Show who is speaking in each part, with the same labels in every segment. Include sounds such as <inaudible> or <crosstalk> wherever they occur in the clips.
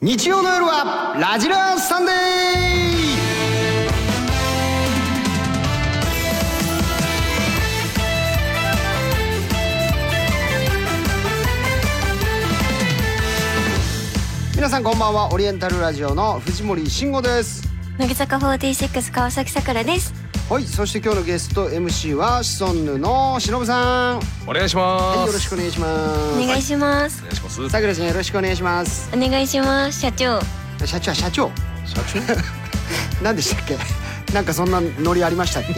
Speaker 1: 日曜の夜はラジラーサンデー皆さんこんばんはオリエンタルラジオの藤森慎吾です
Speaker 2: 乃木坂46川崎さくらです
Speaker 1: はいそして今日のゲスト MC はシソンヌのしのぶさん
Speaker 3: お願いしま
Speaker 1: はい
Speaker 3: す。
Speaker 1: よろしくお願いし
Speaker 2: お
Speaker 1: ます
Speaker 2: 願いします
Speaker 3: お願いします。
Speaker 1: さくらちゃんよろしくお願いします
Speaker 2: お願いします社長
Speaker 1: 社長社長
Speaker 3: 社
Speaker 1: 何でしたっけなんかそんなノリありましたっけ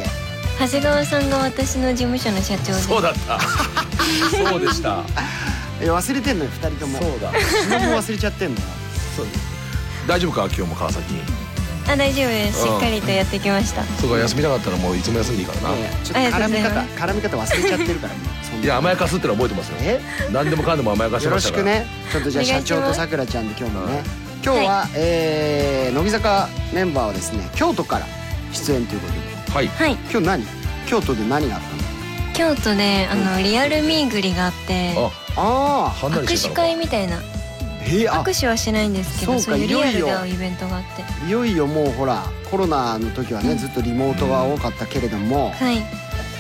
Speaker 2: 長谷川さんが私の事務所の社長で
Speaker 3: 長。
Speaker 2: す
Speaker 3: そうだった。そうでした。
Speaker 1: え忘れてんのよ二人とも
Speaker 3: だ。
Speaker 1: 忍も忘れちゃってんのよ
Speaker 3: そう大丈夫か今日も川崎。
Speaker 2: あ大丈夫ですしっかりとやってきました
Speaker 3: そうか休みたかったらもういつも休んでいいからな。
Speaker 1: ねえちょっと
Speaker 2: ありがと
Speaker 1: 絡
Speaker 2: う
Speaker 1: み
Speaker 2: ござい
Speaker 1: 方
Speaker 2: ます
Speaker 1: 絡み方忘れちゃってる
Speaker 3: <laughs>
Speaker 1: からもうそんない
Speaker 3: や甘やかすってのは覚えてますよ。
Speaker 1: え
Speaker 3: 何でもかんでも甘やかして
Speaker 1: よ
Speaker 3: ま
Speaker 1: ろ
Speaker 3: し
Speaker 1: したく
Speaker 3: から。
Speaker 1: ねちょっとじゃあ
Speaker 2: お願
Speaker 1: 社
Speaker 2: いします
Speaker 1: 長とさくらちゃんで今日もね今日は、えー乃木坂メンバーはですね京都から出演ということで
Speaker 3: はい。
Speaker 2: はい
Speaker 1: 今日何京都で何があったの
Speaker 2: 京都であのリアルミーグリがあって
Speaker 3: あ、
Speaker 1: ああ
Speaker 3: はんなりして
Speaker 2: 握手
Speaker 3: たのか。
Speaker 2: 会みたいな
Speaker 1: へえあ
Speaker 2: 握手はしないんですけど
Speaker 1: そ
Speaker 2: そうう
Speaker 1: か
Speaker 2: いうリア
Speaker 1: いよ
Speaker 2: ル
Speaker 1: いよ
Speaker 2: なイベントがあって
Speaker 1: いよいよもうほらコロナの時はねずっとリモートが多かったけれども、
Speaker 2: はい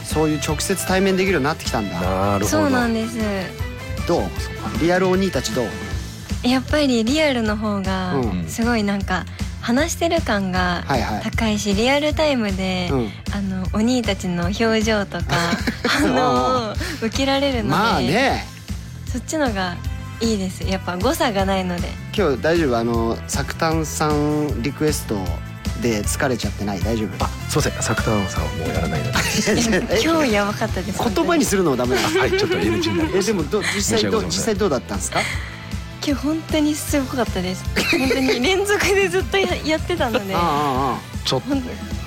Speaker 1: そういう直接対面できるようになってきたんだ
Speaker 3: なるほど。
Speaker 2: そうなん
Speaker 3: で
Speaker 2: です
Speaker 1: どうリアルお兄たちどう
Speaker 2: やっぱりリアルの方が
Speaker 1: うん
Speaker 2: すごいなんか話してる感が
Speaker 1: はいはい、
Speaker 2: 高いしリアルタイムで、
Speaker 1: うん、
Speaker 2: あのお兄たちの表
Speaker 1: <laughs>
Speaker 2: 情とか反応を受けられるので、
Speaker 1: まあね
Speaker 2: そっちのがいいですやっぱ誤差がないので
Speaker 1: 今日大丈夫あの作炭さんリクエストで疲れちゃってない大丈夫
Speaker 3: あ、すいません。サクタウンさんはもうやらないので。
Speaker 1: え
Speaker 2: 今日やばかったです
Speaker 1: 言葉にするのはダ
Speaker 3: <laughs>
Speaker 1: メなの <laughs>
Speaker 3: はい、ちょっと NG になりま
Speaker 1: え
Speaker 3: す。
Speaker 1: でもど実
Speaker 3: 申し
Speaker 1: 際
Speaker 3: 訳
Speaker 1: ど
Speaker 3: ご
Speaker 1: う
Speaker 3: ざいま
Speaker 1: 実
Speaker 3: せ
Speaker 1: 際
Speaker 3: ん
Speaker 1: どうだったんですか
Speaker 2: 今日本当にすごかっ
Speaker 1: <laughs>
Speaker 2: たです本当に連続でずっとややってたのであ
Speaker 1: あああ
Speaker 3: ちょっ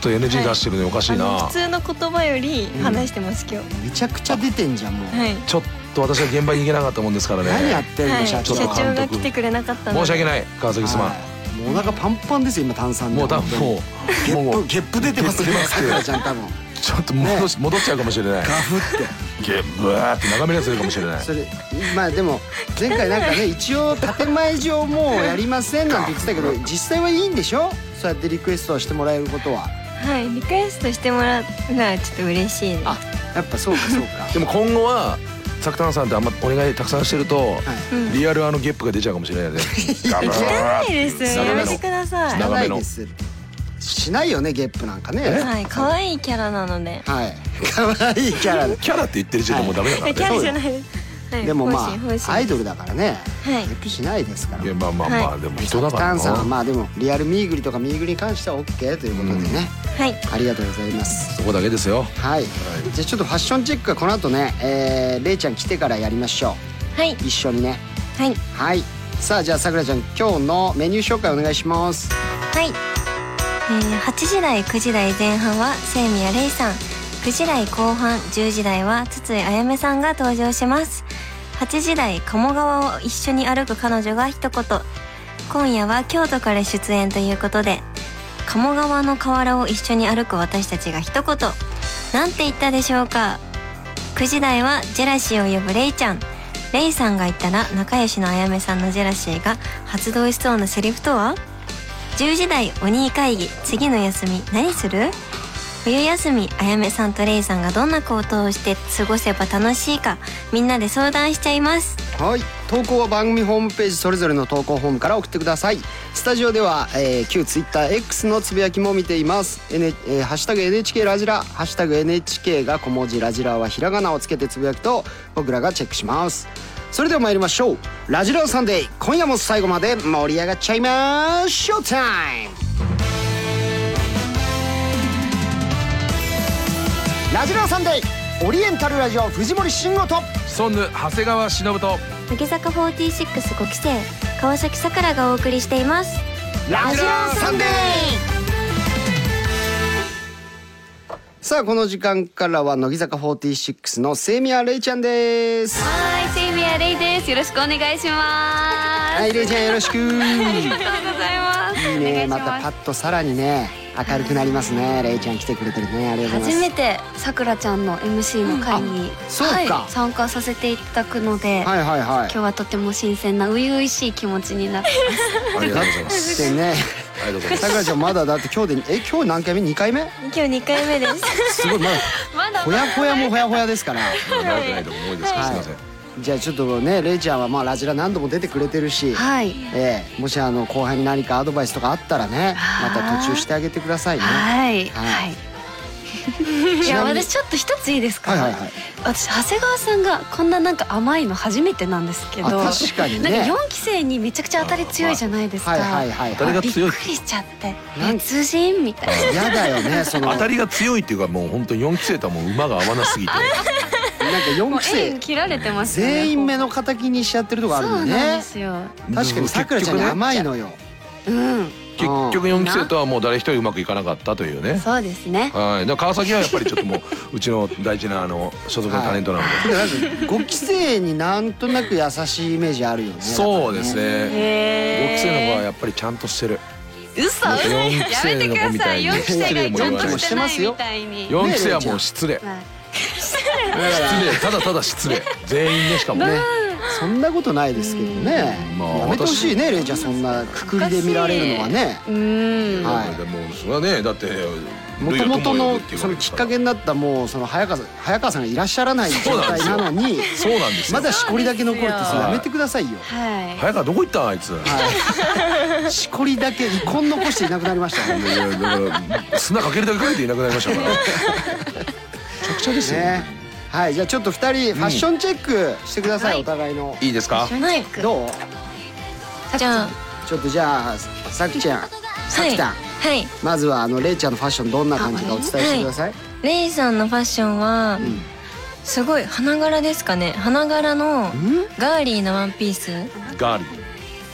Speaker 3: と NG 出してるのおかしい
Speaker 2: の
Speaker 3: な
Speaker 2: 普。通の言葉より話してます、今
Speaker 1: あめちゃくちゃ出てんじゃんもう、
Speaker 2: 日はい
Speaker 3: ちょっと私は現場に行けなかったもんですからね。
Speaker 1: 何やってんの、
Speaker 2: はい、
Speaker 1: 社
Speaker 2: 社
Speaker 1: 長
Speaker 2: 長
Speaker 3: ちょっと監
Speaker 2: が
Speaker 3: 督
Speaker 2: 来てくれなかったので
Speaker 3: 申し訳
Speaker 2: い
Speaker 3: ない。川崎すまん
Speaker 1: は。いもうお腹パンパンですよ今炭酸で
Speaker 3: もう多分も
Speaker 1: ゲ
Speaker 3: うも
Speaker 1: ッ
Speaker 3: う
Speaker 1: プゲップ出てます
Speaker 3: ゲ
Speaker 1: よ
Speaker 3: ップ出ます
Speaker 1: さくらちゃん多分
Speaker 3: ちょっと戻し戻っちゃうかもしれない。
Speaker 1: ガフって
Speaker 3: ゲブワーって眺めるやついるかもしれない
Speaker 1: それまあでも前回なんかね一応建前上もうやりませんなんて言ってたけど実際はいいんでしょそうやってリクエストをしてもらえることは
Speaker 2: はいリクエストしてもらうのはちょっと嬉しいです
Speaker 1: あやっぱそうかそうか
Speaker 3: でも今後は作田さんってあんまお願いたくさんしてると、
Speaker 2: うん
Speaker 3: リアルあのゲップが出ちゃうかもしれないの <laughs> でガブ
Speaker 2: 汚
Speaker 3: ー
Speaker 2: いですよやめてください
Speaker 1: 知ら
Speaker 3: 長
Speaker 1: な
Speaker 3: め
Speaker 1: い
Speaker 3: の
Speaker 1: ですしないよねゲップなんかね
Speaker 2: はい可愛いキャラなので
Speaker 1: はい可愛いキ
Speaker 2: <laughs>
Speaker 1: ャラで
Speaker 3: キャラって言ってる時点でもうダメだか
Speaker 2: キャ
Speaker 3: ら
Speaker 2: ラ
Speaker 3: ね
Speaker 2: じゃないです。はい
Speaker 1: でもま
Speaker 2: 方針方針
Speaker 1: あアイドルだからね
Speaker 2: はい
Speaker 1: ゲップしないですから
Speaker 3: いやまあまあまあ、
Speaker 2: はい
Speaker 3: でも人だから
Speaker 1: 炭さんは
Speaker 3: な
Speaker 1: まあでもリアルミーグリとかミーグリに関しては OK ということでね
Speaker 2: はい
Speaker 1: ありがとうございます
Speaker 3: そこだけですよ
Speaker 1: はいじゃあちょっとファッションチェックはこの後ねえーれいちゃん来てからやりましょ
Speaker 2: はいう
Speaker 1: 一緒にね
Speaker 2: はい
Speaker 1: はいさあじゃあさくらちゃん今日のメニュー紹介お願いします
Speaker 2: はい。えー8時台9時台前半は清宮レイさん、9時台後半10時台は筒井あやめさんが登場します。8時台鴨川を一緒に歩く彼女が一言。今夜は京都から出演ということで、鴨川の河原を一緒に歩く私たちが一言。なんて言ったでしょうか。9時台はジェラシーを呼ぶレイちゃん。レイさんが言ったら仲良しのあやめさんのジェラシーが発動しそうなセリフとは10時台お兄会議次の休み何する冬休みあやめさんとれいさんがどんな行動をして過ごせば楽しいかみんなで相談しちゃいます
Speaker 1: はい投稿は番組ホームページそれぞれの投稿フォームから送ってくださいスタジオでは、えー、旧 TwitterX のつぶやきも見ています「N えーハッシュタグ #NHK ラジラ」「ハッシュタグ #NHK が小文字ラジラ」はひらがなをつけてつぶやくと僕らがチェックしますそれでは参りましょう「ラジラサンデー」今夜も最後まで盛り上がっちゃいましょうタイムラジラサンデーオリエンタルラジオ藤森慎吾と
Speaker 3: ソンヌ長谷川忍と
Speaker 2: 乃木坂465期生川崎さくらがお送りしています
Speaker 1: ラジオサンデーさあこの時間からは乃木坂46のセミアレイちゃんです
Speaker 4: はい、セミアレイです。よろしくお願いしま
Speaker 1: はいレイちゃんよろしくい
Speaker 4: す。ありがとうございます。
Speaker 1: いねまたパッとさらにね
Speaker 4: お
Speaker 1: 明るくなりますねレイちゃん来てくれてるねありがとうござ
Speaker 4: 初
Speaker 1: いま
Speaker 4: め
Speaker 1: す
Speaker 4: てさくらちゃんの MC の会に、
Speaker 1: そう
Speaker 4: はい
Speaker 1: か
Speaker 4: 参加させていただくので、
Speaker 1: はいはいはい
Speaker 4: 今日はとても新鮮な初々しい気持ちになって
Speaker 3: ありがとうござい <laughs> ます。
Speaker 1: でね
Speaker 3: ありがとうございます
Speaker 1: さくらちゃんまだだって今日でえ今日何回目2回目
Speaker 2: 今日二回目です。 <laughs>
Speaker 1: すごいまだ
Speaker 4: まだ
Speaker 1: ほやほやもほやほやですから
Speaker 3: うん。長くないと思いですけど、すみません。
Speaker 1: じゃあちょっとねレイちゃんはまあラジラ何度も出てくれてるし、
Speaker 4: はい
Speaker 1: ええもしあの後輩に何かアドバイスとかあったらねまた途中してあげてくださいね
Speaker 4: はい
Speaker 1: は
Speaker 4: はいい
Speaker 1: みに
Speaker 4: いや私ちょっと一ついいですか、
Speaker 1: はいはいはい
Speaker 4: 私長谷川さんがこんななんか甘いの初めてなんですけど
Speaker 1: あ確かにね
Speaker 4: なんか4期生にめちゃくちゃ当たり強いじゃないですか、
Speaker 1: はいはいはい
Speaker 3: 当た
Speaker 1: は
Speaker 3: りが
Speaker 4: びっ
Speaker 3: 強い
Speaker 4: くりしちゃって
Speaker 1: なん
Speaker 4: 別人みたいない
Speaker 1: やだよねその
Speaker 3: 当
Speaker 1: なん
Speaker 3: た
Speaker 1: か
Speaker 3: りが強いっていうかもう本当に4期生とはもう馬が合わなすぎて
Speaker 4: も
Speaker 1: 4
Speaker 4: う
Speaker 1: 期
Speaker 4: 縁
Speaker 1: 生
Speaker 4: 切られてますよね
Speaker 1: 全員目の敵にしちゃってるとこあ
Speaker 4: そう
Speaker 1: るも
Speaker 4: なんんで
Speaker 1: ね
Speaker 4: すよ
Speaker 1: 確かにさくらちゃんに甘いのよ
Speaker 4: うん
Speaker 3: 結局4期生とはもう誰一人うまくいかなかったというね
Speaker 4: そうですね
Speaker 3: はい、でも川崎はやっぱりちょっともううちの大事なあの所属のタレントなので、
Speaker 1: 5期生になんとなく優しいイメージあるよね
Speaker 3: そうですね5期生の子は
Speaker 4: へえ
Speaker 3: やっぱりちゃんとしてる
Speaker 4: 嘘
Speaker 3: なんか四期
Speaker 4: や
Speaker 3: 生
Speaker 4: めて
Speaker 3: の子
Speaker 4: くだ
Speaker 3: み
Speaker 4: さ
Speaker 3: たい
Speaker 4: い
Speaker 3: に
Speaker 4: 4期生がちゃんとしてないみたいに
Speaker 3: 4期生はもう失礼
Speaker 4: はい
Speaker 1: だから
Speaker 3: 失礼ただただ失礼全員ねしかもね
Speaker 1: ねそんなことないですけどね
Speaker 3: うんまあ
Speaker 1: やめてほしいねレイちゃんそんなくくりで見られるのはね
Speaker 4: うん
Speaker 1: はい
Speaker 3: でもそれはねだって
Speaker 1: もともと
Speaker 3: 類を友を呼ぶ
Speaker 1: の
Speaker 3: っていう
Speaker 1: そ
Speaker 3: わ
Speaker 1: の
Speaker 3: けで
Speaker 1: き
Speaker 3: す
Speaker 1: っ
Speaker 3: ら
Speaker 1: かけになったもうその早川さん早川さんがいらっしゃらない
Speaker 3: そう
Speaker 1: 状
Speaker 3: なんで
Speaker 1: 態
Speaker 3: す
Speaker 1: なの
Speaker 3: よ
Speaker 1: に
Speaker 3: そうなんですよ
Speaker 1: まだしこりだけ残るって
Speaker 4: そう
Speaker 3: ですよ
Speaker 1: さやめてくださいよ
Speaker 4: はい
Speaker 3: 早川どこ行ったんあいつ、
Speaker 1: はいしこりだけ遺恨残していなくなりましたよ
Speaker 3: い <laughs>
Speaker 1: ね
Speaker 3: やいやだから砂かけるだけかけていなくなり
Speaker 1: <laughs>
Speaker 3: ましたからめちゃくちゃですよ、
Speaker 1: ねはいじゃあちょっと二人ファッションチェックしてください、
Speaker 4: はい
Speaker 1: お互いの
Speaker 3: いいですか
Speaker 2: はい。
Speaker 1: どう
Speaker 2: じゃあ
Speaker 1: ちょっとじゃあさきちゃんさ
Speaker 2: は
Speaker 1: き
Speaker 2: い
Speaker 1: ちゃん
Speaker 2: はい。
Speaker 1: まずはあのレイちゃんのファッションどんな感じかお伝えしてください、
Speaker 2: レイさんのファッションは
Speaker 1: うん
Speaker 2: すごい花柄ですかね。花柄の
Speaker 1: ん
Speaker 2: ガーリーなワンピース。
Speaker 3: ガーリ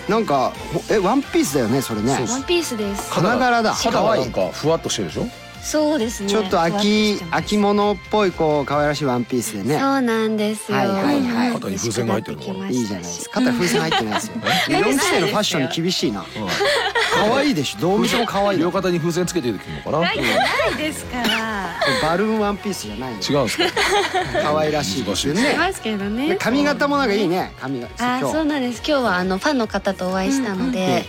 Speaker 3: ー
Speaker 1: なんかほえワンピースだよねそれね
Speaker 3: そう
Speaker 4: ワンピースです
Speaker 1: 花柄だ
Speaker 3: 肌
Speaker 1: 可
Speaker 3: が
Speaker 1: 愛い
Speaker 3: なんかふわっとしてるでしょ
Speaker 4: そうですね
Speaker 1: ちょっと秋秋物っぽいこう可愛らしいワンピースで
Speaker 4: そ
Speaker 1: ね
Speaker 4: うなんですよ
Speaker 1: はいはいはい
Speaker 3: 肩に風船が入ってるのかない
Speaker 1: いじゃないですか肩風船入ってないですよ4期 <laughs> 生のファッションに厳しいな可愛いでしょどう見ても可愛い
Speaker 3: 両
Speaker 1: よ
Speaker 3: 肩に風船つけてるのかな、うん
Speaker 4: ないで
Speaker 1: <laughs>
Speaker 4: すから
Speaker 1: バルーンワンピースじゃないの
Speaker 3: 違うんですか
Speaker 1: 可愛らしいですよ
Speaker 3: 難しいで
Speaker 1: ね
Speaker 4: ますけど
Speaker 1: で
Speaker 4: ね
Speaker 1: 髪型もなんかいいね髪が
Speaker 4: あー
Speaker 1: 今
Speaker 4: そう
Speaker 1: 日
Speaker 4: なんです今日はあのファンの方とお会いしたので、
Speaker 1: うんうん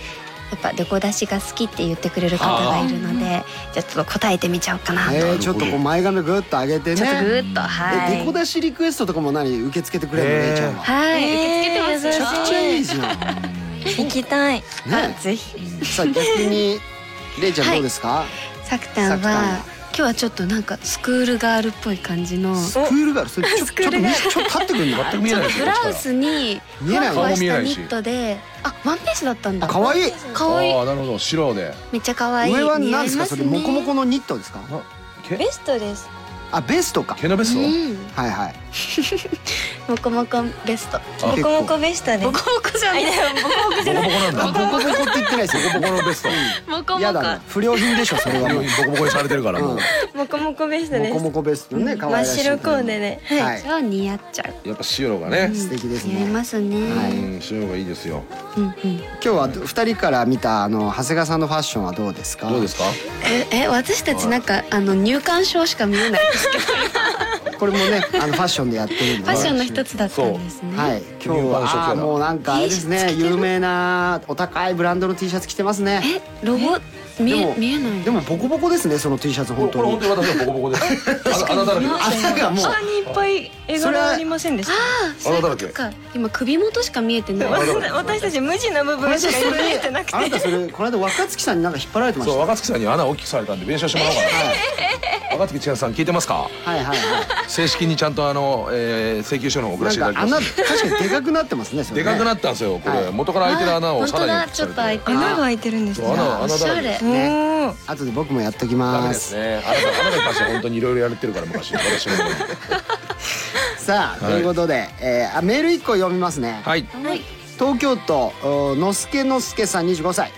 Speaker 4: やっぱ旅行出しが好きって言ってくれる方がいるのでじゃあちょっと答えてみちゃおうかなと、
Speaker 1: えーちょっとこう前髪グッと上げて
Speaker 4: ちょっとぐ
Speaker 1: ね
Speaker 4: ーっとは
Speaker 1: え
Speaker 4: い
Speaker 1: デコ出しリクエストとかも何受け付けてくれるの
Speaker 3: へー
Speaker 1: レイちゃんは
Speaker 4: はい、
Speaker 2: えー
Speaker 4: 受け付けて
Speaker 1: めちゃ
Speaker 4: ま
Speaker 1: く
Speaker 4: す
Speaker 1: ち
Speaker 4: よ
Speaker 1: ゃいいじゃん
Speaker 2: 行きたい。
Speaker 1: ね
Speaker 4: あぜひ
Speaker 1: さあ逆にレイちゃんどうですか
Speaker 4: さくた
Speaker 1: さ
Speaker 4: ん
Speaker 1: くたんは
Speaker 4: は今日はちょっとなんかスクールガールっぽい感じの
Speaker 1: スクールガールそれちょ
Speaker 4: スク
Speaker 1: ちょ
Speaker 4: ー
Speaker 1: っと
Speaker 4: ルガ
Speaker 1: 見
Speaker 4: ー
Speaker 1: ち
Speaker 4: ル
Speaker 1: ょっと立ってくんない
Speaker 3: 全く見えないです
Speaker 4: ブ
Speaker 3: よ
Speaker 4: ラウスに
Speaker 1: 見
Speaker 4: ふ
Speaker 1: えない
Speaker 4: わふ
Speaker 3: 顔も
Speaker 4: わした
Speaker 3: 見えない
Speaker 4: ニ
Speaker 3: し
Speaker 4: ットであワンピースだったんだ
Speaker 1: 可愛い
Speaker 4: かわいい
Speaker 3: ああなるほど白で
Speaker 4: めっちゃ可愛い
Speaker 1: 上は何で
Speaker 4: 似合い
Speaker 1: す
Speaker 4: ま
Speaker 1: かそれモコモコのニットですか
Speaker 3: な毛
Speaker 2: ベストです。
Speaker 1: あベストか
Speaker 3: 毛のベスト、
Speaker 4: うん
Speaker 1: はいはい
Speaker 4: モコモコベスト
Speaker 3: あ
Speaker 2: モコモコベストです。
Speaker 4: コモコじゃない
Speaker 3: ボコボコなん
Speaker 1: あ
Speaker 3: だ
Speaker 1: ボコボコって言ってないですよ
Speaker 3: ボコボコのベスト
Speaker 4: <laughs> モコモコ
Speaker 1: やだな不良品でしょそれはもう
Speaker 3: ボコボコにされてるからもう、
Speaker 1: うん
Speaker 2: モコモコベストで
Speaker 1: モ
Speaker 2: す。
Speaker 1: コモコベストね可愛らしい
Speaker 2: 真っ白コーデではい
Speaker 1: はい
Speaker 4: 超似合っちゃう
Speaker 3: やっぱ白がね、
Speaker 1: 素敵です
Speaker 4: 似合い
Speaker 1: ね
Speaker 4: ますね、
Speaker 1: は
Speaker 3: うん白がいいですよ
Speaker 4: うんうん
Speaker 1: 今日は二人から見たあの長谷川さんのファッションはどうですか
Speaker 3: どうですか
Speaker 4: ええ私たちなんかあの入館証しか見えない
Speaker 1: これもねあのファッションでやってるんで
Speaker 4: ファッションの一つだったんですね、
Speaker 1: はい今日はあーもうなんかあれですね有名なお高いブランドの T シャツ着てますね
Speaker 4: えロゴ見
Speaker 1: で
Speaker 4: え
Speaker 1: も
Speaker 4: 見えない
Speaker 1: でもボコボコですねその T シャツ
Speaker 3: これ
Speaker 1: 本
Speaker 3: これ
Speaker 1: 当
Speaker 3: 本
Speaker 1: に
Speaker 3: 当に私はボコボコですあ穴だらけ
Speaker 1: 朝がもう
Speaker 2: 下にいっぱい絵柄ありませんでし
Speaker 4: あそういうことか今首元しか見えてない
Speaker 2: た。
Speaker 3: あれ
Speaker 2: 私た私たち無地の部分しか今見えてなくて
Speaker 1: あ。なたそれこの間若槻さんになんか引っ張られてまし
Speaker 3: そう
Speaker 1: た
Speaker 3: 若槻さんに穴大きくされたんで弁償してもらおうかな若槻千夏さん聞いてますか
Speaker 1: はいはいはい
Speaker 3: 正式にちゃんとあの、えー、請求書の方送ら
Speaker 1: な
Speaker 3: せ
Speaker 1: ん
Speaker 3: ていた
Speaker 1: か
Speaker 3: だきま
Speaker 1: 穴
Speaker 3: し
Speaker 1: 確かにでかくなってますね。そ
Speaker 3: た
Speaker 1: れ
Speaker 3: で
Speaker 1: ね
Speaker 3: かくなったんですよこれ、
Speaker 1: はい
Speaker 3: 元から開いてる穴を
Speaker 4: あ
Speaker 3: さらに大きく
Speaker 4: 本当だちょっと
Speaker 3: さ
Speaker 4: 開
Speaker 3: れ
Speaker 4: い
Speaker 3: て
Speaker 4: て
Speaker 2: 穴が開いてるんです
Speaker 3: そ
Speaker 2: ね
Speaker 3: う。穴
Speaker 4: お
Speaker 3: 穴
Speaker 4: し
Speaker 3: だ
Speaker 4: ゃ
Speaker 3: らけ
Speaker 4: れ
Speaker 2: おお。
Speaker 1: 後で僕もやっとき
Speaker 3: ダメ
Speaker 1: ま
Speaker 3: です
Speaker 1: す。
Speaker 3: ねあなたあなたに関しては本当にいろいろやれてるから昔私の頃に
Speaker 1: さあ、
Speaker 3: はい
Speaker 1: ということで、えーあメール一個読みますね。
Speaker 3: はい
Speaker 4: はい
Speaker 1: 東京都おのすけのすけさん、25歳。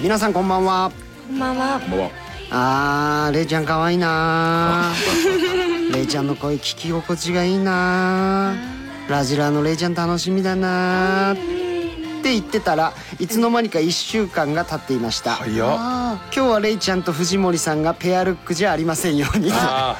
Speaker 1: 皆さんこんばんは。
Speaker 2: こんばんは。
Speaker 3: こんばんは
Speaker 1: あー、れいちゃん可愛いな
Speaker 3: <laughs>
Speaker 1: ー。れいちゃんの声聞き心地がいいなー。ラジラのれいちゃん楽しみだなー。って言ってたらいつの間にか1週間が経っていました、
Speaker 3: いや。
Speaker 4: あ
Speaker 1: 今日はレイちゃんと藤森さんがペアルックじゃありませんように
Speaker 3: あ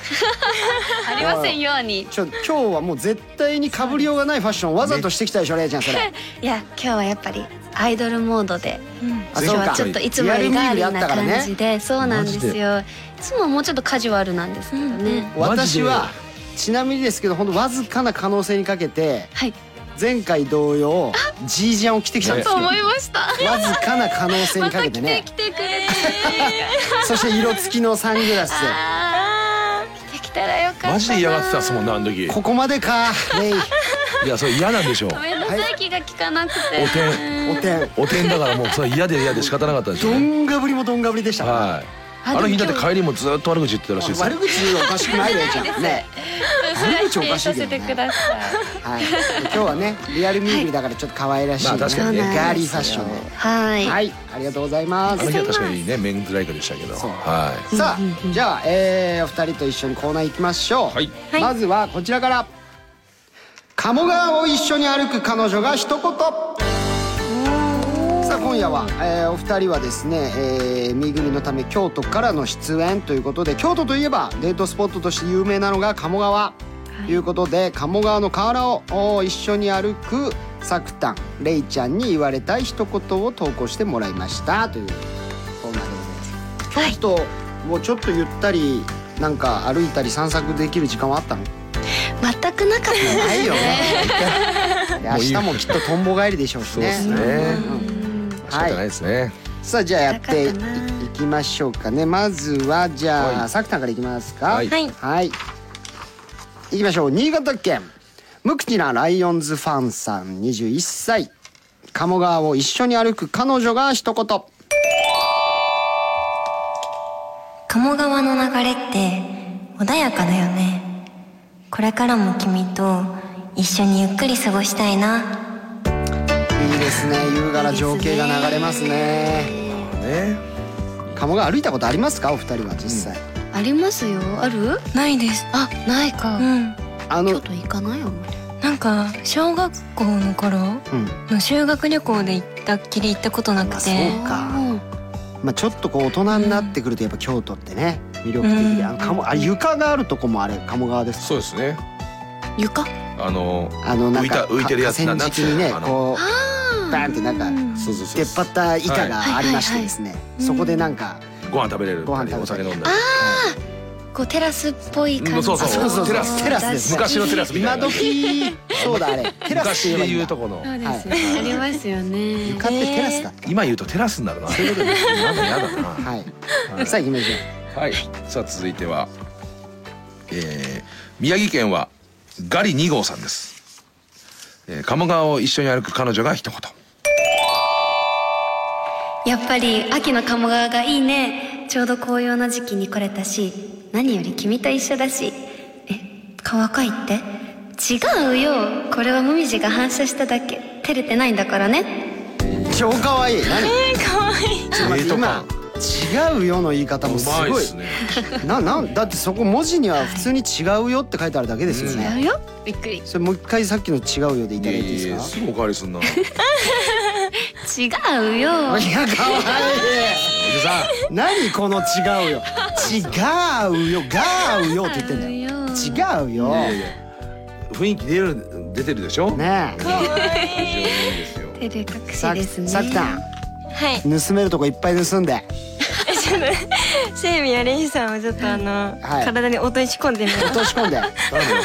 Speaker 4: ーありませんように
Speaker 1: ちょ今日はもう絶対にかぶりようがないファッションわざとしてきたでしょレイちゃんそ
Speaker 4: <laughs>
Speaker 1: れ
Speaker 4: いや今日はやっぱりアイドルモードで
Speaker 2: うん
Speaker 1: あ
Speaker 4: 今日
Speaker 1: そう
Speaker 4: は
Speaker 1: か
Speaker 4: ちょっといつもよりガーリーな
Speaker 1: リアルミールやった
Speaker 4: 感
Speaker 1: からね
Speaker 4: じでそうなんですよいつももうちょっとカジュアルなんですけどね、
Speaker 2: うん
Speaker 3: マジ
Speaker 1: 私
Speaker 3: で
Speaker 1: はちなみにですけどほんとわずかな可能性にかけて
Speaker 4: はい
Speaker 1: 前回同様ジージャンを着てきたんです
Speaker 4: と
Speaker 1: よ
Speaker 4: 思いました
Speaker 1: わずかな可能性に
Speaker 4: ま
Speaker 1: か
Speaker 4: た
Speaker 1: け
Speaker 4: 来
Speaker 1: て
Speaker 4: て
Speaker 1: ね
Speaker 4: 来てくれて、
Speaker 1: そして色付きのサングラス
Speaker 4: あー来てきたらよかったな
Speaker 3: マジで嫌がってたっすもんなあの時。
Speaker 1: ここまでかレイ
Speaker 3: いやそれ嫌なんでしょう。
Speaker 4: ごめんなさい、気が利かなくて
Speaker 3: おて
Speaker 1: おてん
Speaker 3: おてんだからもうそれ嫌で嫌で仕方なかったでしょ
Speaker 1: ど
Speaker 3: うね。
Speaker 1: んがぶりもどんがぶりでしたから
Speaker 3: はい。あの日だって帰りもずっと悪口言ってたらしいですよ
Speaker 1: 悪。口おかしくないレイちゃんね
Speaker 4: それは
Speaker 1: 悪口
Speaker 4: 否
Speaker 1: おか
Speaker 4: 定
Speaker 1: しい
Speaker 4: さ
Speaker 1: け
Speaker 4: せ
Speaker 1: ど
Speaker 4: て
Speaker 1: ね
Speaker 4: ください
Speaker 1: はい、今日はねリアルミールだからちょっと可愛らしい、
Speaker 3: まあ確かにね
Speaker 1: ガーリーファッションで、
Speaker 4: はい、
Speaker 1: はいありがとうございま
Speaker 3: あ
Speaker 1: す
Speaker 3: の日は確かにねメンズライカでしたけど。
Speaker 1: そう
Speaker 3: は
Speaker 1: さあじゃあ、えーお二人と一緒にコーナー行きましょう、
Speaker 3: はい
Speaker 2: はい
Speaker 1: まずはこちらから鴨川を一緒に歩く彼女が一言さあ今夜は、えーお二人はですね、えー、身ぐりのため京都からの出演ということで京都といえばデートスポットとして有名なのが鴨川ということで、鴨川の河原をお一緒に歩くさくたんれいちゃんに言われたい一言を投稿してもらいましたというコーナーでございます。京都、もうちょっとゆったりなんか歩いたり散策できる時間はあったの？
Speaker 4: 全くなかったです
Speaker 1: ないよね。明日 <laughs> もきっととんぼ帰りでしょう
Speaker 3: い。
Speaker 1: し
Speaker 3: そうで
Speaker 1: ね。
Speaker 3: すね。
Speaker 4: うん
Speaker 3: 仕方ないですね。
Speaker 1: さあじゃあやってい
Speaker 4: なかったない
Speaker 1: きましょうかね。まずはじゃ
Speaker 3: は
Speaker 1: あ
Speaker 3: い
Speaker 1: さくたんからいきますか。
Speaker 3: はい
Speaker 2: はい
Speaker 1: はい。行きましょう。新潟県。無口なライオンズファンさん、21歳。鴨川を一緒に歩く彼女が一言。
Speaker 2: 鴨川の流れって穏やかだよねこれからも君と一緒にゆっくり過ごしたいない
Speaker 1: いですね。優雅な情景が流れますね。
Speaker 3: ね。
Speaker 1: 鴨川歩いたことありますか、お二人は実際。
Speaker 4: ありますよある
Speaker 2: ないです
Speaker 4: あないか、
Speaker 2: うん
Speaker 1: あの
Speaker 4: 京、都行かないあんまり
Speaker 2: なんか小学校の頃
Speaker 1: うん、
Speaker 2: の修学旅行で行ったっきり行ったことな
Speaker 1: まあ
Speaker 2: く
Speaker 1: そ
Speaker 2: て
Speaker 1: うか。
Speaker 4: うん
Speaker 1: まあちょっとこう大人になってくるとやっぱ京都ってね、魅力的で、あの鴨あ床があるとこもあれ鴨川です。
Speaker 3: そうですね。
Speaker 4: 床
Speaker 3: あの
Speaker 1: あのなんか
Speaker 3: 浮いた浮いてるやつ
Speaker 1: か河
Speaker 3: な
Speaker 1: 川
Speaker 3: んつう
Speaker 1: 敷
Speaker 3: の
Speaker 1: にね
Speaker 3: あの
Speaker 1: こうバ
Speaker 4: バ
Speaker 1: ーンってなんか
Speaker 3: そうそうそう。
Speaker 1: 出っ張った板がありましてですね、
Speaker 2: い
Speaker 1: そこでなんか
Speaker 3: ご飯食べれる。
Speaker 1: ご飯食べれる
Speaker 3: お酒飲んだり。
Speaker 4: こうテラスっぽい感じ、
Speaker 3: うんそうそう
Speaker 1: あそうそうそう
Speaker 3: テラス
Speaker 1: テラスですね
Speaker 3: 昔
Speaker 4: <laughs>
Speaker 3: のテラスみ
Speaker 1: 今
Speaker 3: たいな。
Speaker 1: 時そうだあれテラス
Speaker 3: 昔
Speaker 1: って言えばいいう
Speaker 3: で言
Speaker 1: んだ
Speaker 3: とこの。
Speaker 4: そうで
Speaker 1: はい
Speaker 4: すよ、ありますよね
Speaker 1: 床ってテラスだっ
Speaker 3: 今言うとテラスになるな。そういうことです。なんか嫌だな。
Speaker 1: た、はい、
Speaker 3: はい
Speaker 1: さあ行きましょ
Speaker 3: はい、さあ続いては、えー宮城県はガリ2号さんです、えー鴨川を一緒に歩く彼女が一言
Speaker 4: やっぱり秋の鴨川がいいねちょうど紅葉の時期に来れたし何より君と一緒だしえ川かいって違うよこれは紅葉が反射しただけ照れてないんだからね
Speaker 1: う超可愛い何
Speaker 2: 可愛い
Speaker 1: ちょっと待って
Speaker 3: デート
Speaker 1: 今
Speaker 3: 感
Speaker 1: 違うよの言い方もすごい
Speaker 3: っね
Speaker 1: ななんだってそこ文字には普通に違うよって書いてあるだけですよね、
Speaker 4: 違うよびっくり違
Speaker 1: それもう一回さっきの違うよでいただいていい
Speaker 3: いやい
Speaker 1: で
Speaker 3: や
Speaker 1: す
Speaker 3: すぐおかわりすんなおじ
Speaker 4: うよ
Speaker 1: かいや可愛い
Speaker 3: さ
Speaker 1: 何この違うよ違うよがうよって言ってんだよ違うよ
Speaker 3: んいやいや雰囲気出る出てるでしょ
Speaker 1: ねえ
Speaker 3: 非常にいいですよ
Speaker 4: 照れ隠し
Speaker 1: さ
Speaker 4: ですね
Speaker 1: さきたん
Speaker 2: はい
Speaker 1: 盗めるとこいっぱい盗んで
Speaker 2: セイミやレイさんをちょっとあの、
Speaker 1: はい
Speaker 2: 体に落とし込んでみる
Speaker 1: 落とし込んで
Speaker 3: 頼むよ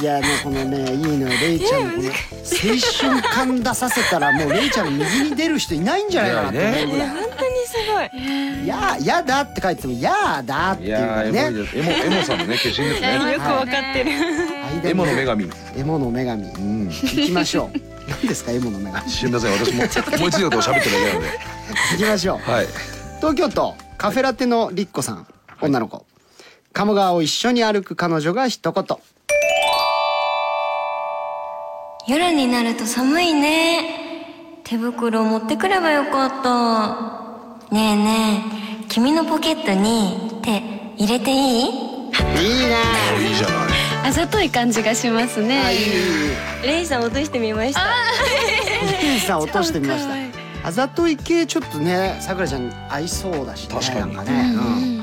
Speaker 1: いやもうこのねいいのよレイちゃんのこの青春感出させたらもうレイちゃんの右に出る人いないんじゃないかなって思うぐらい
Speaker 2: 本当にすご
Speaker 1: 「
Speaker 2: い
Speaker 1: ややだ」って書いてても「やだ」って
Speaker 3: い
Speaker 1: いうか
Speaker 3: や
Speaker 1: ら
Speaker 3: ーエモい
Speaker 1: ね
Speaker 3: ですエモエモさんのね化身ですね
Speaker 2: よくわかってる、
Speaker 1: 間
Speaker 3: エモの女
Speaker 1: に
Speaker 3: 神
Speaker 1: エモの女神
Speaker 3: うん
Speaker 1: 行きましょう <laughs> 何ですかエモの女神
Speaker 3: すみません私も思いついたことを喋ってるだけなんで
Speaker 1: 行きましょう
Speaker 3: はい
Speaker 1: 東京都カフェラテのりっこさん女の子鴨川を一緒に歩く彼女が一言
Speaker 2: 夜になると寒いね手袋持ってくればよかったねえねえ君のポケットに手入れてい
Speaker 1: い
Speaker 2: い
Speaker 1: いね
Speaker 3: いいじゃない
Speaker 4: あざとい感じがしますね
Speaker 1: あいい
Speaker 2: レイさん落としてみました
Speaker 1: イメージさん落としてみました
Speaker 2: 超可愛い
Speaker 1: あざとい系ちょっとねさくらちゃん合いそうだしね
Speaker 3: 確かに
Speaker 1: なんかね、うん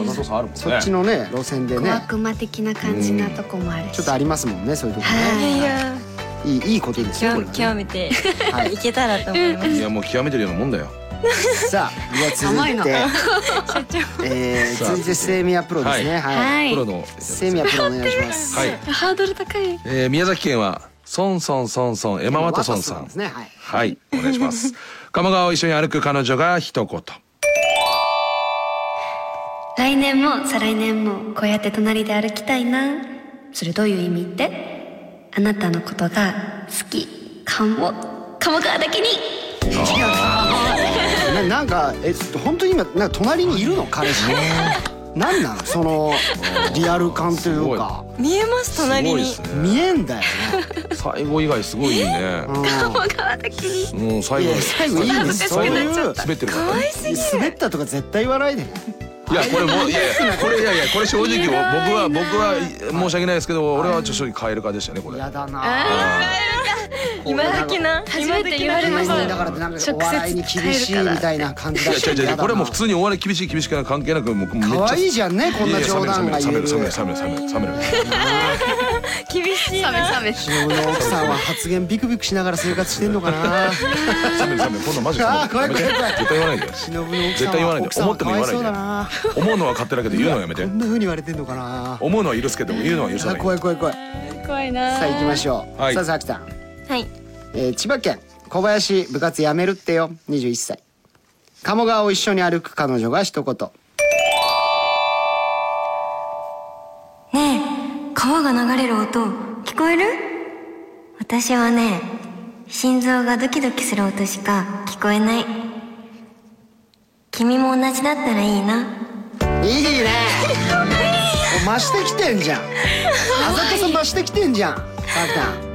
Speaker 3: あざとさあるもんね
Speaker 1: そっちのね路線で
Speaker 4: 小
Speaker 1: ね
Speaker 4: 悪魔的な感じなとこもあるし
Speaker 1: ちょっとありますもんねそういうとこ
Speaker 4: は
Speaker 1: ね
Speaker 2: いや
Speaker 1: いいいいことですよこ
Speaker 2: 極
Speaker 1: れは
Speaker 2: め極
Speaker 1: ね
Speaker 2: めて
Speaker 1: はい
Speaker 2: いけたらと思います
Speaker 3: いやもう極めてるようなもんだよ
Speaker 1: さあでは続
Speaker 4: 甘
Speaker 1: い
Speaker 4: いな
Speaker 1: てえー
Speaker 3: さあ
Speaker 1: 続いてセイミアプロですねはい
Speaker 4: はい
Speaker 3: プロのやつ
Speaker 1: セイミアプロお願いします
Speaker 3: はい、
Speaker 4: ハードル高い
Speaker 3: えー宮崎県はソンソンソンソンエマ・ワトソンさ
Speaker 1: ワ
Speaker 3: ん
Speaker 1: ですねはい
Speaker 3: はいお願いします
Speaker 1: <laughs>
Speaker 3: 鴨川を一緒に歩く彼女が一言
Speaker 4: 来年も再来年もこうやって隣で歩きたいなそれどういう意味ってあなたのことが好きかも鴨川だけに
Speaker 1: ななんかえ本当に今なんか隣にいるの彼氏なんなのそのリアル感というか
Speaker 2: 見えます
Speaker 3: す
Speaker 2: 隣
Speaker 3: ごいで
Speaker 2: に
Speaker 3: す
Speaker 1: 見
Speaker 3: ね
Speaker 1: えんだよね
Speaker 3: 最後以外すごいね
Speaker 1: うん
Speaker 4: 鴨川だけに
Speaker 3: うん最
Speaker 1: い
Speaker 3: 後
Speaker 1: や最後いいねそういう
Speaker 3: 滑ってるからね
Speaker 1: 滑ったとか絶対言わないで
Speaker 3: いやこれもういやいやこれいやいやこれ正直僕は僕は申し訳ないですけど俺はちょっと正直カエル化でしたねこれ
Speaker 1: 嫌だな
Speaker 2: 今時な
Speaker 4: 初
Speaker 2: 今
Speaker 4: めて
Speaker 2: 時
Speaker 4: 言
Speaker 2: な
Speaker 4: われました
Speaker 1: だからなんかお笑いに厳しいみたいな感じ
Speaker 3: い
Speaker 1: だ
Speaker 3: や
Speaker 1: し
Speaker 3: 違う違う違
Speaker 1: 嫌
Speaker 3: う
Speaker 1: だ
Speaker 3: これもう
Speaker 1: な
Speaker 3: 普通にお笑い厳しい厳しくな関係なくもうめっちゃ
Speaker 1: 可愛いじゃんねこんな冗談が言え
Speaker 3: 冷め
Speaker 1: る
Speaker 3: る
Speaker 1: 忍
Speaker 3: 冷める冷める冷める冷める冷める
Speaker 2: 厳しいな
Speaker 1: の奥さんは発言ビクビクしながら生活してんのかな
Speaker 3: 冷める冷めるこんなんマジで冷める
Speaker 1: あー怖い怖い怖い
Speaker 3: 絶対言わないで
Speaker 1: 忍の奥
Speaker 3: 絶
Speaker 1: さ
Speaker 3: 対言
Speaker 1: んは
Speaker 3: わない
Speaker 1: 奥
Speaker 3: で
Speaker 1: さん
Speaker 3: 思っ
Speaker 1: は
Speaker 3: て
Speaker 1: か
Speaker 3: も
Speaker 1: わい
Speaker 3: 言わない
Speaker 1: そうだ
Speaker 3: で
Speaker 1: な
Speaker 3: 思うのは勝手だけど言うのはやめて
Speaker 1: こんな風に言われてんのかな
Speaker 3: 思うのは許すけど言うのは許さ
Speaker 1: あ
Speaker 3: ない
Speaker 1: 怖い怖い怖い
Speaker 2: 怖いな
Speaker 1: さあ行きましょう、
Speaker 3: はい
Speaker 1: さあさきさん、
Speaker 2: はい
Speaker 1: えー千葉県小林部活やめるってよ21歳鴨川を一緒に歩く彼女が一言
Speaker 2: ねえ川が流れる音聞こえる私はね心臓がドキドキする音しか聞こえない君も同じだったらいいない
Speaker 1: いねもう増してきてんじゃんあざとさ増してきてんじゃんさきさん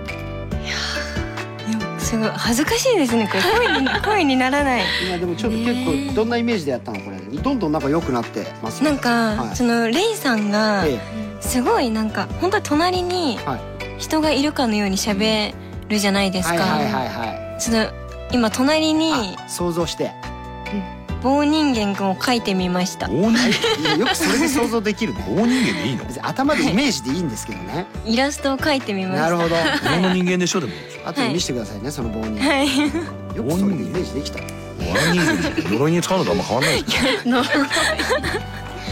Speaker 2: すごい恥ずかしいですねこれ声に声にならない
Speaker 1: いやでもちょっと結構どんなイメージでやったのこれどんどんなんか良くなってますね
Speaker 2: なんか、
Speaker 1: はい
Speaker 2: そのレイさんが
Speaker 1: え
Speaker 2: すごいなんか本当に隣に
Speaker 1: えはい
Speaker 2: 人がいるかのように喋るじゃないです
Speaker 1: はいはい
Speaker 2: か
Speaker 1: はいは
Speaker 2: その今隣に
Speaker 1: いあ想像して
Speaker 2: 棒人間くんを書いてみました
Speaker 3: 大人
Speaker 1: い <laughs> やよくそれで想像できるね
Speaker 3: 大人間でいいの
Speaker 1: 別に頭でイメージでいいんですけどね
Speaker 2: イラストを書いてみました
Speaker 1: なるほど
Speaker 3: 大の人間でしょでも
Speaker 1: 後で見せてくださいね、その棒に
Speaker 2: はい <laughs>
Speaker 1: よくそれでイメージできた
Speaker 3: 大人間って呪いに使うのとあんま変わんないですよ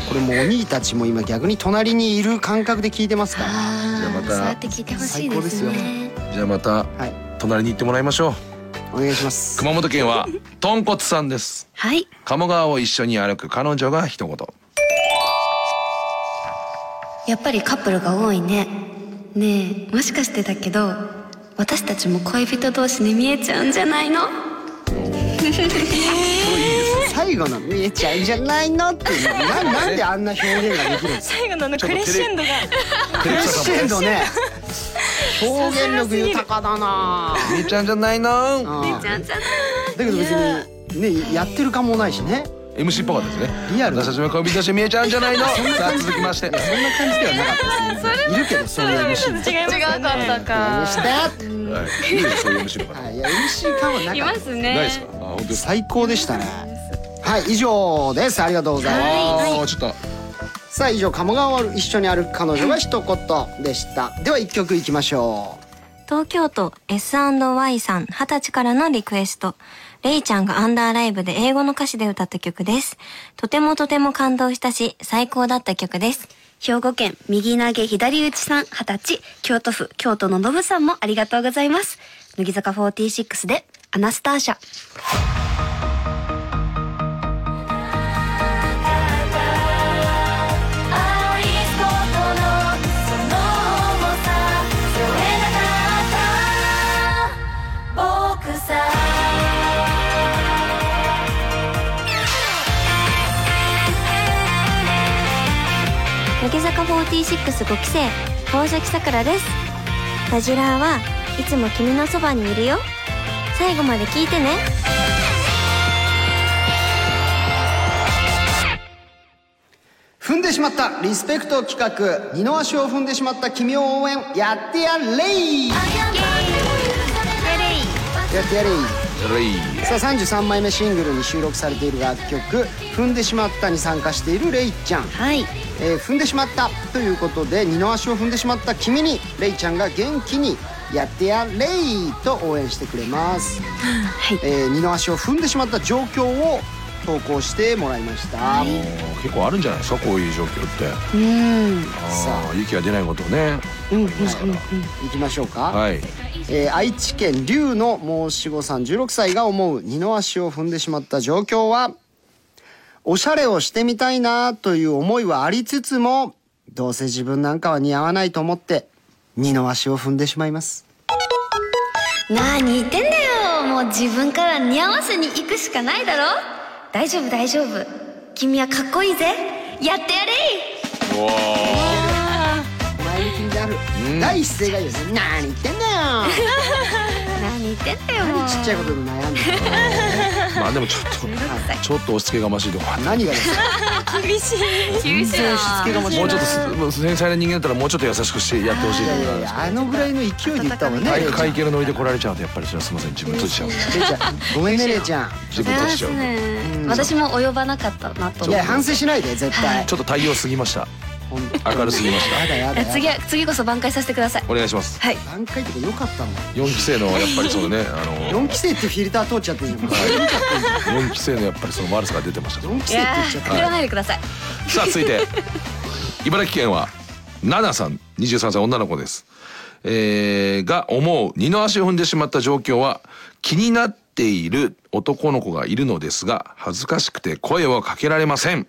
Speaker 1: これもうお兄たちも今逆に隣にいる感覚で聞いてますから
Speaker 3: じゃあまた
Speaker 4: そうやって聞いてほしいですね
Speaker 3: じゃあまた
Speaker 1: はい
Speaker 3: 隣に行ってもらいましょう
Speaker 1: お願いします
Speaker 3: 熊本県はとんこつさんです
Speaker 4: はい
Speaker 3: 鴨川を一緒に歩く彼女が一言
Speaker 4: やっぱりカップルが多いねねえもしかしてだけど私たちも恋人同士に見えちゃうんじゃないの
Speaker 1: 最後の見えちゃうんじゃないのっていうななんであんな表現ができるんですか
Speaker 2: 最後のあのクレッシェンドが
Speaker 1: クレッシェンドね表現力豊かだな
Speaker 3: 「姉ちゃんじゃないの
Speaker 1: ああだけど別にねやってる感もないしね」
Speaker 3: MC っぽかったですね
Speaker 1: リアルな
Speaker 3: 私たちも恋人として見えちゃうんじゃないのさあ続きまして
Speaker 1: そんな感じではなかったですねいるけどそういう MC も
Speaker 2: 違いましたね
Speaker 1: 何して
Speaker 3: はいいいよそういう MC の方
Speaker 1: はいいや MC 感はなかった
Speaker 4: す
Speaker 3: ないですかあ本当ですか
Speaker 1: 最高でしたねはい以上ですありがとうございます
Speaker 3: あーちょっと
Speaker 1: さあ以上鴨川を一緒に歩く彼女は一言でしたでは一曲いきましょ
Speaker 2: 東京都 S&Y さん20歳からのリクエスト。レイちゃんがアンダーライブで英語の歌詞で歌った曲です。とてもとても感動したし、最高だった曲です。
Speaker 4: 兵庫県右投げ左打ちさん二十歳京都府京都ののぶさんもありがとうございます乃木坂46でアナスターシャ
Speaker 2: 乃木坂465期生、川崎さくらです。ラジラーはいつも君のそばにいるよ。最後まで聞いてね。
Speaker 1: う踏んでしまったリスペクト企画二の足を踏んでしまった君を応援やってやれい
Speaker 4: やれい
Speaker 1: やってやれい
Speaker 3: レイ
Speaker 1: さあ33枚目シングルに収録されている楽曲「踏んでしまった」に参加しているレイちゃん、
Speaker 4: はい
Speaker 1: えー踏んでしまったということで二の足を踏んでしまった君にレイちゃんが元気に「やってやれい!」と応援してくれます、
Speaker 4: <laughs> はい
Speaker 1: えー二の足を踏んでしまった状況を投稿してもらいました、
Speaker 3: もう結構あるんじゃないですかこういう状況って
Speaker 4: うん
Speaker 1: さ
Speaker 3: ああ雪が出ないことをね
Speaker 1: うん
Speaker 3: ますから
Speaker 1: いきましょうか、
Speaker 3: はい
Speaker 1: えー愛知県龍の申し子さん16歳が思う二の足を踏んでしまった状況はおしゃれをしてみたいなという思いはありつつもどうせ自分なんかは似合わないと思って二の足を踏んでしまいます
Speaker 4: なあ言ってんだよもう自分から似合わせに行くしかないだろ大丈夫大丈夫君はかっこいいぜやってやれい
Speaker 1: 前向きになる、第一声がいいですね何言ってんだよ
Speaker 4: なあ言ってんだよも
Speaker 1: <laughs>
Speaker 4: う
Speaker 1: ちっちゃいことで悩んでる
Speaker 3: まあでもちょっとちょっと押し付けがましいとこある
Speaker 1: 何がです <laughs> か
Speaker 2: 厳しい
Speaker 1: 全然しつけがましい
Speaker 3: もうちょっとすもう繊細な人間だったらもうちょっと優しくしてやってほしい
Speaker 1: い
Speaker 3: と
Speaker 1: やい
Speaker 3: ころ
Speaker 1: や
Speaker 3: なん
Speaker 1: い
Speaker 3: です
Speaker 1: やあのぐらいの勢いで言った方がね
Speaker 3: け
Speaker 1: レ
Speaker 3: ど
Speaker 1: イちゃん
Speaker 3: 会計のノリで来られちゃうとやっぱりそれはすみません自分閉じちゃう
Speaker 1: レイちゃんごめんねレイ <laughs> ちゃん
Speaker 3: 自分閉じちゃう
Speaker 4: うん私も及ばなかったなと
Speaker 1: い
Speaker 4: 思
Speaker 1: や
Speaker 4: う
Speaker 1: 反省しないで絶対
Speaker 3: ちょっと対応すぎました
Speaker 1: ほんと
Speaker 3: 明るすぎました
Speaker 1: やだやだ
Speaker 4: え
Speaker 1: やだ
Speaker 4: 次は次こそ挽回させてください
Speaker 3: お願いします
Speaker 4: はい
Speaker 1: 何回とか良かったもん
Speaker 3: 4期生のやっぱりそのねあの
Speaker 1: 4期生ってフィルター通っちゃってるじゃん
Speaker 3: 4期生のやっぱりその悪さが出てましたね
Speaker 1: 4期生って
Speaker 4: いや
Speaker 1: 言っちゃ
Speaker 4: ー
Speaker 1: っ
Speaker 4: くれないでください
Speaker 3: さあ続いて茨城県はナナさん23歳女の子です、えーが思う二の足を踏んでしまった状況は気になっている男の子がいるのですが恥ずかしくて声をかけられません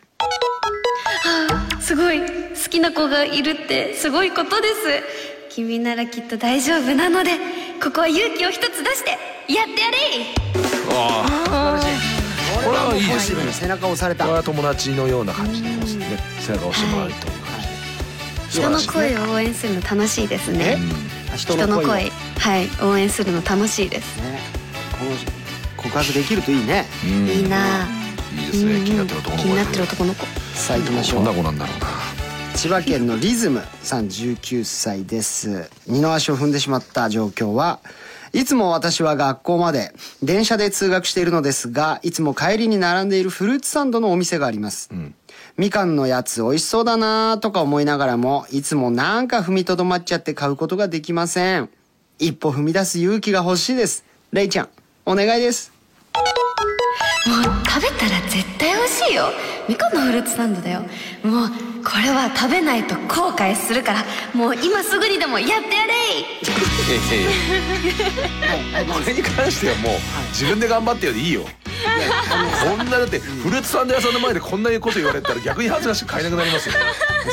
Speaker 4: すごい好きな子がいるってすごいことです君ならきっと大丈夫なのでここは勇気を一つ出してやってやれい
Speaker 3: あ
Speaker 1: た
Speaker 3: これはいいですね
Speaker 1: もうポジティブに背中押され
Speaker 3: あ
Speaker 1: た
Speaker 3: これは友達のような感じでですね背中を押してもらえるという感じ
Speaker 4: 人の声を応援するの楽しいですね
Speaker 1: あ人
Speaker 4: 人
Speaker 1: の
Speaker 4: の声
Speaker 1: 声をね
Speaker 4: はい応援するの楽しいです、
Speaker 1: この告白できるといいね
Speaker 3: うん
Speaker 4: いいなあ
Speaker 3: いいですね気になってる男の
Speaker 4: 気
Speaker 3: 子
Speaker 4: に
Speaker 3: が
Speaker 4: ないってる男の子
Speaker 1: さあ行きましょ
Speaker 3: どんな
Speaker 1: う
Speaker 3: 子なんだろうな
Speaker 1: 千葉県のリズムさん19歳です二の足を踏んでしまった状況はいつも私は学校まで電車で通学しているのですがいつも帰りに並んでいるフルーツサンドのお店があります、みかんのやつ美味しそうだなとか思いながらもいつもなんか踏みとどまっちゃって買うことができません一歩踏み出す勇気が欲しいですレイちゃんお願いです
Speaker 4: もう食べたら絶対美味しいよみかんのフルーツサンドだよもうこれは食べないと後悔するからもう今すぐにでもやってやれい
Speaker 3: これに関してはもう自分で頑張ってよでいいよこんなだってフルーツサンド屋さんの前でこんなこと言われたら逆に恥ずかしく買えなくなりますよ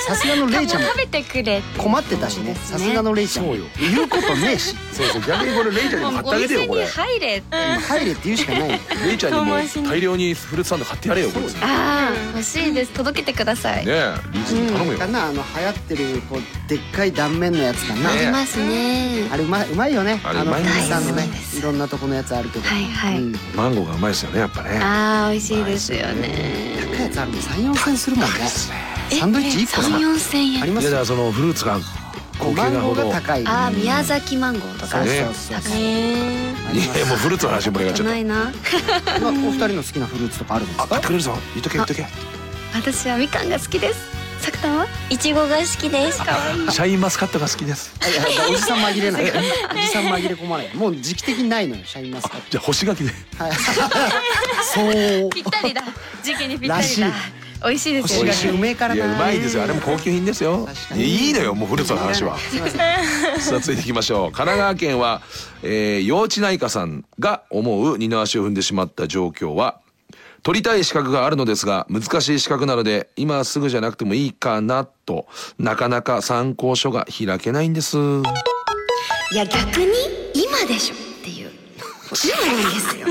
Speaker 1: さすがのレイちゃんも
Speaker 2: 食べてくれ
Speaker 1: 困ってたしねさすがのレイちゃん
Speaker 3: そうよ
Speaker 1: 言うことねえし
Speaker 3: そうそう逆にこれレイちゃんにも買って
Speaker 2: お店
Speaker 3: あげてよこ
Speaker 2: に
Speaker 3: れ
Speaker 2: 入れ
Speaker 1: 入れって言うしかないよ
Speaker 3: レイちゃんにも大量にフルーツサンド買ってやれよこれね
Speaker 4: ああ欲しいです届けてください、
Speaker 3: えリーズに頼むよ
Speaker 1: かなあの流行ってるこうでっかい断面のやつかな、
Speaker 3: ね
Speaker 4: いますね
Speaker 1: あれうまいうまいよね
Speaker 3: あれう
Speaker 1: の
Speaker 3: まいんです
Speaker 1: 店さんのね
Speaker 4: うまいです
Speaker 1: いろんなとこのやつあるけど
Speaker 4: はいはい
Speaker 1: うん、高
Speaker 3: マンゴーがうまいですよねやっぱね
Speaker 4: ああ美味しいですよね
Speaker 1: いやつあるの34千するもんね
Speaker 3: ね
Speaker 1: サンドイッチ1個だ
Speaker 4: 3 4千
Speaker 1: あ
Speaker 4: 円
Speaker 1: りま
Speaker 3: い
Speaker 1: す
Speaker 3: や
Speaker 1: よ
Speaker 3: だからそのフルーツが高級
Speaker 1: マン
Speaker 3: な
Speaker 1: ゴ
Speaker 3: ほ
Speaker 1: ー
Speaker 3: ど
Speaker 1: が高い
Speaker 4: ああ宮崎マンゴーと
Speaker 1: そ
Speaker 4: か
Speaker 1: う
Speaker 3: ね
Speaker 1: そうそう、
Speaker 2: へ
Speaker 1: あ
Speaker 3: い
Speaker 1: り
Speaker 3: や
Speaker 1: ま
Speaker 3: もうフルーツの話盛り上がっちゃっ
Speaker 4: ないな
Speaker 1: すまあお二人の好きなフルーツとかあるんです
Speaker 3: たあ買
Speaker 1: か
Speaker 3: ってくれるぞ言っとけ言っとけ
Speaker 4: 私はみかんが好きですさくたんはい
Speaker 2: ちごが好きです
Speaker 3: シャインマスカットが好きです
Speaker 1: いやいやおじさん紛れないおじさん紛れ込まないもう時期的にないのよシャインマスカッ
Speaker 3: じゃあ干し柿で
Speaker 1: トはいそう
Speaker 2: ぴったりだ時期にぴ
Speaker 1: らしい
Speaker 4: 美味しいですよ
Speaker 1: 星がき
Speaker 4: ね
Speaker 1: うめえから
Speaker 3: い
Speaker 1: な
Speaker 3: やうまいですよあれも高級品ですよ
Speaker 1: 確かに
Speaker 3: いいのよもうフルーツの話は
Speaker 1: すいません
Speaker 3: さあ続いていきましょう神奈川県は、えー、幼稚内科さんが思う二の足を踏んでしまった状況は取りたい資格があるのですが難しい資格なので今すぐじゃなくてもいいかなとなかなか参考書が開けないんです
Speaker 4: いや逆に今でしょっていう今なんですよ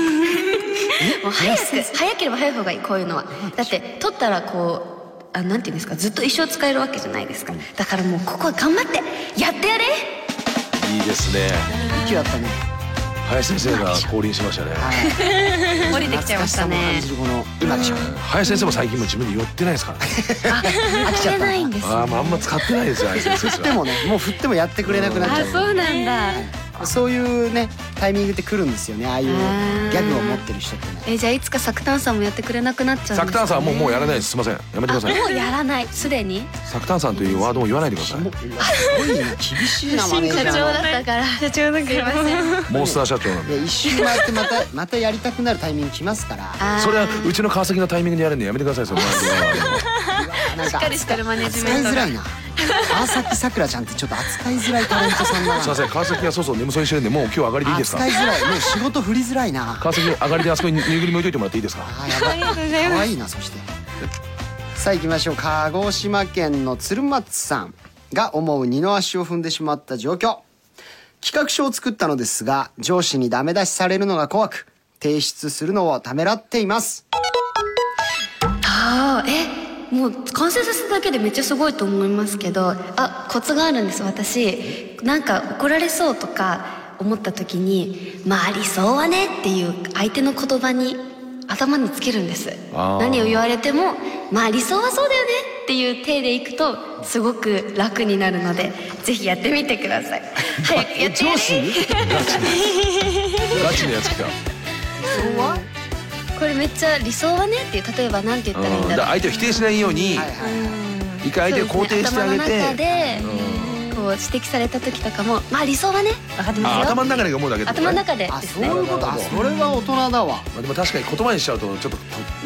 Speaker 4: もう早く早ければ早い方がいいこういうのはだって取ったらこうあなんていうんですかずっと一生使えるわけじゃないですかだからもうここは頑張ってやってやれ
Speaker 3: いいですね
Speaker 1: 息だったね
Speaker 3: 林先生が降臨しましたね
Speaker 4: 降 <laughs> りてきちゃいました
Speaker 1: 懐かしさも
Speaker 4: ね
Speaker 1: 感じるこの今でしょ
Speaker 3: 林先生も最近も自分で言ってないですからね
Speaker 1: 飽きちゃった
Speaker 4: ないんです <laughs>
Speaker 3: あーまああんま使ってないですよ林先生
Speaker 1: で
Speaker 3: は
Speaker 1: もねもう振ってもやってくれなくなっちゃう
Speaker 4: うなんだ
Speaker 1: そういうねタイミングって来るんですよねああいうギャグを持ってる人ってね
Speaker 4: えじゃあいつかサクタンさんもやってくれなくなっちゃうんですか、ね、
Speaker 3: サクタンさんはもうもうやらないですすいませんやめてく
Speaker 4: あ
Speaker 3: ださい
Speaker 4: もうやらないすでに
Speaker 3: サクタンさんというワードも言わないでくだ
Speaker 1: す
Speaker 3: さい
Speaker 1: ごいな厳しいなマネージ
Speaker 4: 社
Speaker 1: ャ
Speaker 4: 長
Speaker 1: ー
Speaker 4: だったから社長だからすいません
Speaker 3: モンスター社長なんで
Speaker 1: で一周回ってまた <laughs> またやりたくなるタイミング来ますから
Speaker 4: あー
Speaker 3: それはうちの川崎のタイミングでやるんでやめてくださいそのワード
Speaker 1: なん
Speaker 4: しっ
Speaker 1: か
Speaker 4: かりしてるマネジ
Speaker 1: 扱
Speaker 4: メ
Speaker 1: い
Speaker 4: ント
Speaker 1: づら
Speaker 4: が
Speaker 1: いな川崎さくらちゃんってちょっと扱いづらいタレントさんだな
Speaker 3: <laughs> すいません川崎がそうそう眠そうにしてるんでもう今日上がりでいいですか
Speaker 1: 扱いづらいもう仕事振りづらいな
Speaker 3: 川崎上がりであそこにぬいぐるみ置いといてもらっていいですか
Speaker 1: あーやばい可愛いなそしてさあ行きましょう鹿児島県の鶴松さんが思う二の足を踏んでしまった状況企画書を作ったのですが上司にダメ出しされるのが怖く提出するのをためらっています
Speaker 4: ああえもう完成させただけでめっちゃすごいと思いますけどあコツがあるんです私なんか怒られそうとか思った時に「まあ理想はね」っていう相手の言葉に頭につけるんです
Speaker 3: あー
Speaker 4: 何を言われても「まあ理想はそうだよね」っていう体でいくとすごく楽になるのでぜひやってみてください早くやって
Speaker 1: 上
Speaker 4: やれ
Speaker 1: 司に
Speaker 3: ガチのやつ来た
Speaker 4: これめっちゃ理想はねっていう例えばなんて言ったらいい
Speaker 3: うんん
Speaker 4: だ
Speaker 3: だか
Speaker 4: ろう
Speaker 3: ら相手を否定しないように
Speaker 1: はいはい
Speaker 3: 一回相手を肯定してあげ
Speaker 4: そうです
Speaker 3: て
Speaker 4: ね頭の中でこう指摘された時とかもまあ理想はね分かってます
Speaker 3: あ
Speaker 4: よ
Speaker 3: 頭の中で思うだけってことね
Speaker 4: 頭の中で
Speaker 1: あ
Speaker 4: で
Speaker 1: そ
Speaker 4: す
Speaker 1: う
Speaker 4: ね
Speaker 1: いうことあそれは大人だわ
Speaker 3: まあでも確かに言葉にしちゃうとちょっと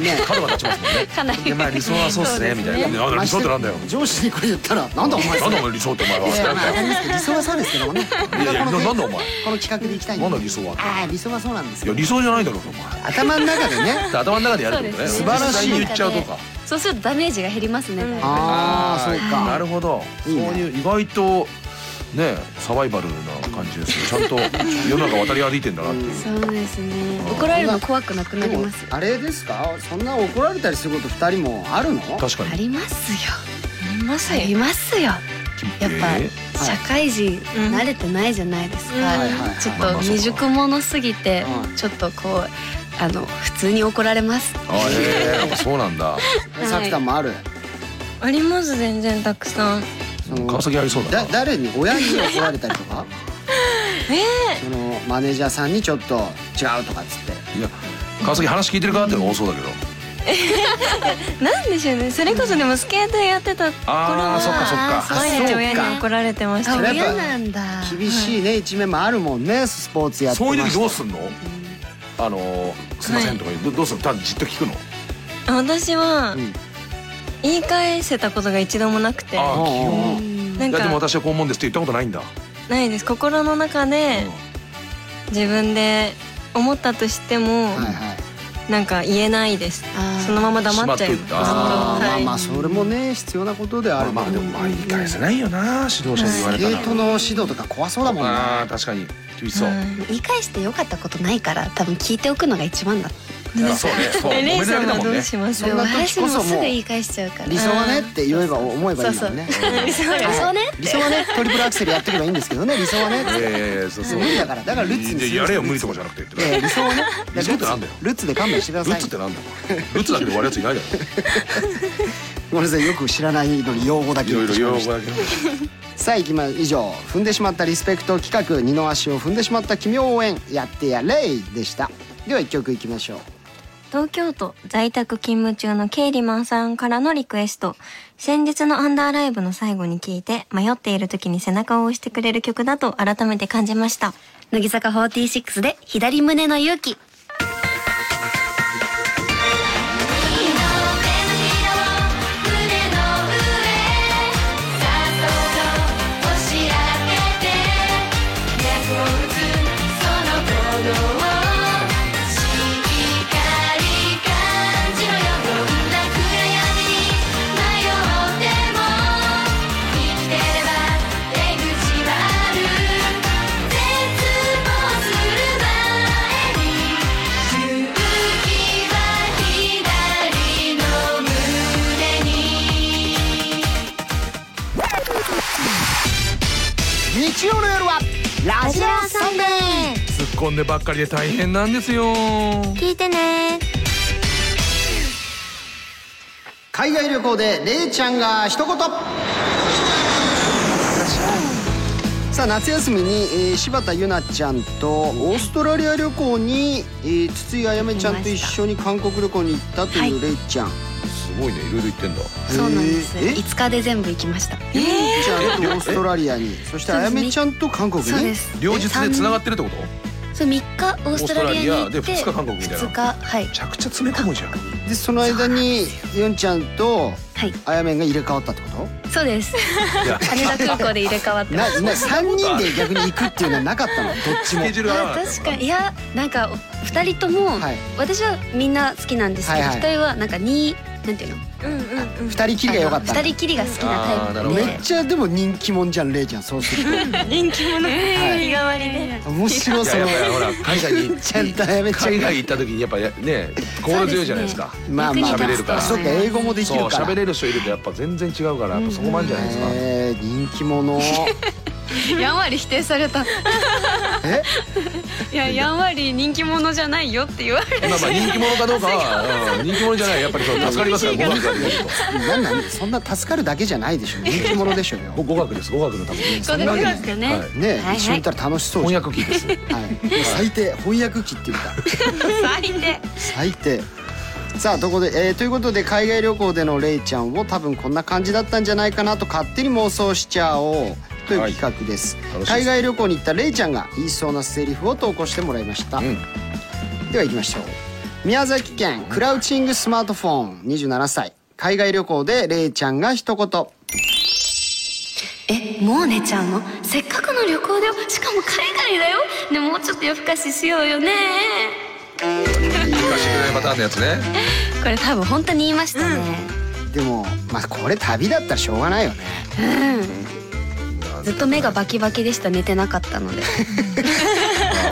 Speaker 1: ね
Speaker 3: 角が立ちますもんね
Speaker 4: かなり
Speaker 3: でまあ理想はそうっすねみたいな。ねあ理想ってなんだよ。
Speaker 1: 上司にこれ言ったらなんだお前
Speaker 3: なんだお前理想ってお前
Speaker 1: いやいやまあ
Speaker 3: は。
Speaker 1: 理想はそうですけどもね
Speaker 3: いやいや
Speaker 1: この
Speaker 3: なんだお前
Speaker 1: この企画でいきたいんで
Speaker 3: なんだ理想はって
Speaker 1: ああ理想はそうなんです
Speaker 3: いや
Speaker 1: よ
Speaker 3: 理想じゃないだろうお
Speaker 1: 頭の中でね
Speaker 3: 前。頭の中でやるってことね。
Speaker 4: そう
Speaker 1: ね素
Speaker 4: です
Speaker 1: 晴らしい
Speaker 3: 実際に言っちゃうとか。
Speaker 4: そうするとダメージが減りますね、
Speaker 1: ああそうか
Speaker 3: なるほど。そ
Speaker 1: いういね
Speaker 3: いう意外とねサバイバルな感じですね。ちゃんと世の中渡り歩いてんだなっていう。
Speaker 4: そうですね怒られるの怖くなくなり
Speaker 1: でも
Speaker 4: ます
Speaker 1: あれですかそんな怒られたりすること二人もあるの
Speaker 3: 確か
Speaker 4: あ
Speaker 3: に。
Speaker 4: りますよ
Speaker 2: あります
Speaker 4: あ
Speaker 2: よ
Speaker 4: りますよやっぱ、
Speaker 3: えー
Speaker 4: 社会人慣れてないじゃないですか、
Speaker 1: はいはいはい
Speaker 4: ちょっと未熟者すぎて
Speaker 1: うん
Speaker 4: ちょっとこうあの普通に怒られます
Speaker 3: あえーやっぱそうなんだ。
Speaker 4: い
Speaker 1: さきさんもある
Speaker 2: あります全然たくさん
Speaker 1: その
Speaker 3: 川崎ありそうだ
Speaker 1: だ
Speaker 3: な。
Speaker 1: 誰に親に怒られたりとかそのマネージャーさんにちょっと違うとかっつって
Speaker 3: いや川崎話聞いてるかっていうのが多そうだけど。
Speaker 2: なんでしょうねそれこそでもスケートやってた頃
Speaker 3: あーそっかそっ
Speaker 2: は
Speaker 3: か。
Speaker 2: 毎
Speaker 1: あそう
Speaker 2: 日
Speaker 1: か
Speaker 2: 親に怒られてました
Speaker 4: あ
Speaker 2: け
Speaker 1: それ
Speaker 2: ど
Speaker 1: はやっ
Speaker 4: 親
Speaker 1: ぱ
Speaker 4: なんだ
Speaker 1: 厳しいね一面もあるもんねスポーツやって
Speaker 3: そういう時どう
Speaker 1: す
Speaker 3: すんの？あのーすいませんとか言うどどうするの？ただじっと聞くの？
Speaker 2: 私は
Speaker 1: うん
Speaker 2: 言い返せたことが一度もなくて
Speaker 3: あー基本。
Speaker 2: なん
Speaker 3: いやでも
Speaker 2: か
Speaker 3: 私はこう思うんですって言ったことないんだ。
Speaker 2: ないです心の中で自分で思ったとしても
Speaker 1: はいはい
Speaker 2: なんか言えないです
Speaker 4: あー
Speaker 2: そのまま黙っちゃいます
Speaker 3: しまっといた
Speaker 1: あーまあ
Speaker 2: はい
Speaker 1: まあそれもね必要なことであ
Speaker 3: まあ
Speaker 1: る
Speaker 3: まあでもまあ言い返せないよな指導者に言われ
Speaker 1: ス
Speaker 3: た
Speaker 1: ケ
Speaker 3: ら
Speaker 1: ートの指導とか怖そうだもんね
Speaker 3: ああ確かに厳しそう、
Speaker 2: はい
Speaker 4: 言い返して良かったことないから多分聞いておくのが一番だ
Speaker 3: いやそうねそう
Speaker 2: え
Speaker 3: 褒め
Speaker 2: レイ
Speaker 3: るだ
Speaker 2: さ
Speaker 3: け
Speaker 2: ん
Speaker 3: だ
Speaker 2: は
Speaker 3: もん
Speaker 2: どう
Speaker 3: ね
Speaker 2: します
Speaker 1: そんな時
Speaker 4: 私
Speaker 1: こ
Speaker 4: も
Speaker 1: そもう
Speaker 4: すぐ言い返しちゃうから
Speaker 1: 理想はねって言えば思えばいいんだもんね
Speaker 4: 理想ね
Speaker 1: 理想はねトリプルアクセルやってけばいいんですけどね理想はね
Speaker 3: いやいやいやそうそう
Speaker 1: 無理だからだからルッツにする
Speaker 3: いややれよ無理とかじゃなくてって
Speaker 1: いやいや理想はね
Speaker 3: <laughs> 理想ってなんだよ
Speaker 1: ルッツで勘弁してくだ
Speaker 3: ル
Speaker 1: さ
Speaker 3: ッ
Speaker 1: い
Speaker 3: ツってなんだよルッツだけで終わるやついないだ <laughs>
Speaker 1: ごめんなさいよく知らないのに用語だけ言
Speaker 3: ろい
Speaker 1: って
Speaker 3: ろい
Speaker 1: しまい
Speaker 3: ろ
Speaker 1: まし
Speaker 3: 用語
Speaker 1: た
Speaker 3: だけど
Speaker 1: さあいきま以上踏んでしまったリスペクト企画二の足を踏んでしまった君を応援やってやれいでしたでは一曲いきましょう
Speaker 2: 東京都在宅勤務中のケイリマンさんからのリクエスト。先日のアンダーライブの最後に聞いて、迷っている時に背中を押してくれる曲だと改めて感じました。
Speaker 4: 乃木坂46で左胸の勇気
Speaker 1: 日曜の夜はラジラサンデー
Speaker 3: 突っ込んでばっかりで大変なんですよ
Speaker 2: 聞いてね
Speaker 1: 海外旅行でれいちゃんが一言さあ夏休みに、えー柴田ゆなちゃんとオーストラリア旅行に、えー筒井あやめちゃんと一緒に韓国旅行に行ったと
Speaker 4: はいいう
Speaker 1: れいちゃん、
Speaker 3: すごいねいろいろ言ってんだ
Speaker 4: そうなんです
Speaker 1: えーえ
Speaker 4: 5日で全部行きました
Speaker 1: ゆなちゃんとオーストラリアにそして
Speaker 4: そ
Speaker 1: あ
Speaker 4: うで
Speaker 1: や
Speaker 4: すね
Speaker 1: めちゃんと韓国に
Speaker 4: そうです
Speaker 3: 両日で繋が
Speaker 4: っ
Speaker 3: ってるってこと
Speaker 4: そう3日オーストラリアに行って
Speaker 3: オーストラリアで二日韓国みたいな
Speaker 4: 2日はい
Speaker 3: めちゃくちゃ詰め込むじゃん
Speaker 1: でその間にゆんちゃんと
Speaker 4: はい
Speaker 1: あやめんが入れ替わったってこ
Speaker 4: そうです
Speaker 3: いや
Speaker 4: 羽田空港で入れ替わっ
Speaker 1: と
Speaker 4: てま
Speaker 1: <laughs> な
Speaker 4: す
Speaker 1: な3人で逆に行くっていうのはなか
Speaker 4: <laughs>
Speaker 1: ったのどっち
Speaker 3: ス
Speaker 1: も
Speaker 3: ケジュール合わ
Speaker 4: あ
Speaker 3: ない
Speaker 4: 確かにいやなんかお二人とも、
Speaker 1: はい
Speaker 4: 私はみんな好きなんですけど、
Speaker 1: はいはい
Speaker 4: 一人はなんかになんていうの
Speaker 2: うんうんうん。
Speaker 1: 2人きりが良かったんだ
Speaker 4: 二人きりが好きなタイ
Speaker 3: あーなる
Speaker 4: プで
Speaker 3: ほど
Speaker 1: めっちゃでも人気もんじゃんれいちゃんそうする
Speaker 2: 人気者。日替わりで。
Speaker 1: と面白
Speaker 3: い
Speaker 1: そ
Speaker 3: や
Speaker 1: の
Speaker 3: やっぱりほら海外に
Speaker 1: ちゃんとあやめちゃん
Speaker 3: <laughs> 海
Speaker 1: が
Speaker 3: 外行った時にやっぱやね心強いじゃないですか
Speaker 1: まあまあ
Speaker 4: 役に立つと思います
Speaker 1: そっか英語もでき
Speaker 3: そう
Speaker 1: るから
Speaker 3: 喋れる人いるとやっぱ全然違うからやっぱそこもあるんじゃないですか
Speaker 1: えー人気
Speaker 4: <laughs>
Speaker 1: 者
Speaker 5: やんわり否定された。い
Speaker 1: え
Speaker 5: や、やんわり人気者じゃないよって言われ
Speaker 3: まあまあ人気者かどう
Speaker 1: <laughs>
Speaker 3: かはうん人気者じゃないやっぱりそう助かりますから語学ができる
Speaker 1: なんなんそんな助かるだけじゃないでしょ人気者でしょうよ
Speaker 3: と語学です語学のために
Speaker 5: たん
Speaker 3: は
Speaker 5: で
Speaker 3: い
Speaker 5: すよね。
Speaker 1: ねえ、
Speaker 5: いはい
Speaker 1: 一緒にいたら楽しそう
Speaker 3: 翻
Speaker 1: じゃん
Speaker 3: 訳機です
Speaker 1: はい、もう最低翻訳機っていうか
Speaker 5: 最低。
Speaker 1: 最低さあどこで、えーということで海外旅行でのレイちゃんを多分こんな感じだったんじゃないかなと勝手に妄想しちゃおうという企画です、
Speaker 3: い楽しみです
Speaker 1: 海外旅行に行ったレイちゃんが言いそうなセリフを投稿してもらいました、
Speaker 3: ん
Speaker 1: では行きましょう宮崎県クラウチングスマートフォン27歳海外旅行でレイちゃんが一言
Speaker 4: えもう寝ちゃうのせっかくの旅行だよしかも海外だよねもうちょっと夜更かししようよね
Speaker 3: 聞かせてくれないパターンのやつね
Speaker 4: これ多分本当に言いましたね、
Speaker 1: でもまあこれ旅だったらしょうがないよね
Speaker 4: ずっと目がバキバキでした寝てなかったので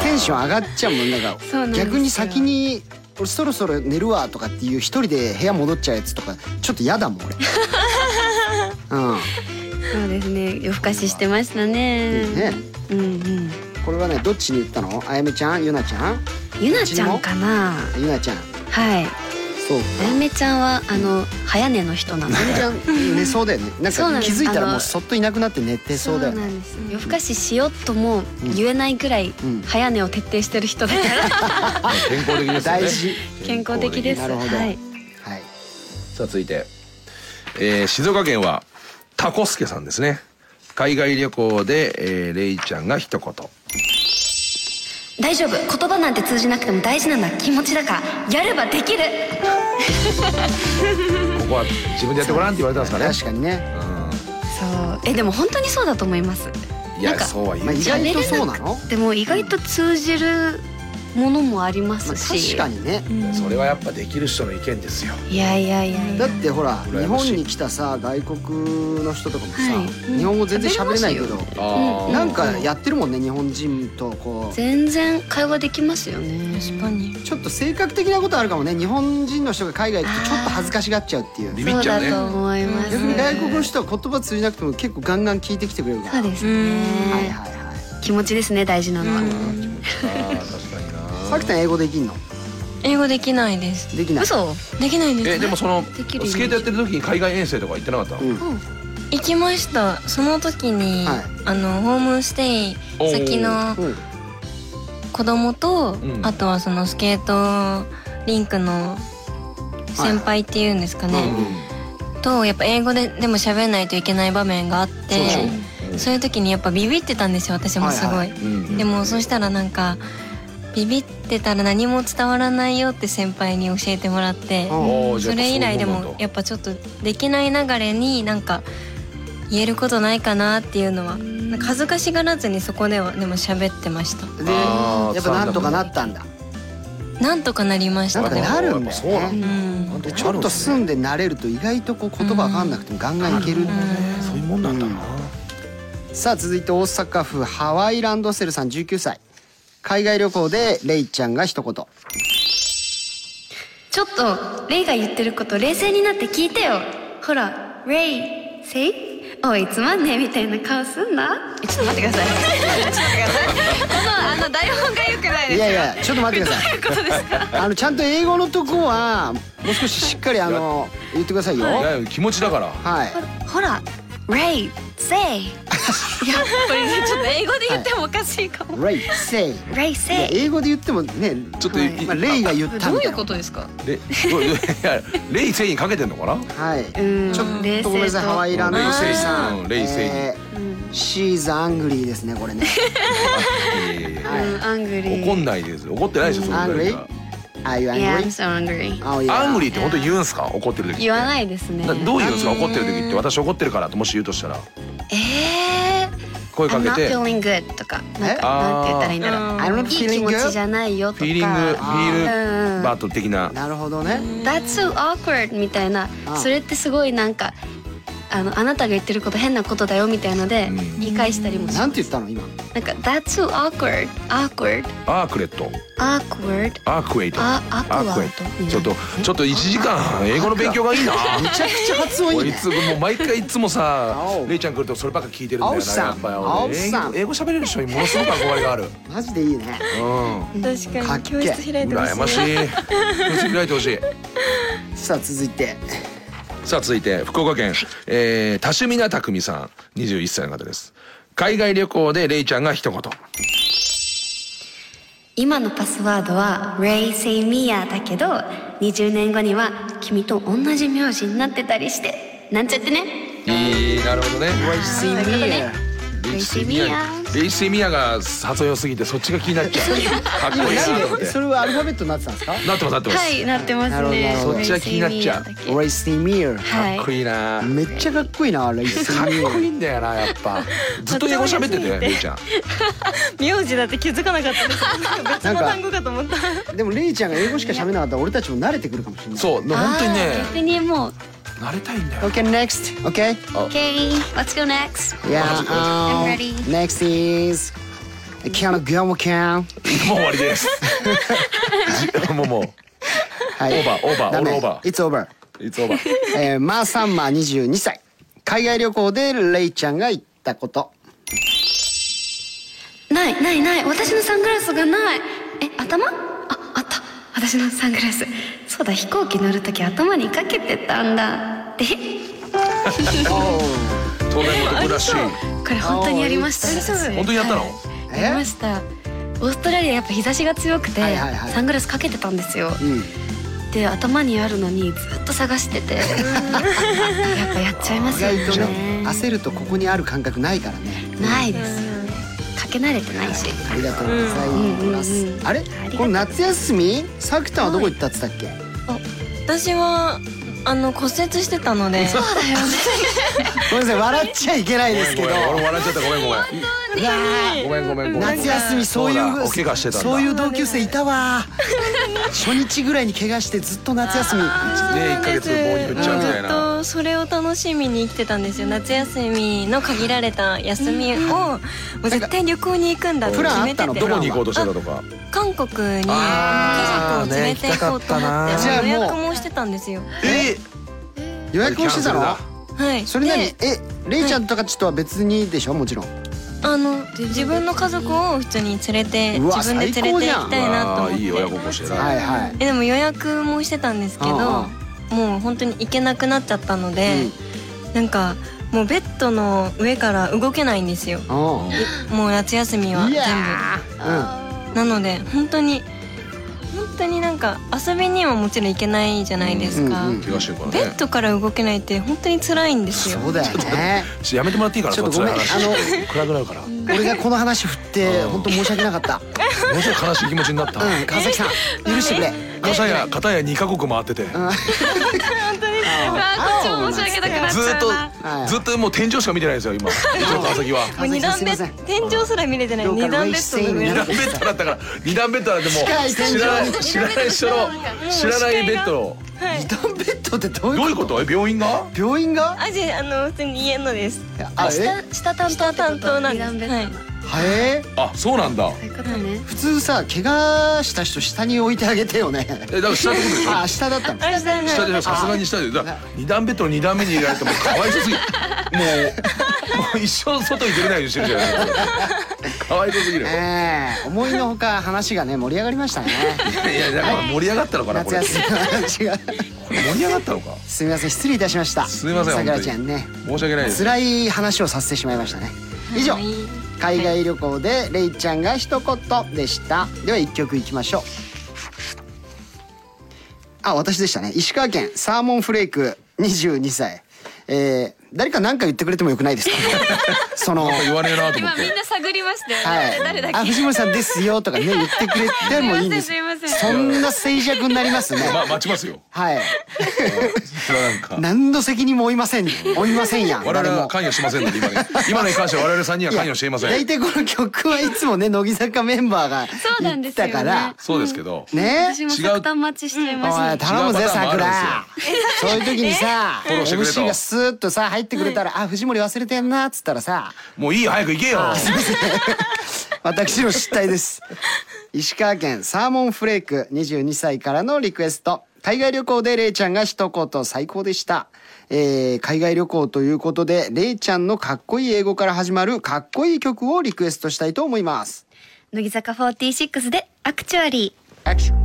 Speaker 1: テンション上がっちゃうもんなんか
Speaker 4: そうなんですよ
Speaker 1: 逆に先に俺そろそろ寝るわとかっていう一人で部屋戻っちゃうやつとかちょっと嫌だもん
Speaker 4: <laughs>
Speaker 1: 俺うん
Speaker 4: そうですね夜更かししてましたね
Speaker 1: いいね
Speaker 4: うんうん
Speaker 1: これはねどっちに言ったのあやめちゃんゆなちゃん
Speaker 4: ゆなちゃんかな
Speaker 1: ゆなちゃん
Speaker 4: はい
Speaker 1: そう
Speaker 4: あやめちゃんはあの早寝の人なの
Speaker 1: あやめちゃん寝そうだよねなん
Speaker 4: そう
Speaker 1: か
Speaker 4: なんで
Speaker 1: 気
Speaker 4: す
Speaker 1: づいたら
Speaker 4: あ
Speaker 1: もう
Speaker 4: の
Speaker 1: そっといなくなって寝てそうだよ
Speaker 4: な
Speaker 1: ね
Speaker 4: んです夜更かししようとも言えないくらい
Speaker 1: うん
Speaker 4: 早寝を徹底してる人だから
Speaker 3: 健康的ですよね
Speaker 1: 大事
Speaker 4: 健康的です
Speaker 1: なるほど
Speaker 4: はい
Speaker 1: はい
Speaker 3: さあ続いて、えー静岡県はタコスケさんですね海外旅行で、えー、レイちゃんが一言
Speaker 4: 大丈夫言葉なんて通じなくても大事なんだ気持ちだからやればできる
Speaker 3: ここは自分でやってごらんって言われたんです
Speaker 1: 確
Speaker 3: かね
Speaker 1: かにね
Speaker 4: そうえでも本当にそうだと思いま
Speaker 3: う
Speaker 4: す
Speaker 3: んい
Speaker 4: なん
Speaker 3: や
Speaker 4: か
Speaker 3: そうは言う、
Speaker 1: まあ意外とそうな
Speaker 4: 喋れ
Speaker 1: の
Speaker 4: なくても意外と通じるものもありますし、
Speaker 1: 確かにね
Speaker 3: それはやっぱできる人の意見ですよ
Speaker 4: いやいやいやい
Speaker 1: だ
Speaker 4: や
Speaker 1: ってほら日
Speaker 3: 羨ましい
Speaker 1: 本に来たさ外国の人とかもさ
Speaker 4: はい
Speaker 1: 日本語全然喋れないけ
Speaker 4: 喋れ
Speaker 1: ど
Speaker 3: あー
Speaker 1: なんかやってるもんね日本人とこう
Speaker 4: 全然会話できますよね
Speaker 2: 確かに。
Speaker 1: ちょっと性格的なことあるかもね日本人の人が海外行くとちょっと恥ずかしがっちゃうっていう
Speaker 3: ビビ
Speaker 4: そ
Speaker 3: っ
Speaker 4: う
Speaker 3: ちゃう
Speaker 4: だ
Speaker 3: ね
Speaker 4: と思います
Speaker 1: 逆に外国の人は言葉通じなくても結構ガンガン聞いてきてくれるから
Speaker 4: そうです
Speaker 1: はい
Speaker 4: ね
Speaker 1: はいはい
Speaker 4: 気持ちですね大事なのは、
Speaker 3: あー確かにな
Speaker 1: さきたん英語できんの
Speaker 2: 英語できないです。
Speaker 1: できない
Speaker 4: 嘘
Speaker 2: できないんです。
Speaker 3: えでもその
Speaker 4: できる
Speaker 3: スケートやってる時に海外遠征とか行ってなかったの、
Speaker 1: うん
Speaker 2: 行きました。その時に、
Speaker 1: はい
Speaker 2: あのホームステイ
Speaker 3: おー
Speaker 2: 先の
Speaker 1: うん
Speaker 2: 子供と、
Speaker 3: ん
Speaker 2: あとはそのスケートリンクの先輩っていうんですかね、とやっぱ英語ででも喋らないといけない場面があって
Speaker 1: そうそう
Speaker 2: そういう時にやっぱビビってたんですよ私もすごい、
Speaker 1: はい
Speaker 3: うん
Speaker 2: でもそしたらなんかビビってたら何も伝わらないよって先輩に教えてもらって
Speaker 1: あ
Speaker 3: おーじゃ
Speaker 2: そ
Speaker 3: あやっぱう
Speaker 2: れ
Speaker 3: い
Speaker 2: 以
Speaker 3: うもんなん
Speaker 2: 来
Speaker 3: だ
Speaker 2: でもやっぱちょっとできない流れになんか言えることないかなっていうのはなんか恥ずかしがらずにそこではでも喋ってました
Speaker 1: で
Speaker 3: あー
Speaker 1: やっぱなんとかなったんだ
Speaker 2: なんとかなりました
Speaker 1: なんかなるん
Speaker 3: やっぱ
Speaker 1: だ
Speaker 3: そうな
Speaker 1: よ
Speaker 3: ん
Speaker 2: う
Speaker 1: ね
Speaker 2: ん
Speaker 1: でちょっと住んで慣れると意外とこう言葉わかんなくてもガンガンいける
Speaker 3: そういうもんなんだな、
Speaker 1: さあ続いて大阪府ハワイランドセルさん19歳海外旅行でレイちゃんが一言
Speaker 4: ちょっとレイが言ってること冷静になって聞いてよほらレイせいおいつまんねえみたいな顔すんなえちょっと待ってください <laughs>
Speaker 5: あの台本が良くない
Speaker 1: い
Speaker 5: です。
Speaker 1: やいやちょっと待ってくださいあのちゃんと英語のとこはもう少ししっかりあの言ってくださいよ
Speaker 3: い
Speaker 1: は
Speaker 3: や気持ちだから
Speaker 1: い
Speaker 4: ほら
Speaker 2: Ray, say.
Speaker 5: これねちょっと英語で言ってもおかしいかも、
Speaker 1: レイセイ
Speaker 4: Ray
Speaker 1: いや
Speaker 4: say
Speaker 1: 英語で言ってもね
Speaker 3: ちょっと
Speaker 1: はい
Speaker 3: い
Speaker 1: まあ、レイが言ったみた
Speaker 5: ど
Speaker 1: な
Speaker 5: ういうことですか
Speaker 3: レどうどういやレイセイにかけてんのかな
Speaker 1: はい
Speaker 4: うん
Speaker 1: ちょっとごめんなさい
Speaker 4: 冷静と
Speaker 1: ハワイランドの水
Speaker 3: う
Speaker 1: 産
Speaker 3: ん冷静に
Speaker 1: シーズアングリーですねこれね
Speaker 3: いやいやいや
Speaker 1: はい
Speaker 4: うんアングリー
Speaker 3: 怒んないです怒ってないでしょそのぐらいが
Speaker 1: Are you
Speaker 4: Yeah I'm
Speaker 1: angry?
Speaker 4: so angry
Speaker 1: 青い
Speaker 3: アング
Speaker 1: リ
Speaker 3: リーって本当に言うんすか怒ってる時って
Speaker 4: 言わないですね
Speaker 3: などういうんですか
Speaker 4: えー
Speaker 3: 怒ってる時って私怒ってるからってもし言うとしたら
Speaker 4: えー
Speaker 3: 声か
Speaker 4: I'm
Speaker 3: け
Speaker 4: not
Speaker 3: てフィ
Speaker 4: feeling good とかなん
Speaker 1: え
Speaker 4: かなんて言ったらいいんだろ
Speaker 5: あ
Speaker 4: う
Speaker 5: ー
Speaker 1: I'm not
Speaker 4: いい気
Speaker 1: feeling
Speaker 4: 持ちじ
Speaker 1: good?
Speaker 4: ゃないよとか
Speaker 3: ーリングフィ
Speaker 1: あ
Speaker 3: ー
Speaker 4: うん
Speaker 3: ルバート的な
Speaker 1: なるほどね
Speaker 4: That's so awkward みたいな
Speaker 1: あ
Speaker 4: それってすごいなんかあのあなたが言ってること変なことだよみたいので
Speaker 3: うん
Speaker 4: 言い返したりもし
Speaker 1: な
Speaker 4: ます
Speaker 1: んて言ったの今
Speaker 4: なんか That's so awkward awkward
Speaker 3: アークレット
Speaker 4: awkward
Speaker 3: アークウェイト
Speaker 4: あ
Speaker 3: アークウェイ
Speaker 4: awkward にな
Speaker 3: ト
Speaker 4: る
Speaker 3: ちょっとちょっと1時間英語の勉強がいいな
Speaker 1: めちゃくちゃ発音いい
Speaker 3: 俺い
Speaker 1: ね
Speaker 3: つももう毎回いつもさ
Speaker 1: 青
Speaker 3: レイちゃん来るとそればっか聞いてるんだよ
Speaker 1: 青
Speaker 3: な
Speaker 1: さん
Speaker 3: やっぱり
Speaker 1: 青
Speaker 3: 俺
Speaker 1: さん
Speaker 3: 英語英語喋れる人にものすごく憧れがある
Speaker 1: マジでいいね
Speaker 3: う
Speaker 5: 確
Speaker 1: か
Speaker 5: か
Speaker 1: っ
Speaker 5: に
Speaker 1: け
Speaker 5: 教室開い
Speaker 3: ん
Speaker 5: てほし
Speaker 3: 羨
Speaker 5: い
Speaker 3: ましい口開いてほしい
Speaker 1: さあ続いて
Speaker 3: さあ続いて福岡県、えー、多趣味な匠さん21歳の方です海外旅行でレイちゃんが一言
Speaker 4: 今のパスワードは Ray Say Mia だけど20年後には君と同じ名字になってたりしてなんちゃってね
Speaker 3: いいなるほどね
Speaker 1: シーミー
Speaker 3: レイシ
Speaker 4: シ
Speaker 3: ー
Speaker 4: ー
Speaker 3: ミ
Speaker 4: ミ
Speaker 3: ヤ
Speaker 4: ヤ
Speaker 3: レイシーミヤが誘い良すぎてそっちが気になっちゃうかっこいいなと思
Speaker 1: 何で
Speaker 3: って
Speaker 1: それはアルファベットになってたんですか
Speaker 3: なってますなってます、
Speaker 4: はいなってますね
Speaker 1: なるほど
Speaker 4: Ray
Speaker 3: そっちは気になっちゃう
Speaker 4: Say Mia だけ
Speaker 1: レイシーミー
Speaker 4: はい
Speaker 3: かっこいいな
Speaker 1: めっちゃかっこいいなレイ
Speaker 4: <laughs>
Speaker 1: シー
Speaker 3: か
Speaker 1: ミ
Speaker 3: っこい
Speaker 1: ー
Speaker 3: いんだよなやっ
Speaker 1: <laughs>
Speaker 3: ぱずっと英語喋っててレイちゃん
Speaker 5: 名字だって気づかなかったです別
Speaker 1: なん
Speaker 5: の
Speaker 1: か
Speaker 5: 単語かと思
Speaker 4: <laughs>
Speaker 5: った
Speaker 1: でもレイちゃんが英語しか喋らなかったら俺たちも慣れてくるかもしれない
Speaker 3: そうでも本当にね
Speaker 4: あー逆にもう
Speaker 3: 慣れたいんだよ
Speaker 1: OK next OK
Speaker 4: Okay let's go next
Speaker 1: Yeah um,
Speaker 4: I'm ready.
Speaker 1: next is Can I go can
Speaker 3: もう終わりです
Speaker 1: <laughs>
Speaker 3: じもうもう
Speaker 1: はい
Speaker 3: オーバーオーバー
Speaker 1: ダメ
Speaker 3: オールオーバー
Speaker 1: It's over
Speaker 3: いつオーバー
Speaker 1: えー、マーサンマー22歳海外旅行でレイちゃんが行ったこと
Speaker 4: ないないない私のサングラスがないえ頭ああった私のサングラスそうだ飛行機乗るとき頭にかけてたんだで
Speaker 3: 東大の男らしい
Speaker 4: これ本当にやりました
Speaker 3: 本当にやったの
Speaker 4: はいやりましたオーストラリアやっぱ日差しが強くて、
Speaker 1: はいはいはい
Speaker 4: サングラスかけてたんですよ
Speaker 1: うん
Speaker 4: で頭にあるのにずっと探し
Speaker 1: <laughs>
Speaker 4: ててやっぱやっちゃいま
Speaker 1: 意
Speaker 4: すよ
Speaker 1: 外とね
Speaker 4: ね
Speaker 1: 焦るとここにある感覚ないからね
Speaker 4: ないですよねかけ慣れてないし
Speaker 1: ありがとうございます、
Speaker 4: うんうんうん
Speaker 1: あれこの夏休みさきたんはどこ行ったって言ったっけ、
Speaker 2: 私はあの骨折してたので、
Speaker 1: ごめんなさい笑っちゃいけないですけ
Speaker 3: ご
Speaker 1: ど
Speaker 3: めん俺笑っちゃったごめんごめん
Speaker 1: いやー
Speaker 3: ごめんごめんごめん
Speaker 1: 夏休みそうい
Speaker 3: そうだ
Speaker 1: う
Speaker 3: お怪我してたんだ
Speaker 1: そういう同級生いたわ <laughs> 初日ぐらいに怪我してずっと夏休み
Speaker 3: ね一ヶ月棒に振っちゃうみたい
Speaker 2: ずっ
Speaker 3: な
Speaker 2: とそれを楽しみに生きてたんですよ夏休みの限られた休みをもう絶対旅行に行くんだって
Speaker 1: プラ
Speaker 2: 決
Speaker 1: ンあ
Speaker 2: め
Speaker 1: った
Speaker 2: て
Speaker 1: の
Speaker 2: て
Speaker 3: どこに行こうとしてたとか
Speaker 2: 韓国に
Speaker 3: あ
Speaker 2: 家
Speaker 3: ー
Speaker 2: 族を連れて行こうと思
Speaker 3: ね行
Speaker 2: っ
Speaker 1: き
Speaker 2: て
Speaker 1: たかったな
Speaker 2: もう予約もしてたんですよ
Speaker 3: え
Speaker 1: 予約をしてたの
Speaker 2: はい
Speaker 1: それ何え
Speaker 2: で
Speaker 1: レイちゃんとかちとは別にでしょもちろん
Speaker 2: あの自分の家族を普通に連れて
Speaker 1: うわ
Speaker 2: 自分で連れて行き
Speaker 3: う
Speaker 2: たいなと
Speaker 3: わ
Speaker 2: 思っ
Speaker 3: ーいい親
Speaker 2: て
Speaker 3: 孝行して
Speaker 1: は
Speaker 3: ない
Speaker 1: はい
Speaker 2: えでも予約もしてたんですけど
Speaker 1: あ
Speaker 2: もう本当に行けなくなっちゃったので、なんかもうベッドの上から動けないんですよ
Speaker 1: うん
Speaker 2: もう夏休みはい全
Speaker 1: や
Speaker 2: 部なので本当に本当になんか遊びにはもちろん行けないじゃないですか、
Speaker 1: うんうん
Speaker 3: 怪我してるから
Speaker 2: ベッ
Speaker 3: ね
Speaker 2: ドから動けないって本当に辛いんですよ
Speaker 1: そうだよね
Speaker 3: ちょやめてもらっていいかな
Speaker 1: ちょっと
Speaker 3: そ
Speaker 1: ごめん
Speaker 3: 辛い話
Speaker 1: あの
Speaker 3: 暗くなるから
Speaker 1: 俺がこの話振って本当申し訳なかった
Speaker 3: ものすごい悲しい気持ちになっ
Speaker 1: <laughs>
Speaker 3: た
Speaker 1: うん川崎さん許してくれ
Speaker 3: 片や片や二カ国回ってて
Speaker 5: あこっちも申し訳なくなっち
Speaker 3: ずー
Speaker 5: ゃ
Speaker 3: っ
Speaker 5: う
Speaker 3: と
Speaker 5: な
Speaker 1: はい
Speaker 3: ずっともう天井しか見てないんで
Speaker 1: <laughs>
Speaker 3: すよ今うちの川崎は
Speaker 2: もう二段ベ
Speaker 1: すいませ
Speaker 2: ッド天井すら見れてない
Speaker 1: ローカル
Speaker 2: 二段ベッドの
Speaker 1: レイシ
Speaker 2: 上
Speaker 3: 二
Speaker 1: ング
Speaker 2: な
Speaker 3: 段
Speaker 2: ん
Speaker 3: ベ
Speaker 2: で
Speaker 3: ッドだったから二段ベッドなんても
Speaker 1: 近いう天井
Speaker 3: 知らない知らない人の知らないベッドを
Speaker 1: 二段ベッドってどう
Speaker 3: どう
Speaker 1: い
Speaker 3: いうう
Speaker 1: こ
Speaker 3: こととえ病院が
Speaker 1: 病院が
Speaker 2: あじゃああの普通に家のです
Speaker 1: あえ
Speaker 4: 下下担
Speaker 2: 下
Speaker 4: 当
Speaker 2: 担当なんです
Speaker 4: 二段ベッド
Speaker 2: はい
Speaker 1: はえ
Speaker 3: あそうなんだ
Speaker 4: そういうことね
Speaker 1: 普通さ怪我した人下に置いてあげてよね
Speaker 3: えだから下ってことでしょ
Speaker 1: あ下だったの
Speaker 2: あ下
Speaker 1: <laughs>
Speaker 3: 下でさすがに下でだから二段ベッドの二段目に入れられてもかわいそうすぎるもうう一生外に出れないようにしてるじゃない
Speaker 1: <laughs>
Speaker 3: ですか。かわいそうすぎる。いや
Speaker 1: ええ思いのほか話がね盛り上がりま
Speaker 3: <laughs>
Speaker 1: したね
Speaker 3: いやだから盛り上がったのかなこ
Speaker 1: 夏
Speaker 3: れ。
Speaker 1: 休みの話が
Speaker 3: これ盛り上がったのか。
Speaker 1: すみません失礼いたしました
Speaker 3: すみません
Speaker 1: さ
Speaker 3: 本
Speaker 1: く
Speaker 3: 当
Speaker 1: ら
Speaker 3: に。
Speaker 1: ちゃんね
Speaker 3: 申し訳ないです。
Speaker 1: 辛い話をさせてしまいましたね以上
Speaker 5: はい
Speaker 1: 海外旅行でレイちゃんが一言でしたでは一曲いきましょうあ私でしたね石川県サーモンフレーク22歳えー、誰か何か言ってくれてもよくないですか <laughs> その
Speaker 3: 言わねえなと思っ
Speaker 5: 今みん
Speaker 3: て。
Speaker 5: な探りましたよね、
Speaker 1: はい、
Speaker 5: <laughs> 誰だっ
Speaker 1: あ藤森さんですよとかね言ってくれてもいいんで
Speaker 5: <laughs>
Speaker 1: す
Speaker 5: すいませんすいま
Speaker 1: そんな静寂になりますね
Speaker 3: ま待ちますよ。
Speaker 1: はい
Speaker 3: それはなんか。
Speaker 1: 何の責任も負いません負いませんやん
Speaker 3: <laughs> 我
Speaker 1: 誰
Speaker 3: 々は
Speaker 1: も
Speaker 3: 関与しませんので今ね今のに関しては我々さんには関与していませ
Speaker 1: 大
Speaker 3: ん
Speaker 1: 体この曲はいつもね乃木坂メンバーが
Speaker 5: そうなん
Speaker 1: 言
Speaker 5: で
Speaker 1: っ
Speaker 5: すよ
Speaker 1: た
Speaker 5: ね
Speaker 1: から
Speaker 3: そうですけど
Speaker 1: ね
Speaker 5: 私も作旦待ちしちゃい
Speaker 1: お
Speaker 5: ました
Speaker 1: い頼む
Speaker 3: 違
Speaker 1: ぜ
Speaker 3: うパターンもあるんです
Speaker 5: <laughs>
Speaker 1: 桜そういう時にさ
Speaker 3: フォローしてくれと
Speaker 1: MC がスーッとさ入ってくれたら「あ藤森忘れてんな」っつったらさ
Speaker 3: もういい早く行け
Speaker 1: <laughs>
Speaker 3: よ
Speaker 1: 私の失態 <laughs> です石川県サーモンフレーク22歳からのリクエスト海外旅行でレイちゃんが一言最高でした、えー海外旅行ということでレイちゃんのかっこいい英語から始まるかっこいい曲をリクエストしたいと思います
Speaker 4: 乃木坂46でアクチュアリー
Speaker 1: アクション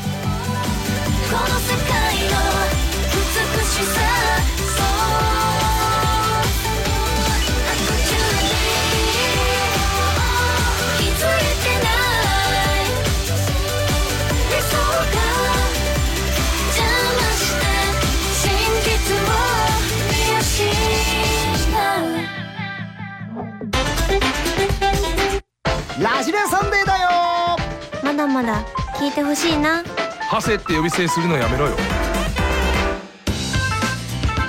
Speaker 6: この世界の美しさそうアクチュアリー気づいてない理想が邪魔して真実を見失う
Speaker 1: ラジレサンデーだよ
Speaker 2: まだまだ聞いてほしいな
Speaker 3: ハセって呼び捨てにするのやめろよ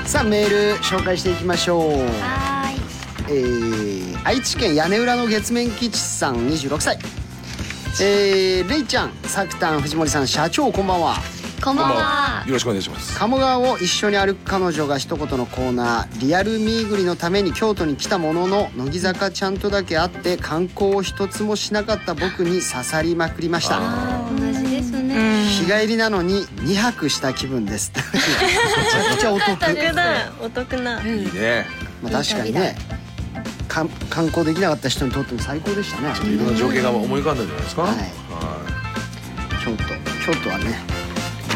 Speaker 1: さあメール紹介していきましょう
Speaker 2: は
Speaker 1: えー愛知県屋根裏の月面基地さん26歳えー、レイちゃん、サクタン、藤森さん、社長、こんばんは。
Speaker 4: こんばんは
Speaker 3: よろしくお願いします
Speaker 1: 鴨川を一緒に歩く彼女が一言のコーナー「リアルミーグリ」のために京都に来たものの乃木坂ちゃんとだけあって観光を一つもしなかった僕に刺さりまくりました
Speaker 4: 同じですね、
Speaker 1: 日帰りなのに2泊した気分ですめちゃくちゃお得、
Speaker 2: だお得ない
Speaker 3: いね
Speaker 1: <laughs> まあ、確かにねかん観光できなかった人にとっても最高でしたね
Speaker 3: いろんな情景が思い浮かんだんじゃないですか
Speaker 1: はい
Speaker 3: は
Speaker 1: 京都京都はね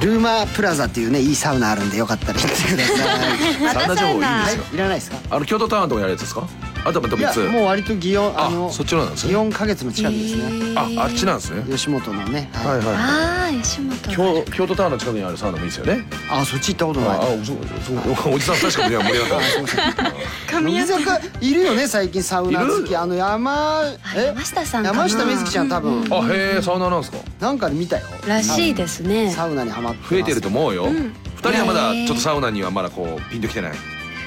Speaker 1: ルーマープラザっていうねいいサウナあるんでよかったら行ってください <laughs>
Speaker 3: いサウナ情報いいですよ
Speaker 1: はいいらないですか
Speaker 3: あの京都タワーのとこにあるやつですかあとまた
Speaker 1: い
Speaker 3: 別
Speaker 1: やもう割と祇園あの
Speaker 3: あそっちのなんです
Speaker 1: 祇
Speaker 3: ね
Speaker 1: 園花月の近くですね、
Speaker 3: ああっちなんですね
Speaker 1: 吉本のね、はい
Speaker 3: はいは
Speaker 4: あー吉本
Speaker 3: い京京都タワーの近くにあるサウナもいいですよね
Speaker 1: あそっち行ったこと
Speaker 3: ああ
Speaker 1: ない
Speaker 3: そうそうおじさん確かに盛
Speaker 1: <laughs>
Speaker 3: り上がった
Speaker 1: 乃木坂いるよね最近サウナ好
Speaker 3: い
Speaker 1: き
Speaker 3: る
Speaker 1: あの山え
Speaker 4: 山下さんかな
Speaker 1: 山下美月ちゃん多分
Speaker 3: あへえサウナなんですから
Speaker 1: なんかで見たよ
Speaker 5: らしいですね
Speaker 1: サウナにハマってます
Speaker 3: 増えてると思うよ二人はまだ
Speaker 4: へえ
Speaker 3: ちょっとサウナにはまだこうピンときてない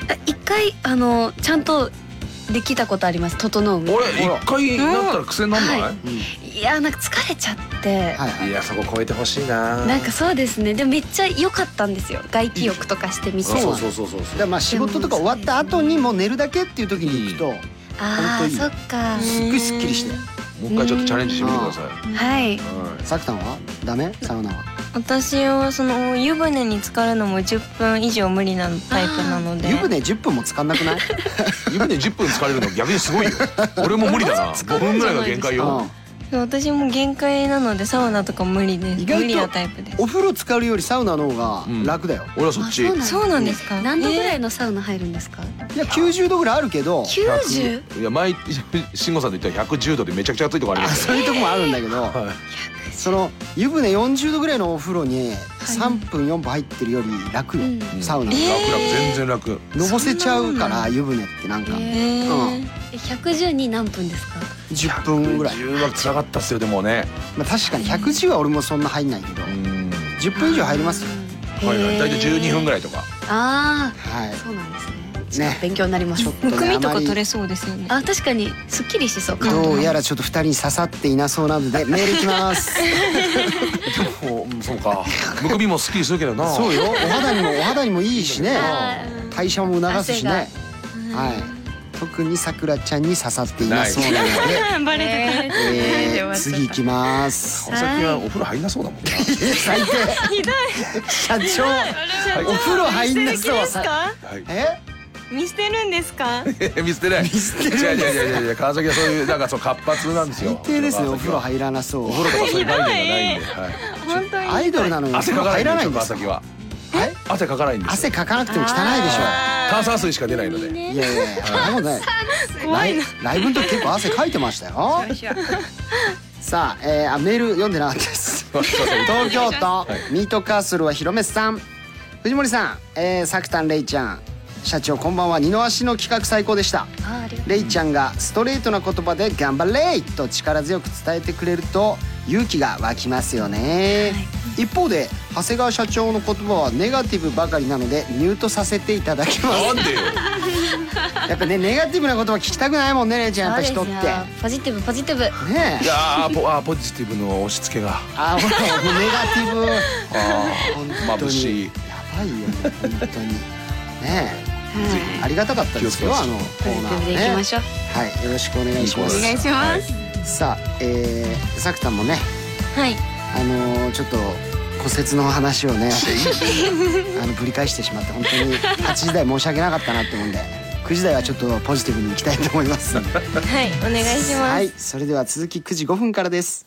Speaker 5: あ一回あのちゃんとできたことあります整うみたい
Speaker 3: 俺一回なったら癖になんない、
Speaker 5: はないやなんか疲れちゃって、
Speaker 1: はいはい
Speaker 3: い、やそこ超えてほしいな
Speaker 5: なんかそうですねでもめっちゃ良かったんですよ外気浴とかしてみて
Speaker 3: そうそうそうそ
Speaker 1: だ
Speaker 3: う
Speaker 1: からまあ仕事とか終わった後にもう寝るだけっていう時に行くと
Speaker 4: あ
Speaker 1: 本
Speaker 4: あ
Speaker 1: 当いい
Speaker 4: そっか
Speaker 1: すっごいすっきりして
Speaker 3: もう一回ちょっとチャレンジしてみてください、
Speaker 2: はい
Speaker 3: はい
Speaker 1: さくたんはダメサウナは
Speaker 2: 私はその湯船に浸かるのも10分以上無理なタイプなので
Speaker 1: 湯船10分も使んなくない
Speaker 3: 湯船10分疲れるの逆にすごいよ俺も無理だな5分ぐらいが限界
Speaker 1: う
Speaker 3: よ
Speaker 1: ん
Speaker 2: 私も限界なのでサウナとか無理です
Speaker 1: 意外と
Speaker 2: 無理なタイプです
Speaker 1: お風呂浸かるよりサウナの方が楽だよ
Speaker 3: 俺はそっち
Speaker 4: あ
Speaker 2: そうなんですか
Speaker 5: 何度ぐ
Speaker 2: え
Speaker 5: らいのサウナ入るんですか、
Speaker 1: いや90度ぐらいあるけど
Speaker 5: 九十
Speaker 3: いや前慎吾さんと言ったら110度でめちゃくちゃ暑いとこあり
Speaker 1: あ
Speaker 3: ま
Speaker 1: <laughs>
Speaker 3: す
Speaker 1: そ
Speaker 3: よ
Speaker 1: ういうとこもあるんだけど、
Speaker 3: はい
Speaker 1: その湯船40度ぐらいのお風呂に3分4分入ってるより楽よ、
Speaker 3: うん
Speaker 1: サウナ、
Speaker 3: 楽楽全然楽
Speaker 1: のぼせちゃうから湯船ってなんか、
Speaker 2: え
Speaker 1: うん
Speaker 5: 110に何分ですか
Speaker 1: 10分ぐらい、
Speaker 3: 10はつらかったっすよでもね
Speaker 1: まあ、確かに110は俺もそんな入んないけど、
Speaker 3: うん
Speaker 1: 10分以上入りますよ、
Speaker 3: はいはい大体12分ぐらいとか
Speaker 5: あ
Speaker 1: はい
Speaker 5: あそうなんですねちょっ
Speaker 1: ね
Speaker 5: と勉強になりまし
Speaker 1: <laughs>
Speaker 5: ょう、
Speaker 2: むくみとか取れそうですよね
Speaker 5: あ確かにすっきりしそう顔
Speaker 1: ど
Speaker 5: と
Speaker 1: う
Speaker 5: か
Speaker 1: やらちょっと2人に刺さっていなそうな
Speaker 2: <laughs>
Speaker 1: のでメールいきます
Speaker 3: おうんそうか <laughs> むくみもすっきりするけどな
Speaker 1: そうよお肌にもお肌にもいいしね代謝も促すしね
Speaker 2: <laughs>
Speaker 1: はい特にさくらちゃんに刺さっていなそうなので
Speaker 2: バレてた
Speaker 5: <laughs>
Speaker 2: <laughs>
Speaker 1: えー次行きます
Speaker 3: 川崎はお風呂入んなそうだもんな
Speaker 1: 最低
Speaker 2: ひどい
Speaker 1: <laughs> 社長お風呂入んなそう
Speaker 2: か
Speaker 3: はい
Speaker 1: え
Speaker 2: 見捨てるんですか
Speaker 3: 見捨てない。見 <laughs>
Speaker 1: 捨てない
Speaker 3: 違う違う違う違う。川崎はそういうなんかそう活発なんですよ。
Speaker 1: 最低ですねお風呂
Speaker 3: 入
Speaker 1: 入らなそう
Speaker 3: お風呂とかそういう概念がないんで。はい。
Speaker 2: 本当に
Speaker 1: アイドルなのにお
Speaker 3: 汗
Speaker 1: 風呂
Speaker 3: かかない
Speaker 1: 入
Speaker 3: んで
Speaker 1: ら
Speaker 3: す
Speaker 1: ない
Speaker 3: よ
Speaker 1: んで
Speaker 3: 川
Speaker 1: す
Speaker 3: 崎
Speaker 1: か
Speaker 3: は。
Speaker 1: え
Speaker 3: 汗かかないんです
Speaker 1: 汗
Speaker 3: よ。
Speaker 1: かかなくても汚いでし
Speaker 3: 炭酸水しか出ないので。
Speaker 1: ょいやい <laughs> やいやそんなことない
Speaker 2: 怖いな
Speaker 1: ライライブの時結構汗かいてま <laughs> したよさあ,、えーあメール読んでなかったです <laughs>
Speaker 3: <laughs> そうそうそう
Speaker 1: 東京都ミートカーソルは広めさん藤森さん、えー、サクタンレイちゃん社長こんばんは二の足の企画最高でしたレイちゃんがストレートな言葉で「頑張れ!」と力強く伝えてくれると勇気が湧きますよね、一方で長谷川社長の言葉はネガティブばかりなのでミュートさせていただきます
Speaker 3: なんでよ。
Speaker 1: やっぱねネガティブな言葉聞きたくないもんねレイちゃんやっぱ人って
Speaker 5: ポジティブポジティブ
Speaker 1: ね
Speaker 3: い
Speaker 1: え
Speaker 3: やーポあーポジティブの押し付けが。
Speaker 1: あもうもうネガティブ
Speaker 3: あ
Speaker 1: 本
Speaker 3: ー
Speaker 1: 当
Speaker 3: 眩し
Speaker 1: に
Speaker 3: い
Speaker 1: や。ばいよね本当にねえありがたかったですよ
Speaker 3: 気をつ
Speaker 1: あ
Speaker 3: け
Speaker 1: のコ
Speaker 5: ポジ
Speaker 1: ー
Speaker 5: テ
Speaker 1: ナ
Speaker 5: ィブでい
Speaker 1: ー
Speaker 5: き
Speaker 1: は
Speaker 5: ま
Speaker 1: ね
Speaker 5: しょう
Speaker 1: はいよろしくお願いしま
Speaker 3: いいコーナーですす
Speaker 2: お願いします
Speaker 1: さあえーさくたんもね
Speaker 2: はい
Speaker 1: あのーちょっと骨折の話を
Speaker 2: <laughs>
Speaker 1: ねあのぶり返してしまって本当に8時台申し訳なかったなって思うんで9時台はちょっとポジティブにいきたいと思いますんで
Speaker 2: はいお願いします、
Speaker 1: はい、それでは続き9時5分からです。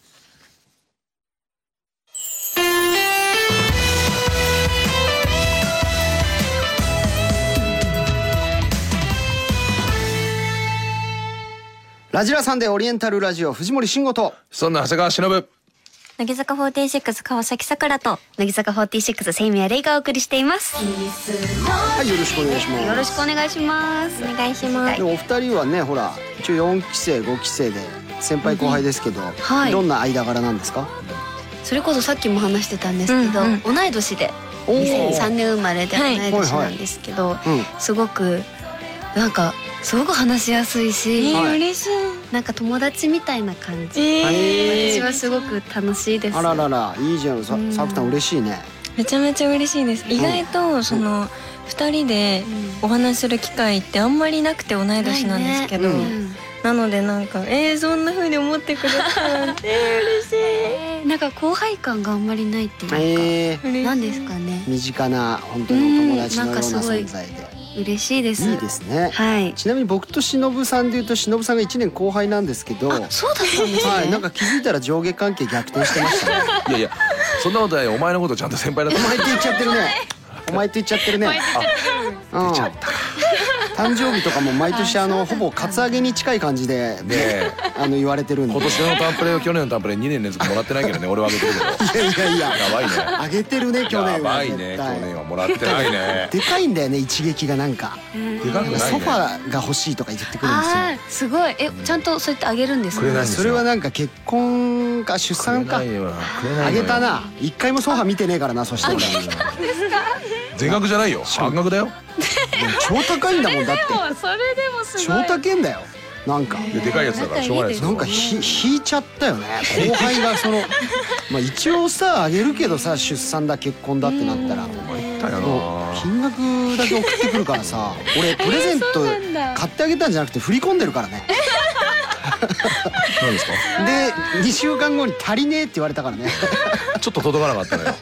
Speaker 1: ラジラさんでオリエンタルラジオ藤森慎吾と
Speaker 3: そんな長谷川忍。
Speaker 2: 乃木坂46川崎さくらと
Speaker 4: 乃木坂46セイミアレイがお送りしています
Speaker 1: はいよろしくお願いします。
Speaker 4: よろしくお願いします
Speaker 2: お願いしま
Speaker 1: でもお二人はねほら一応4期生5期生で先輩後輩ですけど、
Speaker 5: はい
Speaker 1: どんな間柄なんですか？
Speaker 5: それこそさっきも話してたんですけど、
Speaker 2: うんうん
Speaker 5: 同い年で
Speaker 1: おー
Speaker 5: 2003年生まれで同
Speaker 2: はいい
Speaker 5: 年なんですけど、
Speaker 1: うん
Speaker 5: すごくなんかすごく話しやすい
Speaker 2: す
Speaker 5: し、
Speaker 1: はい
Speaker 2: 嬉しい
Speaker 5: なんか友達みたいな感じ、私
Speaker 1: え
Speaker 5: はすごく楽しいです
Speaker 1: あらららいいじゃんささくたん嬉しいね。
Speaker 2: めちゃめちゃ嬉しいです意外とその二人でお話しする機会ってあんまりなくて同い年なんですけど
Speaker 1: な,、
Speaker 2: ない
Speaker 5: う
Speaker 1: ね
Speaker 5: ん
Speaker 2: のでなんかえー、そんな風に思ってくれたなんて
Speaker 5: なんか後輩感があんまりないっていう
Speaker 1: えー
Speaker 5: か、
Speaker 2: 嬉しい
Speaker 5: なんですかね
Speaker 1: 身近な本当にお友達のような存在で
Speaker 5: 嬉しいです
Speaker 1: いいですね。
Speaker 5: はい
Speaker 1: ちなみに僕と忍さんでいうと忍さんが1年後輩なんですけど、は
Speaker 5: そうだったんですね、
Speaker 1: い、なんか気づいたら上下関係逆転してましたね。
Speaker 3: いやいや、そんなことない。お前のことちゃんと先輩だと
Speaker 1: お
Speaker 3: 思 <laughs>
Speaker 1: 前って言っちゃってるね。お前って言っちゃってるね。うん。誕生日とかも毎年あのほぼカツアゲに近い感じで
Speaker 3: う。ねえ。
Speaker 1: あの言われてるんで。<laughs>
Speaker 3: 今年のタンプレを去年のタンプレ2年連続もらってないけどね。俺はあげてるけど。
Speaker 1: いやいやいや。
Speaker 3: やばいね。
Speaker 1: あげてるね去
Speaker 3: や
Speaker 1: 年は
Speaker 3: ばい
Speaker 1: 絶
Speaker 3: ね去年
Speaker 1: 対。
Speaker 3: はもらってないね
Speaker 1: でかいんだよね一撃がなんか。
Speaker 3: でかくないね
Speaker 1: ソファーが欲しいとか言ってくるんですよ。
Speaker 5: あーすごいえちゃんとそうやってあげるんです
Speaker 3: くれないんですよ
Speaker 1: それはなんか結婚か出産か
Speaker 3: くれないわくれないの
Speaker 1: あげ
Speaker 3: よ
Speaker 1: たな一回もソファ見てねえからなそして俺
Speaker 3: 全額じゃないよ半額だよ
Speaker 1: 超高いんだもんだって
Speaker 2: それでもす
Speaker 1: 超高いんだよなんか
Speaker 3: ででかいやつだからしょうがないです
Speaker 1: なんかひ引いちゃったよね後輩がその
Speaker 3: <laughs>
Speaker 1: まあ一応さあげるけどさ出産だ結婚だってなったら
Speaker 3: 言ったよ
Speaker 1: もう
Speaker 3: な
Speaker 1: 金額だけ送ってくるからさ俺プレゼント買ってあげたんじゃなくて振り込んでるから
Speaker 3: <laughs>
Speaker 1: ね
Speaker 3: 何ですか
Speaker 1: で2週間後に足りねえって言われたから
Speaker 3: <laughs>
Speaker 1: ね
Speaker 3: ちょっと届かなかったのよ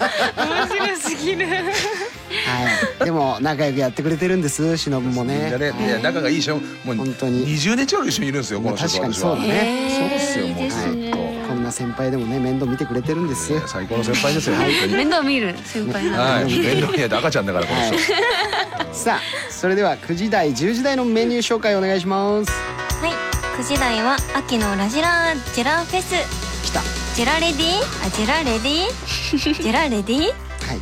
Speaker 1: はい、でも仲良くやってくれてるんです、しのぶも
Speaker 3: みんな
Speaker 1: ね。
Speaker 3: ねいや仲がいい人もう
Speaker 1: 本当に
Speaker 3: 20年近く一緒にいるんですよこの人と
Speaker 1: まあ確かに
Speaker 3: 私
Speaker 1: そう
Speaker 3: は
Speaker 1: だ
Speaker 3: そう
Speaker 1: ね
Speaker 3: ですよもうずっ
Speaker 1: こんな先輩でもね、面倒見てくれてるんです。
Speaker 3: と最高の先輩ですよ本当に
Speaker 5: 面倒見る先輩な
Speaker 3: はい面倒見ないと赤ちゃんだからこの人
Speaker 1: さあ、それでは9時台、10時台のメニュー紹介お願いします。
Speaker 2: はい9時台は秋のラジラージェラフェス
Speaker 1: 来た。は
Speaker 2: ジェラレディあジェラレディジェラレディ
Speaker 1: い、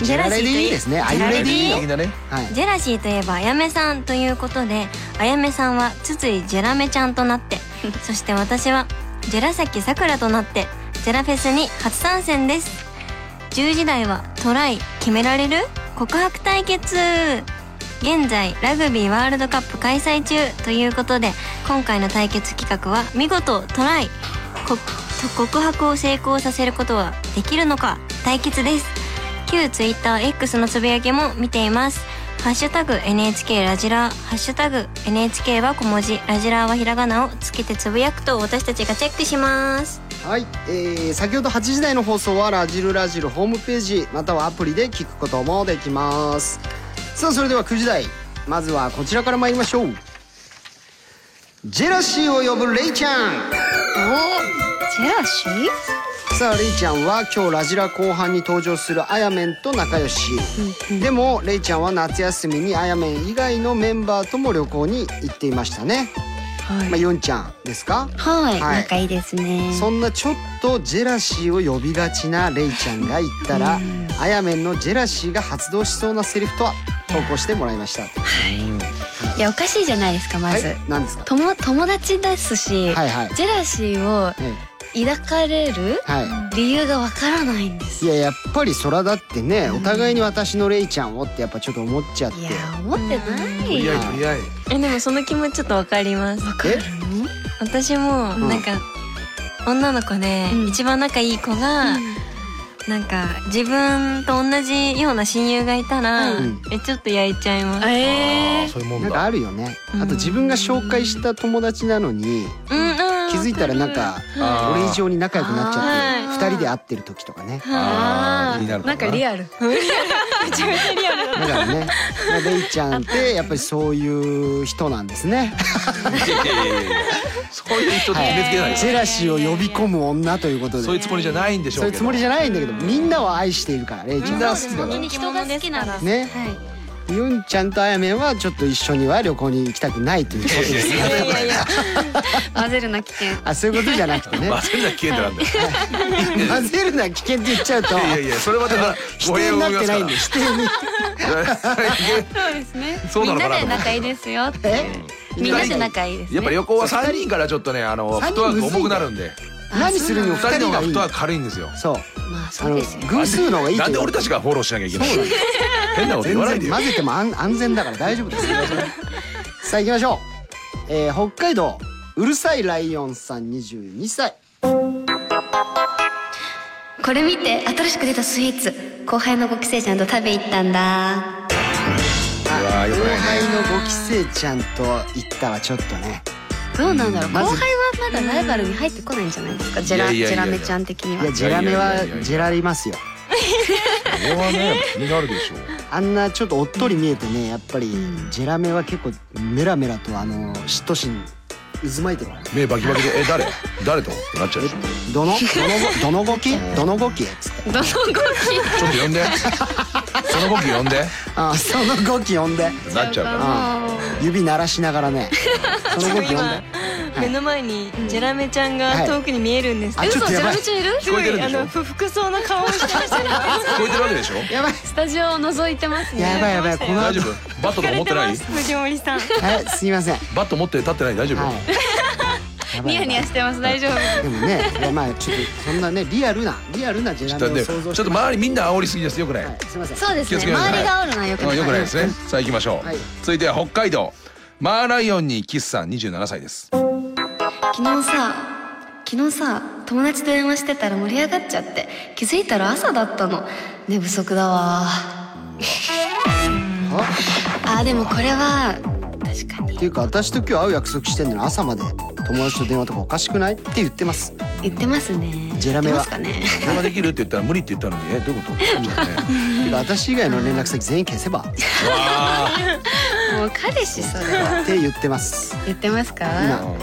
Speaker 1: ジェラレディですね。アユレディ
Speaker 3: 的なね
Speaker 1: はい。
Speaker 2: ジェラシーといえばあやめさんということであやめさんは筒井ジェラメちゃんとなって
Speaker 1: <laughs>
Speaker 2: そして私はジェラサキさくらとなってジェラフェスに初参戦です10時台はトライ決められる告白対決現在ラグビーワールドカップ開催中ということで今回の対決企画は見事トライこ告白を成功させることはできるのか対決です旧 TwitterX のつぶやきも見ていますハッシュタグ NHK ラジラーハッシュタグ NHK は小文字ラジラーはひらがなをつけてつぶやくと私たちがチェックします
Speaker 1: はい、えー先ほど8時台の放送はラジルラジルホームページまたはアプリで聞くこともできますさあそれでは9時台まずはこちらから参りましょうジェラシーを呼ぶレイちゃん
Speaker 5: ジェラシー
Speaker 1: さあレイちゃんは今日ラジラ後半に登場するあやめんと仲良し、でもレイちゃんは夏休みにあやめん以外のメンバーとも旅行に行っていましたね、
Speaker 5: はい
Speaker 1: まあ、ヨンちゃんですか
Speaker 4: はい、
Speaker 1: はい
Speaker 4: 仲いいですね
Speaker 1: そんなちょっとジェラシーを呼びがちなレイちゃんが言ったらあやめんのジェラシーが発動しそうなセリフとは投稿してもらいました
Speaker 5: いやおかしいじゃないですかま
Speaker 1: はい
Speaker 5: ず、
Speaker 1: 何ですか
Speaker 5: とも友達ですし、
Speaker 1: はいはい
Speaker 5: ジェラシーを
Speaker 1: え
Speaker 5: 抱かれる
Speaker 1: えは
Speaker 5: 理由がわからないんで
Speaker 1: い
Speaker 5: す
Speaker 1: いややっぱり空だってねお互いに私のレイちゃんをってやっぱちょっと思っちゃって
Speaker 5: いや思ってない
Speaker 3: い
Speaker 5: よ
Speaker 3: やいやい
Speaker 2: えでもその気持ちちょっとわかります
Speaker 1: え
Speaker 2: 私も
Speaker 1: ん
Speaker 2: なんか、女の子で
Speaker 5: うん
Speaker 2: 一番仲いい子が、なんか自分と同じような親友がいたら、
Speaker 1: ん
Speaker 2: えちょっと焼いちゃいます
Speaker 5: え
Speaker 3: や
Speaker 5: ー
Speaker 3: そういうも
Speaker 1: なん
Speaker 3: ん
Speaker 1: か
Speaker 3: だ
Speaker 1: あるよね
Speaker 2: うん
Speaker 1: あと自分が紹介した友達なのに
Speaker 2: うんうん
Speaker 1: 気づいたらなんか
Speaker 3: あー
Speaker 1: 俺以上に仲良くなっちゃっ
Speaker 2: あ
Speaker 1: て二人で会ってる時とかね
Speaker 3: あー
Speaker 5: ー
Speaker 3: 気になるかも
Speaker 5: んかリアル
Speaker 1: だからねまあレイちゃんってやっぱりそういう人なんですね
Speaker 3: いやいやいやいやそういう人って決めつけないです
Speaker 1: ジェラシーを呼び込む女ということで
Speaker 3: そういうつもりじゃないんでしょ
Speaker 1: そううい
Speaker 3: け
Speaker 1: う
Speaker 3: ど
Speaker 1: つもりじゃないんだけどみんなを愛しているからレイちゃんは
Speaker 3: みんな好きだから
Speaker 2: 人が好きなら
Speaker 1: ね、ユンちゃんとあやめんはちょっと一緒には旅行に行きたくないということですね
Speaker 4: 混ぜるな危険
Speaker 1: あそういうことじゃなくてね
Speaker 3: まあそれな危険ってなんだよ
Speaker 1: 混ぜるな危険って言っちゃうと
Speaker 3: いやいやそれまたな
Speaker 1: 否定になって <laughs> ないんで否定に
Speaker 5: そうですね
Speaker 3: そうなのかなと
Speaker 5: みんなで
Speaker 3: 思って
Speaker 5: 仲いいですよって
Speaker 1: え
Speaker 5: みんなで仲いいですね
Speaker 3: やっぱ旅行は三人からちょっとねあのフ
Speaker 1: 三
Speaker 3: ッ
Speaker 1: 人
Speaker 3: トワーク
Speaker 1: むずい
Speaker 3: 重
Speaker 1: ん
Speaker 3: く
Speaker 1: だ
Speaker 3: な
Speaker 1: よ
Speaker 3: るんで
Speaker 1: 何するにも
Speaker 3: 二
Speaker 1: 二
Speaker 3: 人
Speaker 1: 人
Speaker 3: の
Speaker 1: の
Speaker 3: 方
Speaker 1: 方がいい
Speaker 3: がフットワーク軽いんですよ
Speaker 1: そう
Speaker 5: まあそ
Speaker 1: あ
Speaker 5: う
Speaker 1: の
Speaker 5: ですよ
Speaker 1: 偶数の方がいい
Speaker 3: な
Speaker 1: と
Speaker 3: んで
Speaker 1: いう
Speaker 3: 俺たちがフォローしなきゃいけないの変なこと言
Speaker 1: 全
Speaker 3: わないで
Speaker 1: 然
Speaker 3: よ
Speaker 1: 混ぜても安安全だから大丈夫です
Speaker 3: <laughs>
Speaker 1: さあ行きましょう、えー北海道うるさいライオンさん22歳
Speaker 4: これ見て新しく出たスイーツ後輩のご期生ちゃんと食べ行ったんだ
Speaker 3: うわー
Speaker 1: 後
Speaker 3: よくないね
Speaker 1: 輩のご期生ちゃんと行ったはちょっとね
Speaker 4: どうなんだろう後
Speaker 1: ま
Speaker 4: 輩
Speaker 1: ず
Speaker 4: はまだライバルに入ってこないんじゃないですかジェラ
Speaker 3: い
Speaker 4: ジ
Speaker 3: やいや
Speaker 4: ェ
Speaker 3: いや
Speaker 4: ラ
Speaker 3: いや
Speaker 4: メちゃん的に
Speaker 1: い
Speaker 4: は
Speaker 1: やジェラメ
Speaker 3: いやいやいやい
Speaker 1: は
Speaker 3: や
Speaker 1: ジェラりますよ
Speaker 3: これはね気になるでしょう
Speaker 1: あんなちょっとおっとり見えてねやっぱりジェラメは結構メラメラとあの嫉妬心渦巻いてるからね
Speaker 3: 目バキバキでえ誰誰とってなっちゃうでしょ
Speaker 1: えどのどのごどのごきどのごきっつって
Speaker 3: ちょっと呼んでその動き呼んで
Speaker 1: あそのごき呼んで
Speaker 3: なっちゃうから
Speaker 1: あ指鳴らしながらねそのごき呼んで
Speaker 2: 今目の前にジェラメちゃんが遠くに見えるんです
Speaker 1: あちょっとやばい
Speaker 5: ちゃんいる
Speaker 2: す
Speaker 3: 聞こ
Speaker 2: ご
Speaker 3: えてる
Speaker 2: い
Speaker 3: で
Speaker 2: あ
Speaker 3: しょ
Speaker 2: の不服そうな顔をしてましたね
Speaker 3: 聞こえてるわけでしょ
Speaker 1: やばい
Speaker 5: スタジオを覗いてますね
Speaker 1: やばいやばいこの
Speaker 3: 大
Speaker 1: 後
Speaker 3: 丈夫バットとか持ってない
Speaker 2: 藤森さん
Speaker 1: はいすいませんは
Speaker 3: バット持って立ってない <laughs> 大丈夫、
Speaker 1: い
Speaker 5: ニヤニヤしてます大丈夫
Speaker 1: てでもねいやまあちょっとそんなねリアルなリアルなジェ
Speaker 3: ちょっ
Speaker 1: ラ
Speaker 3: と
Speaker 1: メ
Speaker 3: ね
Speaker 1: を
Speaker 3: ち
Speaker 1: 想
Speaker 3: ょ
Speaker 1: 像
Speaker 3: っ
Speaker 1: して
Speaker 3: と周りみんな煽りすぎですよくない、
Speaker 1: はいすいません
Speaker 4: そうです
Speaker 3: 気をつ
Speaker 4: ね
Speaker 3: けなさい
Speaker 4: 周りがおるのはよく
Speaker 3: あ
Speaker 4: ない
Speaker 3: よくないですねさあ行きましょう、
Speaker 1: はい
Speaker 3: 続いては北海道マーライオンにキスさん27歳です
Speaker 4: 昨日さ昨日さ友達と電話してたら盛り上がっちゃって気づいたら朝だったの寝不足だわあーでもこれは確か
Speaker 1: っ
Speaker 4: に
Speaker 1: ていうか私と今日会う約束してんのに朝まで友達と電話とかおかしくないって言ってます
Speaker 4: 言ってますね
Speaker 1: ジェラメは
Speaker 4: 言ってますかね
Speaker 3: 電話できるって言ったら無理って言ったのにえどういうことって感じだね
Speaker 1: てか私以外の連絡先全員消せばっ
Speaker 3: うわ
Speaker 4: もう彼氏それは
Speaker 1: て言ってます
Speaker 4: 言ってますか
Speaker 1: 今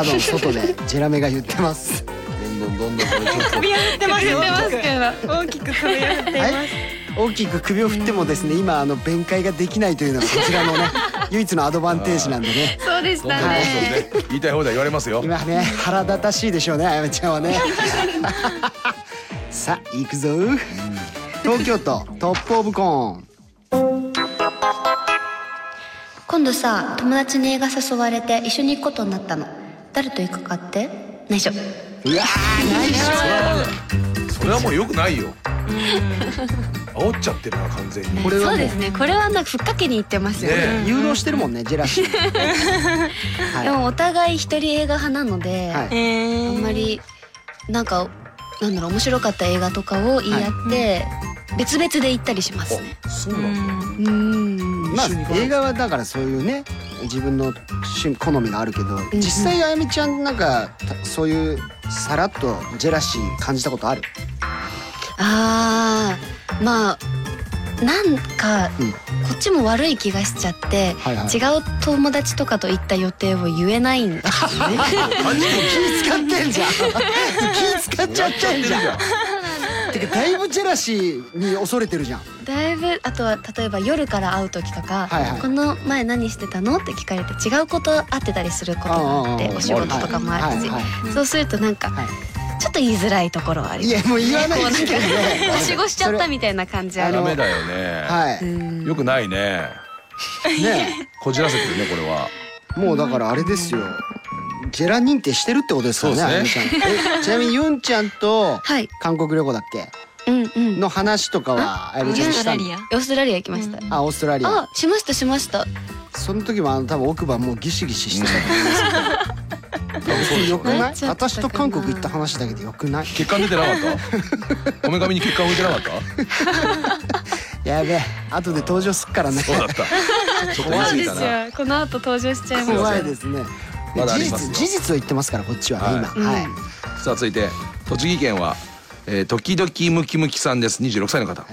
Speaker 1: 窓の外でジェラメが言ってます
Speaker 3: ーどんどんどんどんこれちょっと
Speaker 1: はい大きく首を振ってもですね今あの弁解ができないというのがこちらのね唯一のアドバンテージなんでね
Speaker 4: そうでし
Speaker 3: どんどんどんどん
Speaker 4: たね
Speaker 3: ね言いたい放題言われますよ
Speaker 1: 今ね腹立たしいでしょうねあやめちゃんはね <laughs> さあ行くぞ東京都トップオブコーン
Speaker 4: 今度さ友達に映画誘われて一緒に行くことになったの誰と行くかって内緒
Speaker 1: うわーないしょ
Speaker 3: それはまだそれはもうよくないよ煽っちゃってるな完全に
Speaker 1: これは
Speaker 5: そ
Speaker 1: も
Speaker 5: う
Speaker 1: う
Speaker 5: ですねこれはなんかふっかけに行ってますよね
Speaker 3: ね
Speaker 1: 誘導してるもんねジェラシーはい
Speaker 4: でもお互い一人映画派なので、
Speaker 1: はい
Speaker 4: あんまりなんかなんだろう面白かった映画とかを言い合って、別々で行ったりしますね。
Speaker 3: あそうなんだ
Speaker 4: うん。
Speaker 1: まあ映画はだからそういうね自分の趣味好みがあるけど実際あやみちゃんなんかたそういうさらっとジェラシー感じたことある
Speaker 4: あーまあなんか、
Speaker 1: うん
Speaker 4: こっちも悪い気がしちゃって、
Speaker 1: はいはい
Speaker 4: 違う友達とかと行った予定を言えないんですよね
Speaker 1: 気使ってんじゃ
Speaker 3: <laughs>
Speaker 1: ん気使っちゃってんじゃん
Speaker 3: やっちゃって
Speaker 1: て
Speaker 3: る
Speaker 1: かだいぶジェラシーに恐れてるじゃん
Speaker 4: だいぶあとは例えば夜から会う時とか、
Speaker 1: はいはい
Speaker 4: この前何してたのって聞かれて違うこと会ってたりすることもあって
Speaker 1: ああああ
Speaker 4: お仕事とかもあるし、
Speaker 1: はいはいは
Speaker 4: そうするとなんか、
Speaker 1: はい
Speaker 4: ちょっと言いづらいところはあり
Speaker 1: い
Speaker 4: ます
Speaker 1: や
Speaker 3: <laughs>
Speaker 1: もう言わないですけどね
Speaker 4: はしごしちゃったみたいな感じあ
Speaker 1: あ
Speaker 4: る
Speaker 1: の
Speaker 3: ダメだよね、
Speaker 1: はい
Speaker 3: よくないね
Speaker 1: ね
Speaker 3: こじらせてるねこれは
Speaker 1: もうだからあれですよジェラ認定してるってことですよね
Speaker 3: そう
Speaker 1: あゆ
Speaker 3: で
Speaker 1: み
Speaker 3: す
Speaker 1: ちゃんえちなみにユンちゃんと
Speaker 4: はい
Speaker 1: 韓国旅行だっけ
Speaker 4: うんうん
Speaker 1: の話とかはあゆみちゃんしたの
Speaker 4: オーストラリア行きました、
Speaker 1: あオーストラリア
Speaker 4: あしましたしました
Speaker 1: その時もあの多分奥歯もうギシギシしてたと思います
Speaker 3: 多分 <laughs> そうでし
Speaker 1: よ
Speaker 3: ょう
Speaker 1: く
Speaker 3: ね
Speaker 1: ない私と韓国行った話だけでよくない
Speaker 3: 血管出てなかったこめかみに血管浮いてなかった
Speaker 1: やべえ後で登場すっからね
Speaker 3: そう <laughs> だったちょっと言い過ぎたな
Speaker 4: この後登場しちゃ
Speaker 1: 怖いですね
Speaker 3: まだあ
Speaker 1: 事
Speaker 3: りますよ
Speaker 1: 実事実を言ってますからこっちはね今はい
Speaker 3: さあ続いて栃木県は、えー、時々ムキムキさんです26歳の <laughs> 方、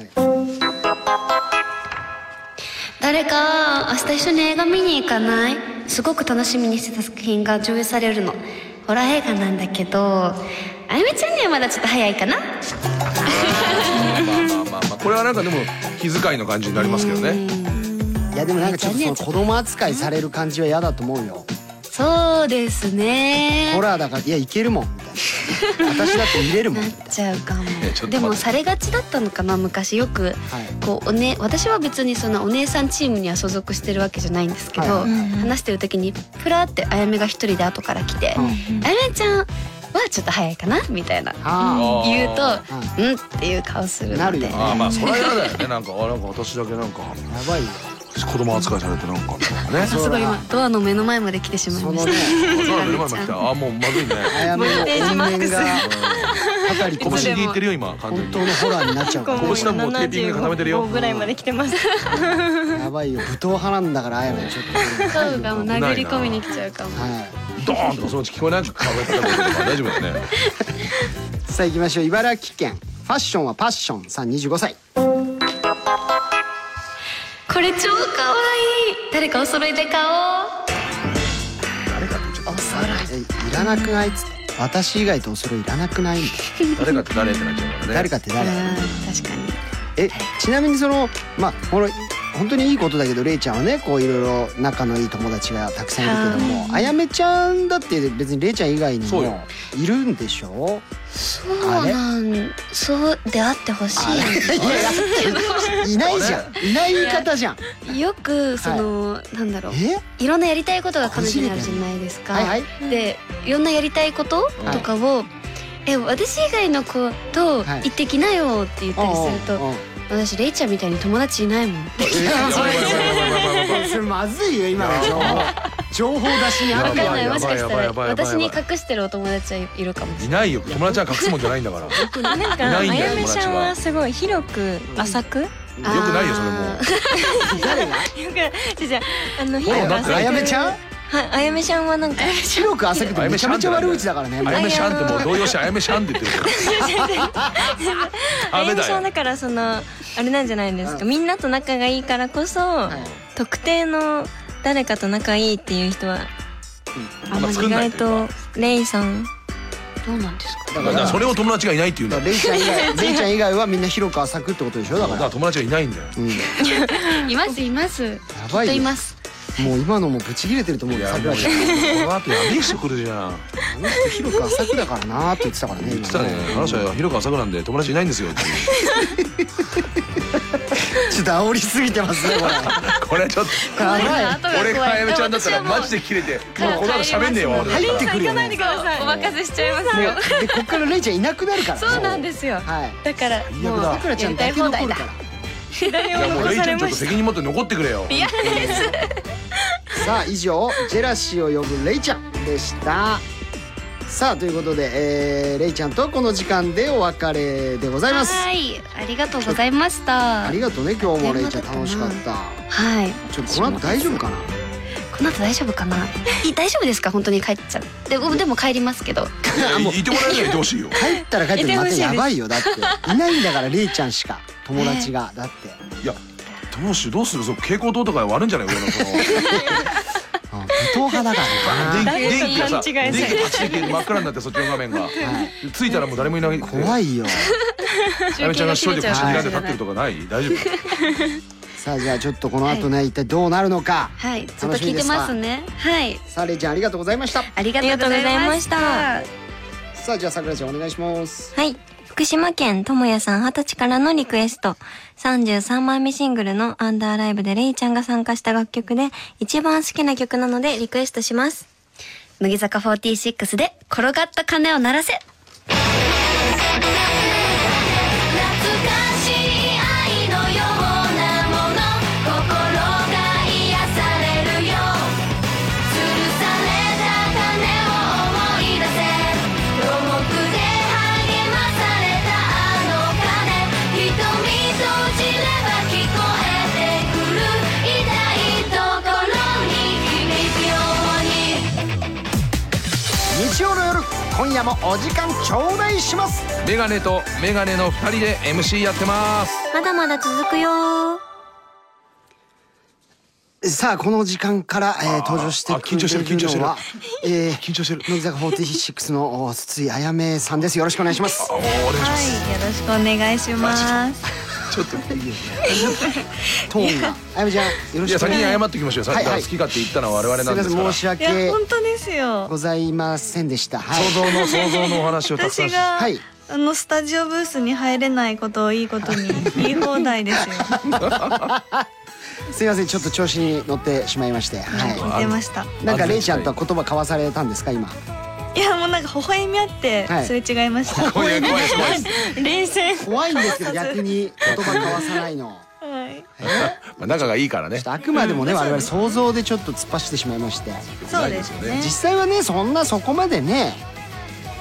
Speaker 7: 誰か明日一緒に映画見に行かないすごく楽しみにしてた作品が上映されるのホラー映画なんだけどあゆみちゃんにはまだちょっと早いかな
Speaker 3: まあまあまあまあこれはなんかでも気遣いの感じになりますけどね
Speaker 1: いやでもなんかちょっとその子供扱いされる感じは嫌だと思うよ
Speaker 4: そうです
Speaker 1: ホ
Speaker 4: ね
Speaker 1: ラーだからいやいけるもんみたいな私だって見れるもん
Speaker 4: なっちゃうかも
Speaker 3: やちょっと待って
Speaker 4: でもされがちだったのかな昔よくこうお、ね、私は別にそのお姉さんチームには所属してるわけじゃないんですけど、
Speaker 1: はい
Speaker 4: 話してる時にプラってあやめが一人で後から来て「
Speaker 1: うん
Speaker 4: あやめちゃんはちょっと早いかな」みたいな
Speaker 1: あ
Speaker 4: 言うと
Speaker 3: あ
Speaker 4: 「うん」っていう顔するので
Speaker 1: なるよね
Speaker 3: あーまあそれは嫌だよねなんかあなんか私だけなん
Speaker 1: あ
Speaker 3: か
Speaker 1: やばいよ
Speaker 3: 子供扱いされてなん <laughs> かみたいなね
Speaker 4: あすごい今ドアの目の前まで来てしまい
Speaker 1: そ
Speaker 4: ま
Speaker 1: の
Speaker 4: し
Speaker 1: ね
Speaker 3: そうだね今今来たあーもうまずいね
Speaker 1: あやめの
Speaker 4: ボルテージマ
Speaker 1: 怨
Speaker 4: ック
Speaker 1: 念
Speaker 4: ス
Speaker 1: が
Speaker 3: <laughs>
Speaker 1: かり
Speaker 3: 拳
Speaker 1: こし
Speaker 3: 握ってるよ今完全
Speaker 1: 本
Speaker 3: に
Speaker 1: 当のホラーになっちゃうからね
Speaker 3: 拳なんかもうテーピングで固めてるよ
Speaker 8: ぐらいまで来てます。
Speaker 1: やばいよ武闘派なんだからあやめちょったと
Speaker 4: 顔がもう
Speaker 3: ないな
Speaker 4: 殴り込みに来ちゃうかも
Speaker 1: はい
Speaker 3: ドーンとかそのうち聞こえないか考えてたから大丈夫だよね
Speaker 1: さあ行きましょう茨城県ファッションはパッションさん25歳
Speaker 7: これ超かわいい誰かお揃いで買おう
Speaker 1: えいらなくないっつって私以外とお揃いいらなくない
Speaker 3: 誰かって誰ってなっちゃうからね
Speaker 1: 誰かって誰
Speaker 4: うん確かに
Speaker 1: えちなみにそのまあこれ本当にいいことだけどれいちゃんはねこういろいろ仲のいい友達がたくさんいるけどもあやめちゃんだって別にれいちゃん以外に
Speaker 3: そう
Speaker 1: も
Speaker 3: よ
Speaker 1: いるんでしょ
Speaker 4: そう
Speaker 1: あれ
Speaker 4: なんそうであってほしい
Speaker 1: いやだっていないじゃんいない言い方じゃん
Speaker 4: よくその、なんだろう
Speaker 1: え
Speaker 4: いろんなやりたいことが彼女にあるじゃないですか。
Speaker 1: はいはい
Speaker 4: でいろんなやりたいこととかを、え私以外の子と
Speaker 1: はい
Speaker 4: 行ってきなよって言ったりすると、
Speaker 1: うんうんうん
Speaker 4: 私レイちゃんみたいに友達いないもん。
Speaker 1: い
Speaker 3: やば
Speaker 1: や
Speaker 3: い
Speaker 1: そ
Speaker 3: やば
Speaker 1: れ
Speaker 3: いやばいやばいやばいやばい
Speaker 1: それまずいよ今の情報情報出しにある
Speaker 4: わかん
Speaker 1: よ
Speaker 4: な
Speaker 3: や
Speaker 4: い
Speaker 3: ばい
Speaker 4: もしかした
Speaker 3: や
Speaker 4: ら
Speaker 3: ばいやばい
Speaker 4: 私に隠してるお友達はいるかもしれ
Speaker 3: いないよ友達は隠すもんじゃないんだからよ
Speaker 8: なん
Speaker 3: い
Speaker 8: か、
Speaker 3: な
Speaker 8: あ
Speaker 3: いんだよ
Speaker 8: やめちゃん
Speaker 3: 友達が
Speaker 8: はすごい広く浅く。よ
Speaker 4: ない。
Speaker 3: くないよそれもう
Speaker 1: 誰が
Speaker 8: くじゃあ、あの、
Speaker 1: ほ
Speaker 8: 広
Speaker 1: ら
Speaker 8: く
Speaker 1: だってあやめちゃん
Speaker 2: はい、あやめちゃんはなんか
Speaker 1: 白く浅くてめちゃめちゃ悪口だからね
Speaker 3: あやめシャンってもう動揺してあやめシャンって言ってる
Speaker 2: <laughs>
Speaker 3: か
Speaker 2: あ
Speaker 3: ら
Speaker 2: や
Speaker 3: ダメ
Speaker 2: め
Speaker 3: だ
Speaker 2: ちゃん
Speaker 3: よ
Speaker 2: だからそのあれなんじゃないですかみんなと仲がいいからこそ、特定の誰かと仲いいっていう人は、あんまり
Speaker 3: 作ん
Speaker 2: 意
Speaker 3: ない
Speaker 2: 外
Speaker 3: という
Speaker 2: とレイさん
Speaker 4: どうなんですか。
Speaker 1: だ
Speaker 3: だからそれを友達がいないっていうんだ
Speaker 1: レイちゃん以外レイちゃん以外はみんな広く浅くってことでしょだ
Speaker 3: だ
Speaker 1: か
Speaker 3: から
Speaker 1: ら
Speaker 3: 友達はいないんだよ
Speaker 1: うんや
Speaker 4: いますいます。
Speaker 1: ば
Speaker 4: と
Speaker 1: い
Speaker 4: い
Speaker 1: よ
Speaker 4: ます。
Speaker 1: もう今のもブチ切れてると思う
Speaker 3: い
Speaker 1: よ
Speaker 3: や
Speaker 1: 桜
Speaker 3: もう
Speaker 1: 井ちゃん
Speaker 3: この後やべえ人来るじゃん
Speaker 1: あの人広く浅くだからなーって言ってたからね
Speaker 3: 言ってたね
Speaker 1: 今
Speaker 3: 話は広く浅くなんで友達いないんですよっていう
Speaker 1: ちょっと煽りすぎてますねこれ
Speaker 3: これちょっと
Speaker 1: やばい
Speaker 3: 俺があやめちゃんだったらマジで切れてもうこの後喋んねえわ俺
Speaker 1: 入ってくるよね
Speaker 8: ください。お任せしちゃいます。
Speaker 1: ねでこっからレイちゃんいなくなるから
Speaker 8: そうなん
Speaker 1: す
Speaker 8: ですよ。
Speaker 1: はい
Speaker 8: だから、
Speaker 3: 最悪だ
Speaker 1: 桜井ちゃんだけ残るから
Speaker 8: 誰
Speaker 3: いや
Speaker 8: も
Speaker 3: もう
Speaker 8: 残
Speaker 3: レイ
Speaker 8: さ
Speaker 3: ちゃ
Speaker 8: れ
Speaker 3: んちょ
Speaker 8: ま
Speaker 3: っ
Speaker 8: し
Speaker 3: と責任持って残ってくれよ
Speaker 1: さあ以上ジェラシーを呼ぶレイちゃんでしたさあということで、えー、レイちゃんとこの時間でお別れでございます
Speaker 7: はいありがとうございました
Speaker 1: ありがとうね今日もレイちゃん楽しかった
Speaker 4: はい。
Speaker 1: ちょっとこの後大丈夫かな
Speaker 4: こ
Speaker 5: この後大丈夫かない大丈夫ですか本当に帰っちゃうででも帰りますけど
Speaker 3: いやいいてもらえるのはいてほしいよ
Speaker 1: 帰ったら帰ってもまたやばいよだっていないんだかられいちゃんし <laughs> か友達がだって
Speaker 3: いやどうしようどうするぞ蛍光灯とか割るんじゃない俺のその
Speaker 1: うん武闘派 <laughs> だからな
Speaker 3: 電気
Speaker 9: 誰と
Speaker 3: 電気がさ
Speaker 9: 勘違
Speaker 3: 電
Speaker 9: いされ
Speaker 3: 気がパチって真っ暗になってそっちの画面がついたらもう誰もいない
Speaker 1: 怖いよ
Speaker 3: やめちゃんが一人で腰
Speaker 1: 中継が
Speaker 3: にらんで立ってるとかない大丈夫
Speaker 1: さあじゃあちょっとこの後ね一体どうなるのか
Speaker 5: はいずっと
Speaker 1: 楽し
Speaker 5: 聞
Speaker 1: み
Speaker 5: い
Speaker 1: で
Speaker 5: て
Speaker 1: すわ
Speaker 5: ますねはい
Speaker 1: さあれいちゃんありがとうございました
Speaker 5: ありが
Speaker 2: とうございました
Speaker 1: さあじゃあさくらちゃんお願いします
Speaker 2: はい。福島県ともやさん二十歳からのリクエスト。33枚目シングルのアンダーライブでレイちゃんが参加した楽曲で一番好きな曲なのでリクエストします。
Speaker 5: 乃木坂46で転がった鐘を鳴らせ
Speaker 6: 懐かしい愛のようなもの心が癒されるよ吊るされた種を思い出せ土木で励まされたあの鐘瞳閉じれば聞こえてくる痛いところに響くように
Speaker 1: 日曜の夜今夜もお時間頂戴します
Speaker 3: メガネとメガネの二人で MC やってます
Speaker 2: まだまだ続くよー。
Speaker 1: さあこの時間から、えー、登場して
Speaker 3: あ緊張してる
Speaker 1: くれ
Speaker 3: 緊張してる
Speaker 1: のは、えー、
Speaker 3: 緊張してる
Speaker 1: 乃木坂46のお筒井あやめさんですよろしくお願いします
Speaker 3: あお願いします
Speaker 9: よろしくお願いします。
Speaker 3: ちょっと
Speaker 1: トーンがあやめちゃんよろ
Speaker 3: い
Speaker 1: し
Speaker 3: や
Speaker 1: くお
Speaker 3: 先
Speaker 1: 願いし
Speaker 3: に謝
Speaker 1: ま
Speaker 3: っときましょうさ
Speaker 1: は
Speaker 3: っ
Speaker 1: い
Speaker 3: き
Speaker 1: は
Speaker 3: 好
Speaker 1: い
Speaker 3: き勝手言ったのは我々
Speaker 1: す
Speaker 3: ないんで
Speaker 1: ますせ
Speaker 3: か
Speaker 1: ん
Speaker 3: ら
Speaker 1: 申し
Speaker 3: 想
Speaker 1: 訳
Speaker 9: 当ですよ
Speaker 1: ございませんでしたはい
Speaker 3: 像の想像のお話をたくさん
Speaker 9: 私
Speaker 3: し
Speaker 9: が、
Speaker 1: はい
Speaker 9: あのスタジオブースに入れないことをいいことに言い放題ですよ。
Speaker 1: <laughs> すいませんちょっと調子に乗ってしまいましては
Speaker 9: 言ってました。
Speaker 1: いなんかれいちゃんとは言葉交わされたんですか今
Speaker 9: いやもうなんか微笑み合って
Speaker 1: はい
Speaker 9: すれ違いました。
Speaker 3: 怖い怖い怖いです
Speaker 9: 冷静。
Speaker 1: 怖いんですけど逆に言葉交わさない
Speaker 3: <laughs>
Speaker 1: の
Speaker 9: はい。
Speaker 3: まあ仲がいいから
Speaker 1: ちょ
Speaker 3: ね
Speaker 1: っとあくまでも
Speaker 9: <laughs>
Speaker 1: ね我々想像でちょっと突っ走ってしまいまして
Speaker 9: そうですね
Speaker 1: 実。際はねそんなそこまでね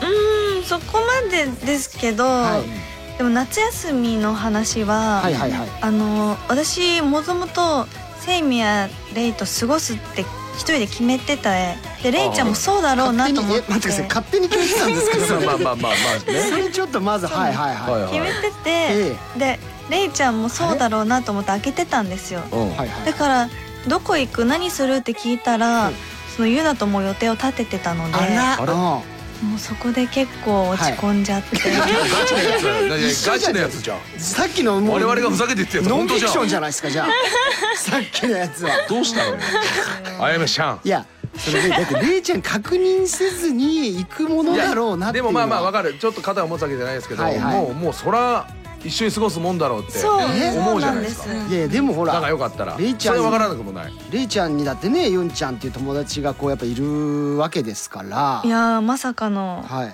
Speaker 9: うーんそこまでですけど、
Speaker 1: はい
Speaker 9: でも夏休みの話は、
Speaker 1: はいはいはい
Speaker 9: あの私もともとセイミやレイと過ごすって一人で決めてた絵でレイちゃんもそうだろうな
Speaker 1: 勝
Speaker 9: と
Speaker 1: 手に
Speaker 9: 思
Speaker 1: え
Speaker 9: って
Speaker 1: 待ってください勝手に決めてたんですけどそ
Speaker 3: まあ
Speaker 1: れ
Speaker 3: まあまあまあまあね
Speaker 1: それちょっとまずはいはい
Speaker 3: はい
Speaker 1: は
Speaker 3: は
Speaker 9: 決め
Speaker 3: い
Speaker 9: てて、
Speaker 1: え
Speaker 9: でレイちゃんもそうだろうなと思って開けてたんですよ
Speaker 3: うん
Speaker 1: いはいは
Speaker 9: だ
Speaker 1: い
Speaker 9: からどこ行く何するって聞いたら、
Speaker 1: はい
Speaker 9: そのユナとも予定を立ててたので
Speaker 1: あら
Speaker 3: あれ
Speaker 1: うん
Speaker 9: もうそこで結構落ち込んじゃって、
Speaker 3: ガチなやつ
Speaker 1: 一緒
Speaker 3: ガ
Speaker 1: じゃ
Speaker 3: チ
Speaker 1: ん
Speaker 3: なやつじゃん
Speaker 1: さっきのもう
Speaker 3: 我々がふざけて言ってるやつ
Speaker 1: ノン
Speaker 3: 本
Speaker 1: フィ
Speaker 3: 当じ
Speaker 1: クションじ
Speaker 3: ゃ
Speaker 1: ゃないですかじゃあ
Speaker 9: <laughs>
Speaker 1: さっきのやつは
Speaker 3: んどうしたのよあやめちゃん
Speaker 1: いやそれでだってレイちゃん確認せずに行くものだろうなって
Speaker 3: で
Speaker 1: いうの
Speaker 3: も
Speaker 1: は
Speaker 3: まあまあわかるちょっと肩を持つわけじゃないですけど、
Speaker 1: はいはい
Speaker 3: もうもうそら一緒に過ごすもんだろうって
Speaker 9: そう
Speaker 1: え
Speaker 3: 思
Speaker 9: そう
Speaker 3: うじゃ
Speaker 9: な
Speaker 3: ない
Speaker 9: ん
Speaker 3: で
Speaker 9: ですす
Speaker 3: か
Speaker 1: いやでもほら
Speaker 3: 仲良かったらそ
Speaker 1: レ
Speaker 3: れ
Speaker 1: イちゃん
Speaker 3: 分からなくもない
Speaker 1: レイちゃんにだってねユンちゃんっていう友達がこうやっぱいるわけですから
Speaker 9: いやーまさかの
Speaker 1: はい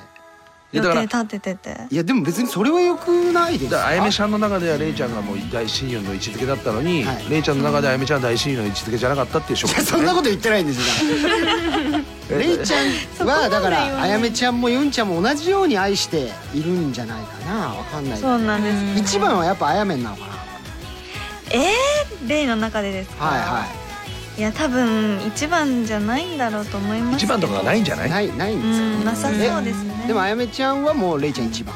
Speaker 9: 予
Speaker 3: だから
Speaker 9: 定立ててて
Speaker 1: いやでも別にそれは良くないです
Speaker 3: だからあやめち
Speaker 1: ゃ
Speaker 3: ゃんの中ではレイちゃんがもう大親友の位置づけだったのに、
Speaker 1: はい
Speaker 3: レイちゃんの中であやめちゃんは大親友の位置づけじゃなかったっていうショックです
Speaker 1: そん
Speaker 3: ね
Speaker 1: なこと言ってないんですよだからレイちゃんはだからあやめちゃんもユンちゃんも同じように愛しているんじゃないかなわかんないけど
Speaker 9: そうなんです
Speaker 1: 一番はやっぱあやめんなのかな
Speaker 9: えー、レイの中でですか
Speaker 1: はいはい
Speaker 9: や多分一番じゃないんだろうと思います
Speaker 3: 一番とかがないんじゃない
Speaker 1: い
Speaker 3: い
Speaker 1: ないないん
Speaker 9: う
Speaker 1: ですよ
Speaker 9: んなさそうですね
Speaker 1: でもあやめちゃんはもうレイちゃん一番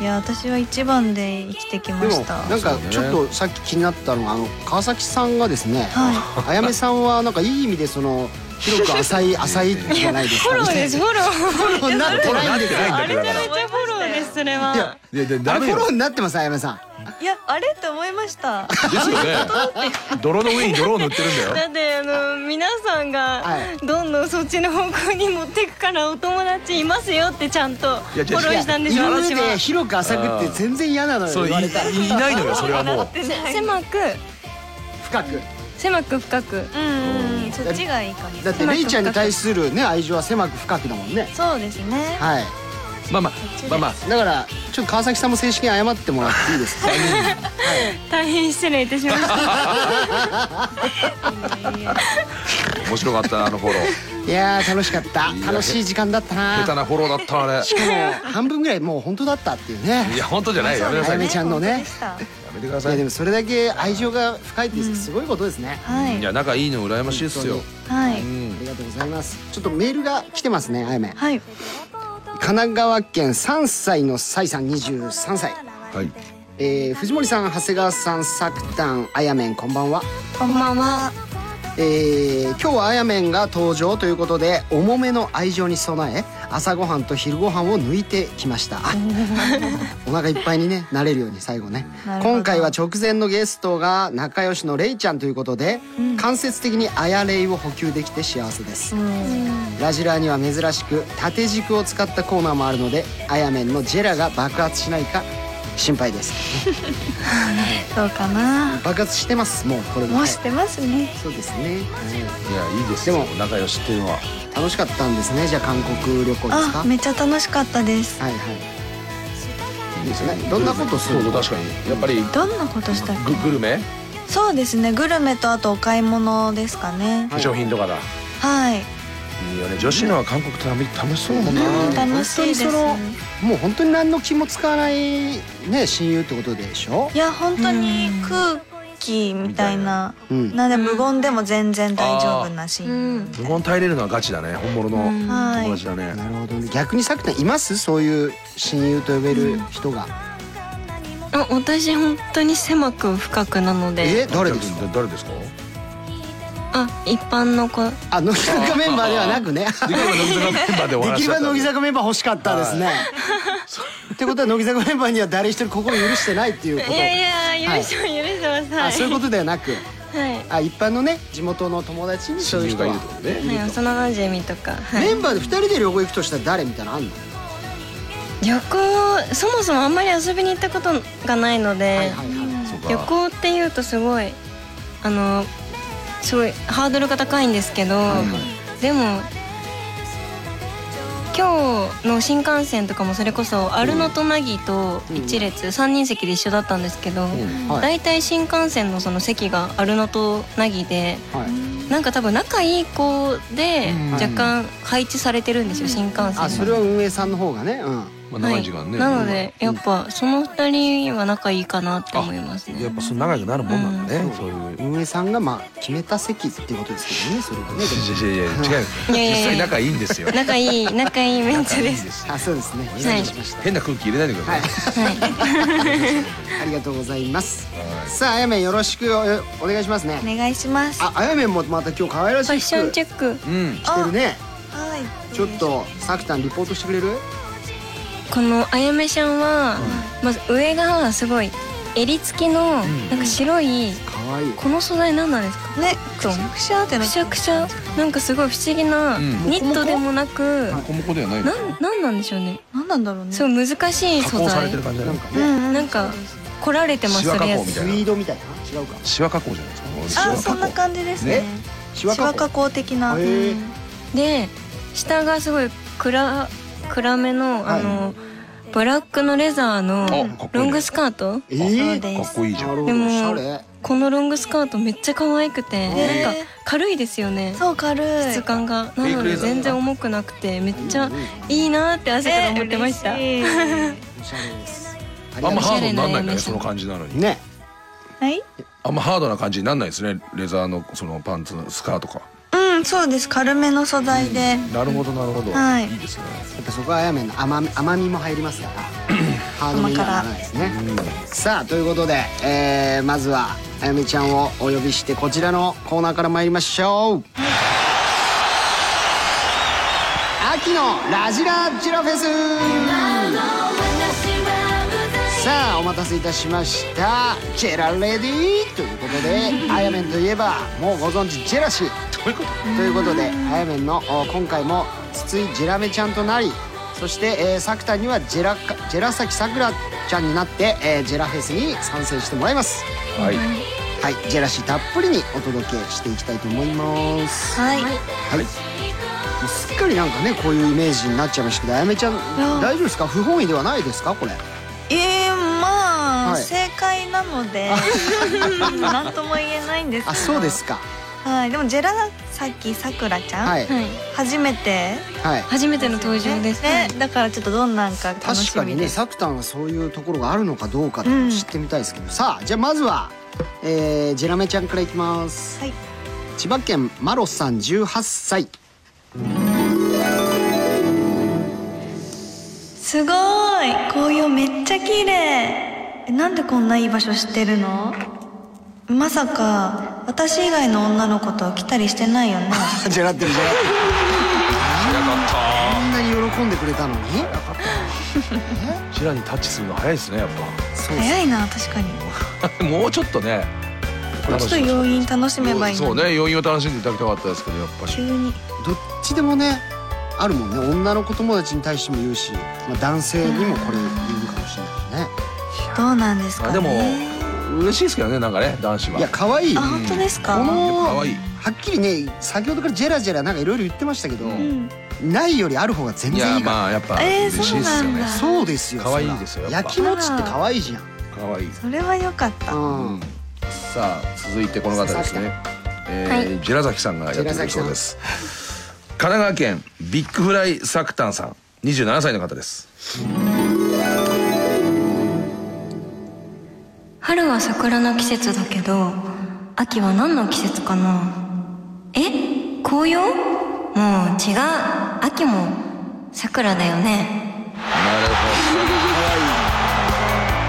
Speaker 9: いや私は一番で生きてき
Speaker 1: で
Speaker 9: ま
Speaker 1: も
Speaker 9: した
Speaker 1: なんかちょっとさっき気になったのがあの川崎さんがですね
Speaker 9: は
Speaker 1: あやめさんはなんかいい意味でその広く浅い浅いじゃないですか、ね。
Speaker 9: フォロ
Speaker 1: <laughs>
Speaker 9: ー
Speaker 1: フォローになってないんですよ。
Speaker 3: ないんだけどだか
Speaker 9: めちゃフォローですそれはい
Speaker 1: や、
Speaker 3: らい
Speaker 1: あ
Speaker 3: やダ
Speaker 1: れ
Speaker 3: メ
Speaker 1: フォ
Speaker 3: よ
Speaker 1: ローになってますあやめさん。
Speaker 9: いやあれって思いましただ
Speaker 3: ですよね泥の上に泥を塗ってるんだよ
Speaker 9: ってあの皆さんが
Speaker 1: はい
Speaker 9: どんどんそっちの方向に持ってくからお友達いますよってちゃんと
Speaker 3: いやじゃあフォローした
Speaker 1: いや今まで広く浅くって全然嫌なのよ
Speaker 3: そうい
Speaker 1: <laughs> 言われたら
Speaker 3: いないのよそれはもう
Speaker 9: 狭く
Speaker 1: 深く。
Speaker 9: 狭く深くうんそっちがいいかも
Speaker 1: だって
Speaker 9: 狭く
Speaker 1: レイちゃんに対するね愛情は狭く深くだもんね。
Speaker 9: そうですね
Speaker 1: はい。
Speaker 3: まあまあまあまあ
Speaker 1: だからちょっと川崎さんも正式に謝ってもらっていいですか。
Speaker 9: 大変失礼いたしました
Speaker 3: 面白かったなあのフォロー
Speaker 1: いやー楽しかった
Speaker 3: いや
Speaker 1: 楽しい時間だったな
Speaker 3: 下手なフォローだったあれ
Speaker 1: しかも半分ぐらいもう本当だったっていうね
Speaker 3: いや本当じゃないやめな
Speaker 1: あ
Speaker 3: さ
Speaker 1: や
Speaker 3: い
Speaker 1: め
Speaker 3: や
Speaker 1: ちゃんのね
Speaker 9: 本当でした
Speaker 3: めてくださ
Speaker 1: いや
Speaker 3: い
Speaker 1: で
Speaker 3: い
Speaker 1: もそれだけ愛情が深いってすごいことですね、
Speaker 9: はい
Speaker 3: や仲いいの羨ましいですよ
Speaker 1: 本
Speaker 9: は
Speaker 3: う
Speaker 9: い
Speaker 1: あ
Speaker 3: ん
Speaker 1: りがとうございますちょっとメールが来てますねあやめ神
Speaker 9: はい
Speaker 1: 奈川県3歳のさいさん23歳、
Speaker 3: はい
Speaker 1: えー、藤森さん長谷川さんさくたんあやめんこんばんは
Speaker 9: こんばんは
Speaker 1: えー今日はあやめんが登場ということで重めの愛情に備え朝ごはんと昼ごはんを抜いてきました
Speaker 9: <laughs>
Speaker 1: お腹いっぱいにねなれるように最後ね
Speaker 9: なるほど
Speaker 1: 今回は直前のゲストが仲良しのれいちゃんということで、間接的にあやれいを補給できて幸せです、ラジラーには珍しく縦軸を使ったコーナーもあるのであやめんのジェラが爆発しないか心配です
Speaker 9: どうかな
Speaker 1: 爆発してますもうこれも
Speaker 9: もう
Speaker 1: はい
Speaker 9: 知ってますね
Speaker 1: そうですね、はい
Speaker 3: いやいいですよ仲良しっていうのは
Speaker 1: 楽しかったんですねじゃあ韓国旅行ですか
Speaker 9: あ
Speaker 1: はい
Speaker 9: めっちゃ楽しかったです
Speaker 1: はいいいですねどんなことす
Speaker 3: そう
Speaker 1: るの
Speaker 3: そう確かにやっぱり
Speaker 9: どんなことしたっ
Speaker 3: ググルメ
Speaker 9: けそうですねグルメとあとお買い物ですかね
Speaker 3: 化粧品とかだ
Speaker 9: はい
Speaker 3: いいよね女子のは韓国って楽しそうだもんな
Speaker 1: うん
Speaker 9: 楽しいですね
Speaker 1: 本当にそのもう本当に何の気も使わないね親友ってことでしょ
Speaker 9: いや本当に空気みたいな
Speaker 1: うん
Speaker 9: なんで無言でも全然大丈夫なシ
Speaker 2: う
Speaker 9: ーン
Speaker 2: ん
Speaker 3: 無言耐えれるのはガチだね本物の
Speaker 9: はい
Speaker 3: 友達だね
Speaker 1: なるほどね逆にさくたんいますそういう親友と呼べる人が、
Speaker 2: あ私本当に狭く深くなので
Speaker 1: え誰ですか <laughs>
Speaker 3: 誰ですか
Speaker 2: あ一般の子
Speaker 1: あ乃木坂メンバーではなく
Speaker 3: <laughs>
Speaker 1: ね
Speaker 3: できれば乃木坂メンバーでお
Speaker 1: で
Speaker 3: 話
Speaker 1: き
Speaker 3: し
Speaker 1: れ
Speaker 3: ちゃ
Speaker 1: ば
Speaker 3: った
Speaker 1: 乃木坂メンバー欲しかったですね、ってことは乃木坂メンバーには誰一人心許してないっていうこと
Speaker 2: いやいや許しても許して
Speaker 1: あ
Speaker 2: ま
Speaker 1: そ
Speaker 2: す
Speaker 1: ういうことではなく
Speaker 2: はいはい
Speaker 1: あ一般のね地元の友達にそういう
Speaker 3: 親友
Speaker 1: 人
Speaker 3: がい
Speaker 1: は
Speaker 3: るってことね
Speaker 2: はい、幼馴染とか、はい
Speaker 1: メンバーで2人で旅行行くとしたら誰みたいなのあんの
Speaker 2: 旅行そもそもあんまり遊びに行ったことがないので、
Speaker 1: はいはいはい
Speaker 3: そう
Speaker 2: 旅
Speaker 3: か
Speaker 2: 行っていうとすごいあのすごいハードルが高いんですけど、でも今日の新幹線とかもそれこそアルノとナギと一列、三人席で一緒だったんですけど、
Speaker 1: はい
Speaker 2: 大体新幹線のその席がアルノとナギで
Speaker 1: はい
Speaker 2: なんか多分仲いい子で
Speaker 3: うん
Speaker 2: 若干配置されてるんですよ、新幹線が
Speaker 1: あそれは運営さんの方がねうん
Speaker 3: まあ長い時間ね
Speaker 2: なのでやっぱその二人は仲いいかなって思います
Speaker 3: やっ
Speaker 2: ね
Speaker 3: ぱその長くなるもんなんだねそういう
Speaker 1: 運営さんがまあ決めた席っていうことですけどねそれが
Speaker 3: <laughs>
Speaker 1: ねでも
Speaker 3: いやいやいや違う
Speaker 2: いやいやいや
Speaker 3: 実際仲いいんですよ
Speaker 2: 仲いい仲いいメンツで
Speaker 3: いい
Speaker 2: す
Speaker 3: す
Speaker 1: あそうですね失礼しました
Speaker 3: 変な空気入れないでください
Speaker 1: ありがとうございますさああやめんよろしくおお願いします
Speaker 9: お
Speaker 1: ね
Speaker 9: 願いします
Speaker 1: ああやめんもまた今日可愛らし
Speaker 2: ファッ
Speaker 1: い
Speaker 2: ション
Speaker 1: 服
Speaker 2: チ
Speaker 1: 着
Speaker 2: ェック
Speaker 3: うん
Speaker 1: てるね
Speaker 9: はい
Speaker 1: ちょっとさくたんリポートしてくれる
Speaker 2: このあやめちゃんはまず上がすごい襟付きのなんか白い
Speaker 1: 可愛い
Speaker 2: この素材何なんですか
Speaker 9: ね
Speaker 2: トン
Speaker 9: くしゃって
Speaker 2: く
Speaker 9: な
Speaker 2: しゃくしゃなんかすごい不思議な
Speaker 3: うん
Speaker 2: ニットでもなく
Speaker 3: モコモコではない
Speaker 2: なんなんなんでしょうね
Speaker 9: 何なんだろうね
Speaker 2: すごい難しい
Speaker 3: 加
Speaker 2: 素
Speaker 3: 工され
Speaker 2: 材
Speaker 3: てる感じじ
Speaker 1: な
Speaker 3: ゃなんい
Speaker 1: か
Speaker 9: う
Speaker 1: ね
Speaker 9: んうん
Speaker 2: なんか凝られてます
Speaker 3: シワ
Speaker 2: そ
Speaker 3: 加
Speaker 2: れ
Speaker 3: 工
Speaker 2: や
Speaker 3: み
Speaker 2: つ
Speaker 1: スイ
Speaker 3: たいな
Speaker 1: ードみたいな違うか
Speaker 3: シワ加工じゃないですか
Speaker 9: あそんな感じですね
Speaker 1: ねシ
Speaker 9: シワ
Speaker 1: ワ加
Speaker 9: 加
Speaker 1: 工
Speaker 9: 工的な
Speaker 1: へえ
Speaker 2: で下がすごい暗暗めの
Speaker 1: は
Speaker 2: あ
Speaker 1: い
Speaker 2: の、ブラックのレザー
Speaker 3: あかっこいいね
Speaker 2: のロングスカート
Speaker 1: え
Speaker 9: そう
Speaker 1: ー
Speaker 9: で
Speaker 3: かっこいいじゃ
Speaker 1: なんるほ
Speaker 2: で
Speaker 1: ど
Speaker 2: も
Speaker 1: おしゃれ
Speaker 2: このロングスカートめっちゃ可愛くて
Speaker 1: へ
Speaker 9: え
Speaker 2: なんか軽いですよね
Speaker 9: そう軽い
Speaker 2: 質感がな
Speaker 3: レイ
Speaker 2: の
Speaker 3: クレ
Speaker 2: で
Speaker 3: ザーだ
Speaker 2: 全然重くなくてめっちゃいいなーって朝から思ってました、
Speaker 9: え嬉しい
Speaker 1: おしゃれですありが
Speaker 3: あん
Speaker 1: とうご
Speaker 3: ま
Speaker 1: ざ
Speaker 3: ハ
Speaker 1: い
Speaker 3: ードになんないんだ
Speaker 2: お
Speaker 3: ね
Speaker 2: しゃ
Speaker 3: そ
Speaker 2: れな
Speaker 3: の感じなのに
Speaker 1: ますね
Speaker 9: はい
Speaker 3: あんまハードな感じになんないですねレザーのそのパンツスカートか
Speaker 9: うんそうです軽めの素材で
Speaker 3: なるほどなるほど
Speaker 9: はい
Speaker 3: いいですね
Speaker 1: やっぱそこはあやめんの甘み甘みも入りますからハードめにはならないですねさあということで、えーまずはあやめちゃんをお呼びしてこちらのコーナーから参りましょう秋のラジラジラフェスさあお待たせいたしましたジェラレディということであやめんといえばもうご存知ジェラシーということであやめんのお今回も筒井ジェラメちゃんとなりそして、えー、作田にはジェラかジェラサキさくらちゃんになって、えージェラフェスに参戦してもらいます
Speaker 3: はい
Speaker 1: はいジェラシーたっぷりにお届けしていきたいと思います
Speaker 9: はい
Speaker 1: はいすっかりなんかねこういうイメージになっちゃいましたけどあやめちゃん
Speaker 9: ー
Speaker 1: 大丈夫ですか不本意ではないですかこれ
Speaker 9: えー、まあ、
Speaker 1: はい
Speaker 9: 正解
Speaker 1: <laughs>
Speaker 9: なのでなんとも言えないんですけど
Speaker 1: あそうですか
Speaker 9: はいでもジェラさっきさくらちゃん、
Speaker 1: はい
Speaker 2: はい。
Speaker 9: 初めて
Speaker 1: はい
Speaker 2: 初めての登場です。
Speaker 9: ねだからちょっとどんなんか楽
Speaker 1: 確
Speaker 9: し
Speaker 1: か
Speaker 9: み
Speaker 1: に
Speaker 9: で
Speaker 1: ね
Speaker 9: す
Speaker 1: サクタンはそういうところがあるのかどうかとか知ってみたいですけど、さあじゃあまずは、えー、ジェラメちゃんからいきます、
Speaker 9: はい
Speaker 1: 千葉県マロスさん18歳
Speaker 9: すごーい紅葉めっちゃ綺麗えなんでこんないい場所知ってるのまさか私以外の女の子と来たりしてな
Speaker 3: <laughs>
Speaker 9: いよね
Speaker 1: あジェラってるジェラってる
Speaker 3: か
Speaker 1: こんなに喜んでくれたのに
Speaker 3: ったシラにタッチするの早いですねやっ
Speaker 1: そうです
Speaker 9: 早いな確かに
Speaker 3: ぱ <laughs> もうちょっとね
Speaker 9: ちょっと要因楽しめばいい
Speaker 3: そう
Speaker 9: のに
Speaker 3: ね余韻を楽しんでいただきたかったですけどやっぱ
Speaker 9: 急
Speaker 3: り
Speaker 9: に
Speaker 1: どっちでもねあるもんね女の子友達に対しても言うし、まあ、男性にもこれ言うかもしれないしね
Speaker 9: どうなんですか
Speaker 3: あ
Speaker 9: ね
Speaker 3: でも嬉しいですけどねなんかね男子はい
Speaker 1: や可愛い
Speaker 9: あ
Speaker 1: こ
Speaker 9: 本当ですか、
Speaker 1: の
Speaker 3: 可愛い
Speaker 1: はっきりね先ほどからジェラジェラなんかいろいろ言ってましたけど、
Speaker 9: うん
Speaker 1: ないよりある方が全
Speaker 3: い
Speaker 1: 然
Speaker 3: や
Speaker 1: いいから、
Speaker 3: まあやっぱ
Speaker 9: え
Speaker 3: 嬉
Speaker 9: ー
Speaker 3: しいですよ
Speaker 9: そうなん
Speaker 3: ね
Speaker 9: だあ
Speaker 1: そうですよ
Speaker 3: 可愛い
Speaker 1: そら
Speaker 3: ですよやっぱ
Speaker 1: 焼きもちって可愛いじゃん
Speaker 3: 可愛い
Speaker 9: それは良かった
Speaker 1: うん
Speaker 3: さあ続いてこの方ですね、えージェラザキさんがやってくるそうです神奈川県ビッグフライサクタンさん27歳の方です
Speaker 2: 春は桜の季節だけど、秋は何の季節かなえ紅葉もう違う。秋も桜だよね。
Speaker 3: なる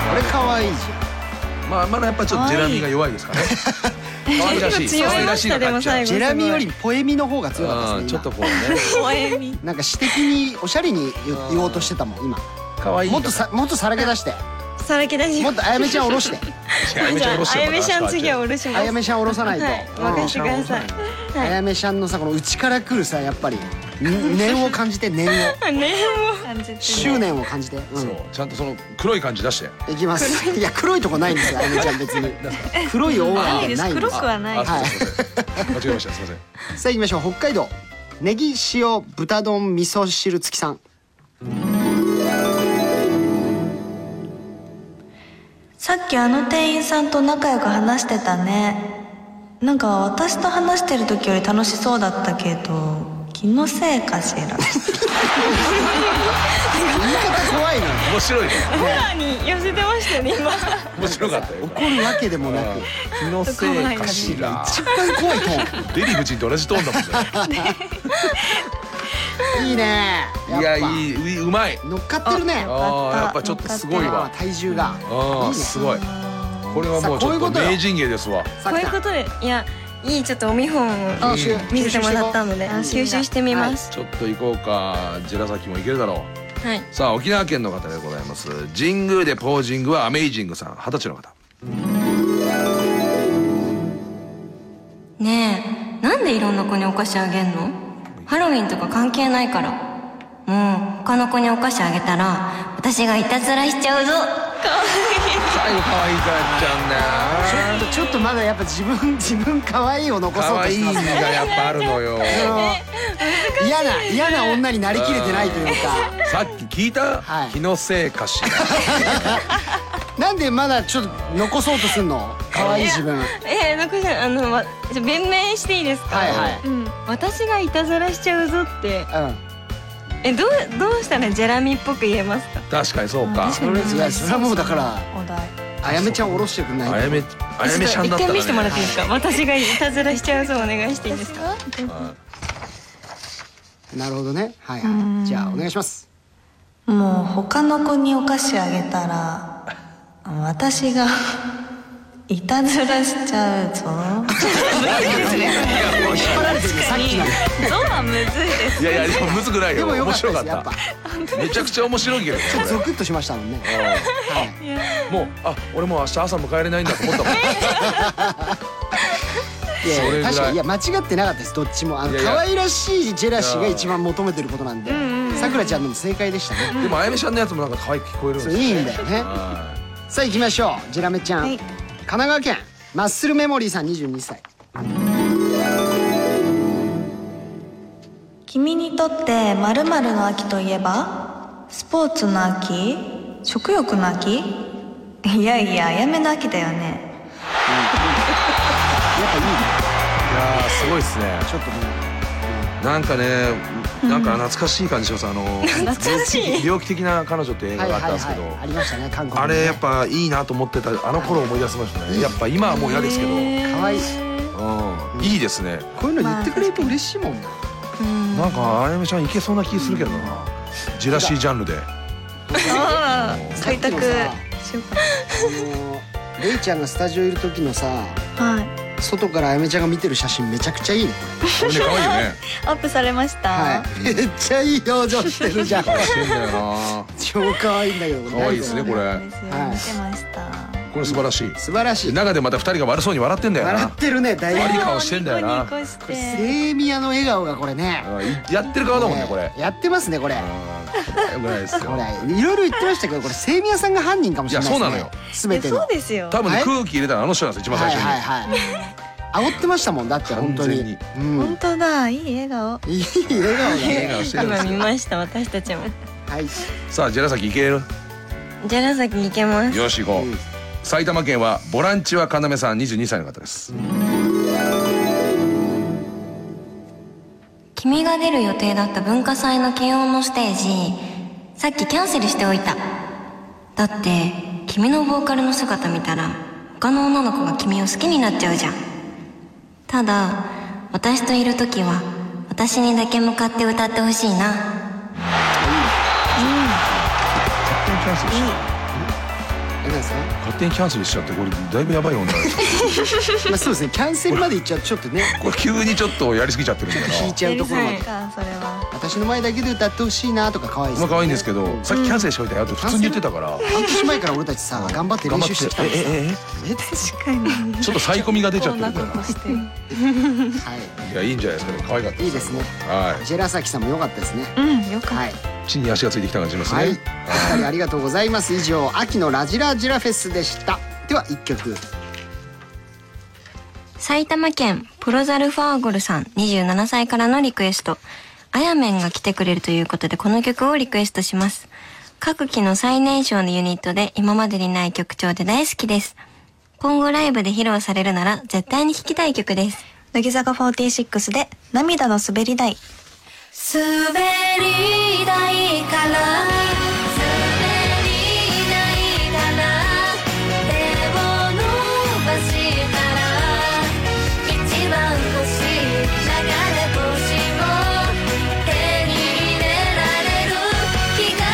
Speaker 1: これ可愛いじ
Speaker 3: ほどまあまだやっぱちょっとジェラミーが弱いですかね可愛らしい可愛らしいの買っちゃ
Speaker 1: ゃ
Speaker 3: うん
Speaker 1: ジェラミよりポエミの方が強かった
Speaker 3: う
Speaker 1: で
Speaker 3: ん
Speaker 1: す
Speaker 3: ち
Speaker 1: ね
Speaker 3: ょっと
Speaker 1: 今
Speaker 3: こうね
Speaker 1: なんか私的におしゃれに言言おうとしてたもん今
Speaker 3: 可愛い
Speaker 1: もっとさもっとさらけ出して
Speaker 5: さらけ出し
Speaker 1: もっとあやめちゃん下ろして
Speaker 3: あやめちゃん下ろして
Speaker 5: あ
Speaker 3: よ
Speaker 5: やめちゃん次は
Speaker 3: ま
Speaker 5: おろしま
Speaker 1: あ
Speaker 5: す
Speaker 1: やめちゃん下ろさないと、
Speaker 5: はい任
Speaker 1: うん
Speaker 5: せてください
Speaker 1: あやめちゃんのさこの内から来るさやっぱりん念を感じて念を
Speaker 5: ね
Speaker 9: 感じて
Speaker 1: 執念を感じて、
Speaker 3: た
Speaker 1: う
Speaker 3: そ
Speaker 1: ん
Speaker 3: う、ちゃんとその黒い感じ出して
Speaker 1: いきますいや黒いとこないんですよあやめちゃん別に黒いオーラ
Speaker 9: な
Speaker 1: はいないん
Speaker 9: で
Speaker 1: です
Speaker 9: す黒くはない
Speaker 3: あそうそうそう間違えましたすいませ
Speaker 1: さあ
Speaker 3: ん
Speaker 1: 行きましょう北海道ネギ塩豚丼味噌汁付きさん
Speaker 9: さっきあの店員さんと仲良く話してたねなんか私と話してる時より楽しそうだったけど気のせいかし
Speaker 1: 言
Speaker 9: ら
Speaker 1: い方怖いな
Speaker 3: <laughs> 面白いね
Speaker 5: さらに寄せてましたね今
Speaker 3: 面白かったよ
Speaker 1: 怒るわけでもなく
Speaker 3: 気のせいかしら
Speaker 1: 一番怖いトー
Speaker 3: デヴィ夫人と同じトーンだもんね
Speaker 1: ンいいね
Speaker 3: いや
Speaker 1: っぱ
Speaker 3: いいううまい
Speaker 1: 乗っかってるね
Speaker 3: あーやっぱちょっとすごい
Speaker 1: あ
Speaker 3: わ
Speaker 1: ー体重が
Speaker 3: ああすごいこれはもうちょっと名人芸ですわ
Speaker 1: さ
Speaker 5: こ
Speaker 1: っ
Speaker 5: う
Speaker 1: き
Speaker 5: いうことでいやいいちょっとお見本を
Speaker 1: あし
Speaker 5: 見せてもらったので吸収してみます
Speaker 3: ちょっと行こうかジェラサキもいけるだろう
Speaker 5: はい
Speaker 3: さあ沖縄県の方でございます神宮でポージングはアメイジングさん二十歳の方
Speaker 2: ねえ、なんでいろんな子にお菓子あげんのハロウィンとか関係ないから。もう他の子にお菓子あげたら、私がいたずらしちゃうぞ。
Speaker 3: 最後可愛いかっちゃうんだよ
Speaker 1: ちょっとまだやっぱ自分 <laughs> 自分可愛いを残そう
Speaker 3: 可
Speaker 1: と
Speaker 3: 愛
Speaker 1: し
Speaker 3: い
Speaker 1: て
Speaker 3: が
Speaker 1: ますね
Speaker 3: やっぱあるのよ
Speaker 1: うん嫌な嫌な女になりきれてないという
Speaker 5: <laughs>
Speaker 1: か
Speaker 3: さっき聞いた
Speaker 1: はい
Speaker 3: 気のせいかし
Speaker 1: <laughs>
Speaker 3: ら
Speaker 1: なんでまだちょっと残そうとすんの可愛い自分はい
Speaker 5: えー、残したあのわじゃあ弁明していいですか、
Speaker 1: は
Speaker 5: うん、私がいたずらしちゃうぞって
Speaker 1: いうん
Speaker 5: えどうどうしたらジェラミーっぽく言えますか
Speaker 3: 確かにそうか
Speaker 1: それいやそれはもうだから
Speaker 9: お題
Speaker 1: あやめちゃん下ろしてくんない
Speaker 3: あやめあやめちゃん
Speaker 5: 一
Speaker 3: だった
Speaker 5: 回
Speaker 3: ら
Speaker 5: 見せてもらっ
Speaker 3: ね
Speaker 5: ていいですか私がいたずらしちゃうぞお願いしていいですか
Speaker 1: なるほどねはいはいじゃあお願いします
Speaker 9: もう他の子にお菓子あげたら私が <laughs> いたずらしちゃうぞ
Speaker 1: さっきの
Speaker 9: ゾはむずいです
Speaker 3: いやいやでもむずくない
Speaker 1: で
Speaker 3: よ
Speaker 1: もよか
Speaker 3: 面
Speaker 1: った
Speaker 3: 白
Speaker 1: で
Speaker 3: かっ
Speaker 1: すやったぱ
Speaker 3: めちゃくちゃ面白い
Speaker 1: <laughs>
Speaker 3: けど
Speaker 1: ゾクッとしましたもんねはい
Speaker 3: もうあ俺もう明日朝迎えれないんだと思ったもん
Speaker 1: いや
Speaker 3: それぐらい
Speaker 1: 確かにいや間違ってなかったですどっちもあの
Speaker 3: いやいや
Speaker 1: 可愛らしいジェラシーが一番求めてることなんでさくらちゃんのも正解でしたね
Speaker 3: でもあやめちゃんのやつもなんか可愛く聞こえるん
Speaker 1: そ
Speaker 3: で
Speaker 1: う
Speaker 3: すよ
Speaker 1: いいんだよね
Speaker 3: は
Speaker 1: さあ行きましょうジェラメちゃん、神奈川県マッスルメモリーさん22歳
Speaker 9: 君にとって〇〇の秋といえばスポーツの秋食欲の秋 <laughs> いやいやあやめの秋だよね
Speaker 1: やっぱいいね
Speaker 3: やーすごいですね
Speaker 1: ちょっとも
Speaker 3: なんかねなんか懐かしい感じしますあの
Speaker 2: 懐かしい
Speaker 3: 病気病気的な彼女って映
Speaker 1: う
Speaker 3: 画
Speaker 1: はい
Speaker 3: があ
Speaker 1: は
Speaker 3: ったん
Speaker 1: い
Speaker 3: ですけど、
Speaker 1: はいありましたね韓国
Speaker 3: あ
Speaker 1: のね
Speaker 3: れやっぱいいなと思ってたあの頃思い出しましたねやっぱ今はもう嫌ですけど、うん、
Speaker 1: 可愛い
Speaker 3: いいですね
Speaker 1: こういうの言ってくれると嬉しいもんな
Speaker 2: うん
Speaker 3: なんかあやめちゃんいけそうな気するけどなジェラシージャンルで
Speaker 9: ああ開
Speaker 1: さっき
Speaker 9: 拓
Speaker 1: の
Speaker 9: しよ
Speaker 1: さ
Speaker 9: うか
Speaker 1: あのレイちゃんがスタジオいる時のさ
Speaker 9: なはい
Speaker 1: 外からあやめちゃんが見てる写真めちゃくちゃいいね
Speaker 3: こ
Speaker 1: <laughs>
Speaker 3: れね可愛いよね
Speaker 9: アップされました、
Speaker 1: はいめっちゃいい表情してるじゃん
Speaker 3: してんだよな
Speaker 1: 超可愛いんだけど
Speaker 3: 可愛いですね
Speaker 9: そうなんですよ
Speaker 1: これ
Speaker 9: 見てました
Speaker 3: これ素晴らしい
Speaker 1: 素晴らしい
Speaker 3: 中でまた二人が悪そうに笑ってんだよ
Speaker 1: 笑
Speaker 3: な
Speaker 1: ってるねだいぶ
Speaker 3: 悪い顔してんだよな
Speaker 9: ニコニコして
Speaker 1: これセイミヤの笑顔がこれね
Speaker 3: うんやってる顔だもんねこれ
Speaker 1: やってますねこれ
Speaker 3: うんよくないですよ
Speaker 1: これいろいろ言ってましたけどこれセイミヤさんが犯人かもしれないですね
Speaker 3: いや
Speaker 1: そうなのよ全て
Speaker 9: い
Speaker 1: の
Speaker 9: やそうですよ
Speaker 3: 多分ね
Speaker 1: はい
Speaker 3: 空気入れたのあの人なんですよ一番
Speaker 1: は
Speaker 3: 最
Speaker 1: い
Speaker 3: 初
Speaker 1: はい
Speaker 3: に
Speaker 1: はい煽ってましたもんだって本当に
Speaker 3: 完
Speaker 1: うん
Speaker 9: 本当だいい笑顔
Speaker 1: いい笑顔だ
Speaker 3: 笑
Speaker 9: <laughs>
Speaker 1: ね
Speaker 3: 顔して
Speaker 2: 今
Speaker 3: るんですよ
Speaker 2: 見ました私たちも
Speaker 1: はい
Speaker 3: さあジェラサキいける
Speaker 2: ジャラ崎行けます
Speaker 3: よし行こう、
Speaker 1: うん
Speaker 3: 埼玉県はボランチは要さん22歳の方です
Speaker 2: 君が出る予定だった文化祭の慶応のステージさっきキャンセルしておいただって君のボーカルの姿見たら他の女の子が君を好きになっちゃうじゃんただ私といる時は私にだけ向かって歌ってほしいな
Speaker 3: 勝手にキャンセルしちゃう
Speaker 1: あれなんですか
Speaker 3: 勝手にキャンセルしちゃってこれだいぶやばい女だよ
Speaker 1: まあそうですねキャンセルまで行っちゃうとちょっと
Speaker 9: <laughs>
Speaker 1: ね
Speaker 3: これ急にちょっとやりすぎちゃってるんだ
Speaker 1: <laughs>
Speaker 3: よな
Speaker 1: 引いちゃうところまで
Speaker 9: かそれは
Speaker 1: 私の前だけで歌ってほしいなとか可愛いですよ
Speaker 3: まあ
Speaker 1: ね
Speaker 3: 可愛いんですけど、さっきキャンセルしておいたよって普通に言ってたから
Speaker 1: <laughs> 半年前から俺たちさ頑張って
Speaker 3: 頑
Speaker 1: 練
Speaker 3: 張
Speaker 1: 習してきたん
Speaker 3: っ
Speaker 1: で
Speaker 3: て
Speaker 1: す
Speaker 3: えええ
Speaker 9: 確かに
Speaker 3: えちょっとサイコミが出ちゃってるんだよな
Speaker 9: して
Speaker 1: はい
Speaker 3: やいいんじゃないですかね可愛かった
Speaker 1: いいですね
Speaker 3: は
Speaker 1: ジェラサキさんも良かったですね
Speaker 9: うんよかった
Speaker 1: はい
Speaker 3: い地に足がついてきた感じしますね、
Speaker 9: <laughs>
Speaker 1: はいお二人ありがとうございます以上秋のラジラジラフェスでしたでは一曲
Speaker 2: 埼玉県プロザルファーゴルさん27歳からのリクエスト。あやめんが来てくれるということでこの曲をリクエストします。各期の最年少のユニットで今までにない曲調で大好きです。今後ライブで披露されるなら絶対に聴きたい曲です。
Speaker 9: 乃木坂46で涙の滑り台
Speaker 6: 滑り台から滑り台から手を伸ばしたら一番星流れ星を手に入れられる気が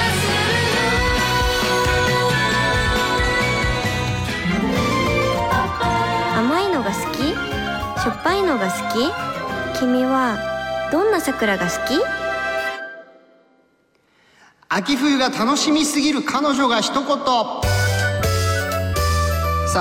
Speaker 2: 甘いのが好きしょっぱいのが好き君はどんな桜が好き
Speaker 1: 秋冬が楽しみすぎる彼女が一言さ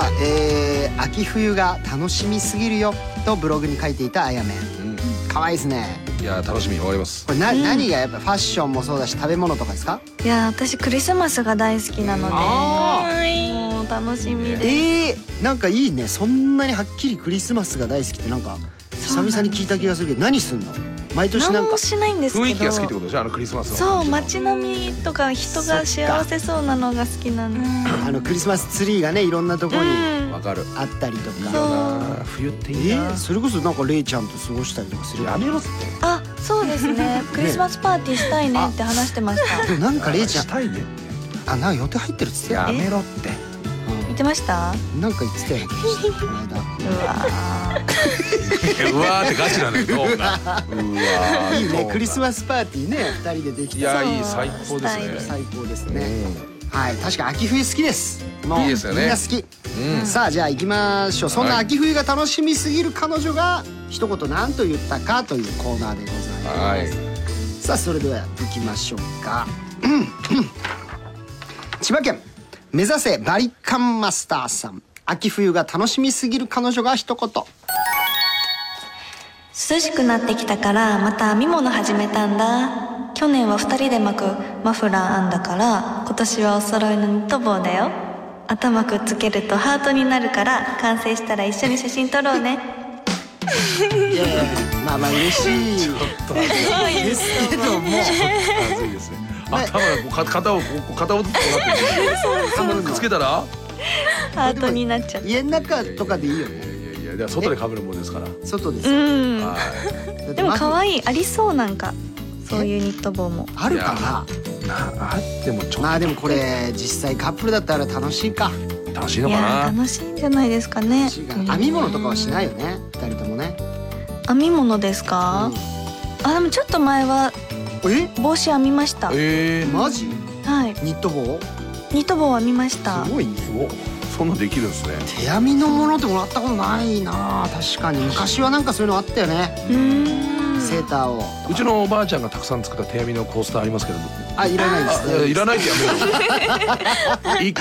Speaker 1: あ、えー秋冬が楽しみすぎるよとブログに書いていたあやめん可愛いですね
Speaker 3: いや楽しみに終わります
Speaker 1: これな、何がやっぱファッションもそうだし食べ物とかですか
Speaker 9: いやー私クリスマスが大好きなので
Speaker 1: あ
Speaker 9: もう楽しみで
Speaker 1: えー、なんかいいねそんなにはっきりクリスマスが大好きってなんか久々に聞いた気がするけど何すんの毎年な
Speaker 9: 何
Speaker 1: んか
Speaker 9: もしないんですけど
Speaker 3: 雰囲気が好きってことでしょあのクリスマスの
Speaker 9: そう街並みとか人が幸せそうなのが好きなんで
Speaker 1: あのクリスマスツリーがねいろんなとこに
Speaker 3: わかる
Speaker 1: あったりとか、
Speaker 3: あー冬っていい
Speaker 1: え
Speaker 3: な
Speaker 1: ー、それこそなんかレイちゃんと過ごしたりとかする
Speaker 3: やめろって
Speaker 9: あそうです <laughs> ねクリスマスパーティーしたいねって話してま <laughs> した
Speaker 1: でもなんかレイちゃ
Speaker 3: し
Speaker 1: ん
Speaker 3: たいね
Speaker 1: あなんか予定入ってるっつって
Speaker 3: や
Speaker 1: たよ
Speaker 3: めろって
Speaker 9: 言ってました
Speaker 1: なんか言ってたよねこの間
Speaker 9: うわー
Speaker 3: うわーってガチなんだけどうわー
Speaker 1: いいねクリス
Speaker 3: ス
Speaker 1: マスパーティーね二人ででき
Speaker 3: い
Speaker 1: た
Speaker 3: や
Speaker 1: ら
Speaker 3: いい最高で
Speaker 9: スタイル
Speaker 3: すね
Speaker 1: 最高ですね、はい確か秋冬好きですもう
Speaker 3: いいですよね
Speaker 1: みんな好き、
Speaker 3: うん
Speaker 1: さあじゃあ行きましょうそんな
Speaker 3: はい
Speaker 1: 秋冬が楽しみすぎる彼女が一言何と言ったかというコーナーでございます、
Speaker 3: はい
Speaker 1: さあそれでは行きましょうか <clears throat> 千葉県目指せバリカンマスターさん秋冬が楽しみすぎる彼女が一言
Speaker 9: 涼しくなってきたからまた編み物始めたんだ去年は二人で巻くマフラー編んだから今年はお揃いのニット帽だよ頭くっつけるとハートになるから完成したら一緒に写真撮ろう <laughs> ね
Speaker 1: いやいやまあまあ嬉
Speaker 3: <laughs>
Speaker 1: しいですけども
Speaker 3: まずいですね頭がこうか肩をこう肩をこうなってる頭くっつけたら
Speaker 9: ハートになっちゃう
Speaker 1: 家の中とかでいいよね
Speaker 3: いやいやでは外で被るものですから、
Speaker 1: 外です
Speaker 9: う
Speaker 1: よ、
Speaker 9: ん
Speaker 3: は
Speaker 1: だって
Speaker 9: でも
Speaker 1: マフ
Speaker 9: 可愛いありそうなんかそういうニット帽も
Speaker 1: あるか
Speaker 3: い、なあってもちょ
Speaker 1: な
Speaker 3: っ
Speaker 1: まあでもこれ実際カップルだったら楽しいか
Speaker 3: と楽しい
Speaker 9: い
Speaker 3: のか
Speaker 9: や
Speaker 3: な
Speaker 9: ー楽しいんじゃないですかね
Speaker 1: 違う編み物とかはしないよね二人ともね、
Speaker 9: 編み物です
Speaker 1: う
Speaker 9: か
Speaker 1: ん、
Speaker 9: あでもちょっと前は
Speaker 1: え
Speaker 9: 帽子編みました
Speaker 3: ええ
Speaker 1: マジ
Speaker 9: はい
Speaker 1: ニット帽
Speaker 9: ニット帽編みました
Speaker 1: すごいね
Speaker 3: おそんなできるんですね
Speaker 1: 手編みのものってもらったことないな確かに昔はなんかそういうのあったよね、
Speaker 9: うーん
Speaker 1: セーターを
Speaker 3: うちのおばあちゃんがたくさん作った手編みのコースターありますけど
Speaker 1: あいらないです
Speaker 3: あ
Speaker 1: ね
Speaker 3: いらないってやめようい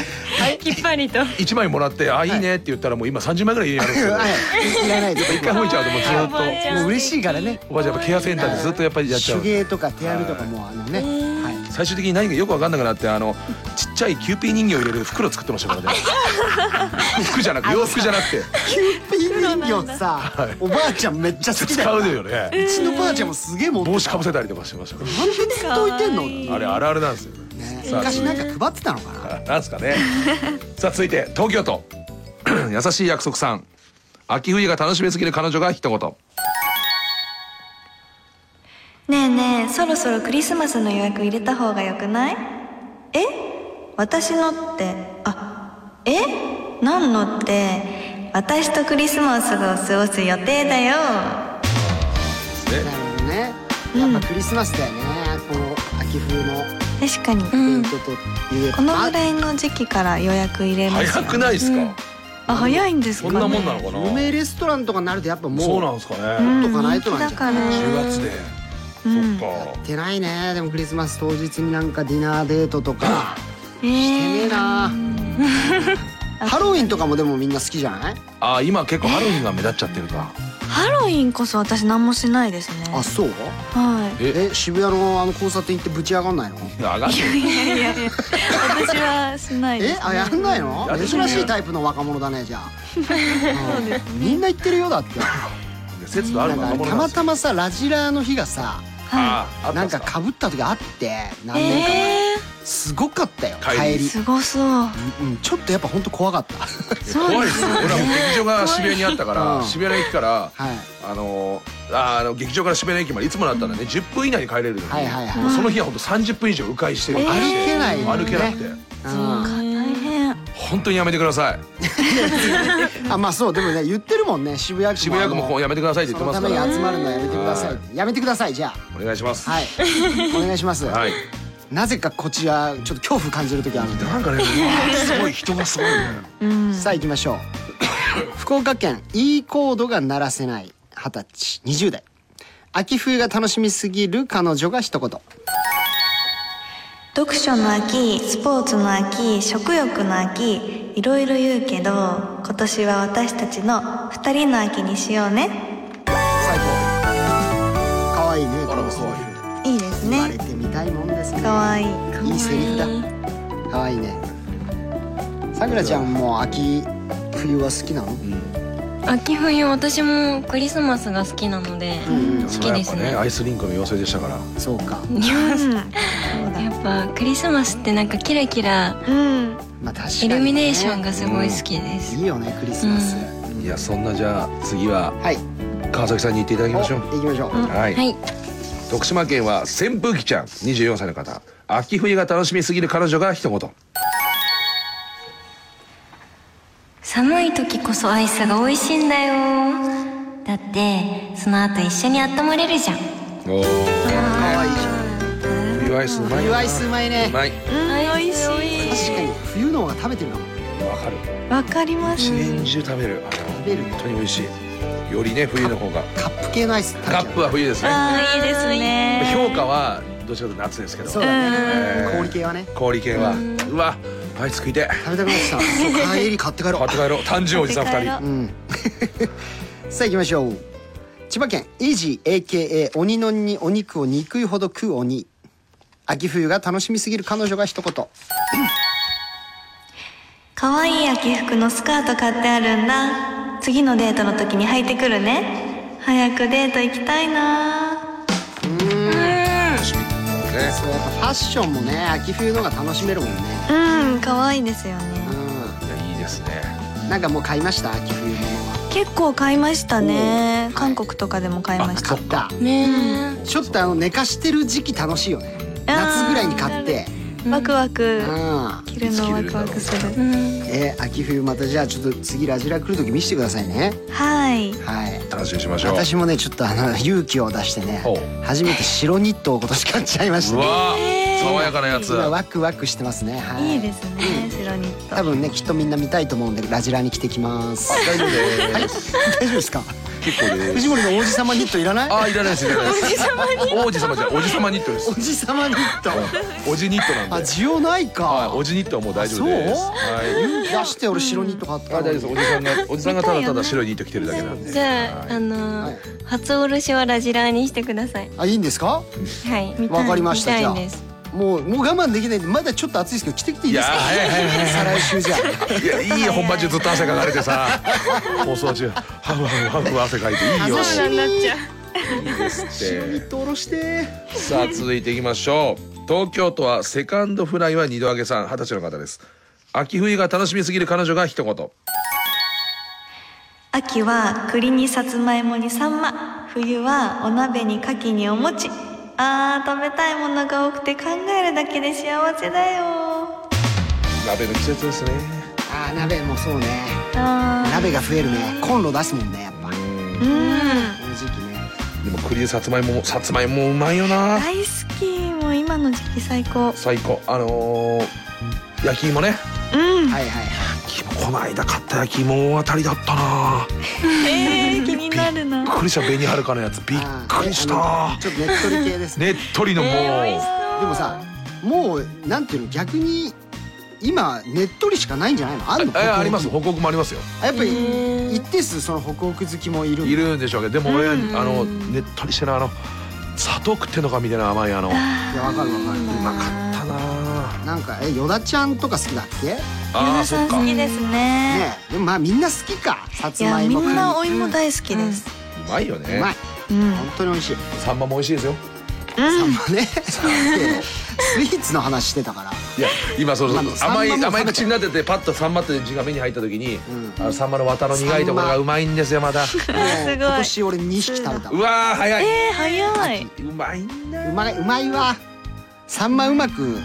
Speaker 2: きっぱりと。
Speaker 3: 一枚もらって「あいいね」って言ったらもう今30枚ぐらい家にあるんですけど
Speaker 1: はいいらないです
Speaker 3: 一回褒めちゃうともうずーっ
Speaker 2: かわいい
Speaker 3: と
Speaker 1: もう嬉しいからね
Speaker 3: おばあちゃんやっぱケアセンターでずっとやっぱりやっちゃ
Speaker 1: 手
Speaker 3: う
Speaker 1: 芸とか手編みとかもうあのね、はい、
Speaker 3: 最終的に何かよく分かんなくなってあのちっちゃいキューピー人形を入れる袋作ってましたからね服じゃなく洋服じゃなくて
Speaker 1: ピー人形さ、おばあちゃんめっちゃ好きだ
Speaker 3: 使
Speaker 1: よ
Speaker 3: うの
Speaker 1: な
Speaker 3: よね
Speaker 1: うちのばあちゃんもすげえ持って
Speaker 3: 帽子かぶせたりとかしてましたか
Speaker 1: なんでずっと置いてんの
Speaker 3: らあれあるあるなんですよ <laughs> ね
Speaker 1: ね
Speaker 3: さあ
Speaker 1: 昔なんか配ってたのかな
Speaker 3: あなんですかねさあ続いて東京都 <clears throat> 優しい約束さん秋冬が楽しみすぎる彼女が一言
Speaker 9: ねえねえそろそろクリスマスの予約入れた方がよくないえ私のってあえ何のって私とクリスマスを過ごす予定だよ
Speaker 1: なるほどねやっぱクリスマスだよね、この秋冬の
Speaker 9: 確かに、
Speaker 1: イベントという
Speaker 9: このぐ
Speaker 1: い
Speaker 9: らいの時期から予約入れますよ、ね、
Speaker 3: 早くないですか、
Speaker 9: あ早いんですか
Speaker 3: そ
Speaker 9: ね
Speaker 3: んなもんなのか
Speaker 1: 有
Speaker 3: な
Speaker 1: 名レストランとかになるとやっぱもう
Speaker 3: そうなん
Speaker 1: や
Speaker 3: ですか
Speaker 9: う
Speaker 3: ね
Speaker 1: っ
Speaker 9: ん
Speaker 1: とかないと
Speaker 9: 人
Speaker 1: なんじゃな
Speaker 9: だか
Speaker 1: い
Speaker 9: ら
Speaker 3: 10月で
Speaker 9: うん
Speaker 3: そっか
Speaker 1: ってないねでもクリスマス当日になんかディナーデートとか
Speaker 9: え
Speaker 1: して
Speaker 9: ー
Speaker 1: ねえな、ハロウィンとかもでもみんな好きじゃない
Speaker 3: あ今結構ハロウィンが目立っちゃってるか
Speaker 9: ハロウィンこそ私何もしないですね
Speaker 1: あそう
Speaker 9: はい
Speaker 1: え渋谷のあの交差点行ってぶち上がんないの
Speaker 3: 上がってる
Speaker 9: いやいやいや私はしないで
Speaker 1: え
Speaker 9: す、ね、
Speaker 1: あやんないの
Speaker 3: やってる
Speaker 1: 珍しいタイプの若者だねじゃあ、うんみんな言ってるよだって
Speaker 3: 節度あ
Speaker 1: な
Speaker 3: る
Speaker 1: ん
Speaker 3: 若
Speaker 1: か
Speaker 3: 者
Speaker 1: た
Speaker 3: なん
Speaker 1: ま
Speaker 3: ですよ
Speaker 1: たまさラジラーの日がさ
Speaker 3: あああった
Speaker 1: なん
Speaker 3: んす
Speaker 1: か
Speaker 3: か
Speaker 1: かぶった時あって何年か前、
Speaker 9: え
Speaker 1: すごかったよ
Speaker 3: 帰り
Speaker 1: 帰り
Speaker 9: ー、すごそう
Speaker 1: うんうん、ちょっとやっぱ本当怖かった、
Speaker 9: そう
Speaker 3: 怖いですよ俺はもう劇場が渋谷にあったか
Speaker 1: う
Speaker 3: ら
Speaker 1: ん
Speaker 3: 渋谷の駅から
Speaker 1: はい、
Speaker 3: あのーあーあの劇場から渋谷の駅までいつもだったらね10分以内に帰れるのに、
Speaker 1: はいはいはい
Speaker 3: もうその日は本当30分以上迂回してる、
Speaker 1: 歩けないもんね
Speaker 3: 歩けなくて
Speaker 1: うん
Speaker 9: 大変
Speaker 3: 本当にやめてください
Speaker 1: あまあそうでもね言ってるもんね渋谷区も
Speaker 3: 渋谷区もこうやめてくださいって言ってますか
Speaker 1: そのため
Speaker 3: ら
Speaker 1: に集まるのはやめてくださいってやめてくださいじゃ
Speaker 3: お願いします
Speaker 1: あ <laughs> はいお願いします、
Speaker 3: はい
Speaker 1: なぜかこちらちょっと恐怖感じる時あるんで
Speaker 3: なんかね
Speaker 1: <laughs>
Speaker 3: うわーすごい人がすごいね
Speaker 9: うん
Speaker 1: さあ行きましょう福岡県 E コードが鳴らせない二十歳20代秋冬が楽しみすぎる彼女が一言
Speaker 9: 読書の秋スポーツの秋食欲の秋いろいろ言うけど今年は私たちの二人の秋にしようね
Speaker 3: 最高
Speaker 1: 可愛いね
Speaker 3: あら可愛
Speaker 9: いいです
Speaker 1: 言わ
Speaker 9: ね
Speaker 1: れてみたいもんですね
Speaker 9: 可愛い
Speaker 1: いいセリフだ可愛いねさくらちゃんも秋冬は好きなの
Speaker 2: 秋冬私もクリスマスが好きなので、
Speaker 1: ん
Speaker 2: 好きです
Speaker 3: やっぱ
Speaker 2: ね
Speaker 3: ねアイスリンクの妖精でしたから
Speaker 1: そうか
Speaker 2: やっぱクリスマスってなんかキラキラ
Speaker 9: うん
Speaker 1: まあ確かに、
Speaker 2: イ
Speaker 1: ね、
Speaker 2: ルミネーションがすごい好きです、
Speaker 1: いいよねクリスマス、
Speaker 2: う
Speaker 3: いやそんなじゃあ次は
Speaker 1: はい
Speaker 3: 川崎さんに行っていただきましょう
Speaker 1: お行きましょう、
Speaker 3: はい
Speaker 2: はい
Speaker 3: 徳島県は扇風機ちゃん24歳の方秋冬が楽しみすぎる彼女が一言
Speaker 2: 寒い時こそアイスが美味しいんだよだってその後一緒に温まれるじゃん
Speaker 3: おー
Speaker 1: 可愛いじ
Speaker 3: 冬アイスうま
Speaker 1: ゃん
Speaker 3: い
Speaker 1: 冬
Speaker 3: な
Speaker 1: アイスうまいね
Speaker 3: うまい
Speaker 2: 美味しい
Speaker 1: 確かに冬の方が食べてるかも
Speaker 3: わかる
Speaker 9: わかります
Speaker 3: 一年中食べるあの
Speaker 1: 食べる
Speaker 3: 本当に美味しいよりね冬の方が
Speaker 1: カップ系のアイス食べち
Speaker 3: カ
Speaker 1: ゃう
Speaker 3: ップは冬ですね
Speaker 9: あーいいですね
Speaker 3: 評価はどちらかというと夏ですけど
Speaker 1: そうだね、
Speaker 3: えー
Speaker 1: 氷系はね
Speaker 3: 氷系はうわアイス食いて
Speaker 1: 食べたくなってきたそう帰り買って帰ろう
Speaker 3: 買って帰ろう単純おじさん二人
Speaker 1: うんさあ行きましょう千葉県イージー AKA 鬼のにお肉を憎いほど食う鬼秋冬が楽しみすぎる彼女が一言
Speaker 9: 可愛い秋服のスカート買ってあるんだ次のデートの時に履いてくるね早くデート行きたいな
Speaker 3: ね
Speaker 1: そうやっぱファッションもね秋冬の方が楽しめるもんね
Speaker 9: うん可愛いですよね
Speaker 1: う
Speaker 3: いやいいですね
Speaker 1: んなんかもう買いました秋冬のものは
Speaker 9: 結構買いましたね韓国とかでも買いました
Speaker 1: 買った
Speaker 2: ね
Speaker 1: ちょっとあの寝かしてる時期楽しいよね夏ぐらいに買って
Speaker 9: ワクワ
Speaker 1: う
Speaker 9: ク
Speaker 1: ん
Speaker 9: 着るのワクワクす
Speaker 2: えう
Speaker 9: る
Speaker 2: ん
Speaker 1: えー秋冬またじゃあちょっと次ラジラ来る時見せてくださいね
Speaker 9: はい
Speaker 1: はい
Speaker 3: 楽しみにしましょう
Speaker 1: 私もねちょっとあの勇気を出してね
Speaker 3: おう
Speaker 1: 初めて白ニットを今年買っちゃいまし
Speaker 3: う
Speaker 1: たね
Speaker 3: わー爽やかなやつ
Speaker 1: 今ワクワクしてますねはい
Speaker 9: いいですね白ニット
Speaker 1: 多分ねきっとみんな見たいと思うんでラジラに来てきます
Speaker 3: <laughs> 大丈夫
Speaker 1: はい
Speaker 3: です
Speaker 1: 大丈夫ですか
Speaker 3: 結構です
Speaker 1: 藤森の王子様ニットいらない
Speaker 3: あーいらないですいらないです王子様じゃおじさまニットで
Speaker 1: お
Speaker 3: す
Speaker 1: じ様ニット
Speaker 3: おじニットなんで
Speaker 1: あ需要ないか、
Speaker 3: はいおじニットはもう大丈夫です
Speaker 1: そう
Speaker 3: はい
Speaker 1: 出して俺白ニット買っ
Speaker 3: あ
Speaker 1: た
Speaker 3: 大丈夫ですおじさんがおじさんがただただ白いニット着てるだけなんで
Speaker 2: じゃあ、あの
Speaker 1: はい
Speaker 2: 初おろしはラジラーにしてください。
Speaker 1: あいいんですか
Speaker 2: はい。見
Speaker 1: わかりました
Speaker 2: た
Speaker 1: じゃ
Speaker 2: い
Speaker 1: あ
Speaker 2: です。
Speaker 1: もうもう我慢できないんでまだちょっと暑いですけど着てきていい
Speaker 3: い
Speaker 1: で
Speaker 3: や
Speaker 1: すか
Speaker 3: 早い早い早い
Speaker 1: 再来週じゃ
Speaker 3: いやいいよ本番中ずっと汗かかれてさ放送中ハフハフハフ汗かいていいよ
Speaker 1: 楽しみ
Speaker 2: なっちゃう。
Speaker 3: いいです
Speaker 1: 白ニットおろして
Speaker 3: さあ続いていきましょう東京都はセカンドフライは二度揚げさん二十歳の方です秋冬が楽しみすぎる彼女が一言
Speaker 9: 秋は栗にさつまいもにサンマ冬はお鍋に牡蠣にお餅あー食べたいものが多くて考えるだけで幸せだよ
Speaker 3: 鍋の季節ですね
Speaker 1: あー鍋もそうね
Speaker 9: あ
Speaker 1: 鍋が増えるねコンロ出すもんねやっぱこ
Speaker 9: ーうん
Speaker 1: の時期ね
Speaker 3: でも栗でさつまいもさつまいもうまいよな
Speaker 9: 大好きもう今の時期最高
Speaker 3: 最高あのー、焼き芋ね
Speaker 9: うん
Speaker 1: はいはいは
Speaker 3: 焼き芋この間買った焼き芋大当たりだったな
Speaker 9: えー、気になるな
Speaker 3: びっくりした紅はるかのやつびっ
Speaker 1: いあー
Speaker 3: くりし
Speaker 1: あ
Speaker 3: た
Speaker 1: のちょっとねっとり系ですね
Speaker 3: ねっとりのもう、
Speaker 1: でもさもうなんていうの逆に今ねっとりしかないんじゃないのあんの
Speaker 3: えありますす報告もありますよ
Speaker 1: やっぱり一定数そのホクホク好きもいる
Speaker 3: いるんでしょうけどでも俺、あのねっとりしてなあの砂糖食ってんのかみたいな甘いあのう
Speaker 1: いやわかるわかる
Speaker 3: まかったなあ
Speaker 1: なんかえヨダちゃんとか好きだっけね
Speaker 3: あーそっかう
Speaker 9: ですね
Speaker 1: でもまあみんな好きかさつ
Speaker 9: いや
Speaker 1: まい
Speaker 9: み
Speaker 1: も
Speaker 9: んなお
Speaker 1: い
Speaker 9: 芋大好きです
Speaker 3: まいよね
Speaker 1: うまい
Speaker 9: うん、
Speaker 1: 本当に美味しい
Speaker 3: サンマも美味しいですよ
Speaker 1: サンマ
Speaker 9: <laughs>
Speaker 1: ねスイーツの話してたから
Speaker 3: いや今その
Speaker 1: まあサンマも
Speaker 3: 甘い
Speaker 1: 食べた
Speaker 3: 甘い口になっててパッとサンマって字が目に入った時に、
Speaker 1: う
Speaker 3: あのサンマの綿の苦いところがうまいんですよまだ
Speaker 1: もう
Speaker 9: ごい
Speaker 1: 今年俺2匹食べた
Speaker 3: うわー早い、
Speaker 9: えー、早いう
Speaker 3: まいんだよ
Speaker 1: うまいうまいわサンマうまく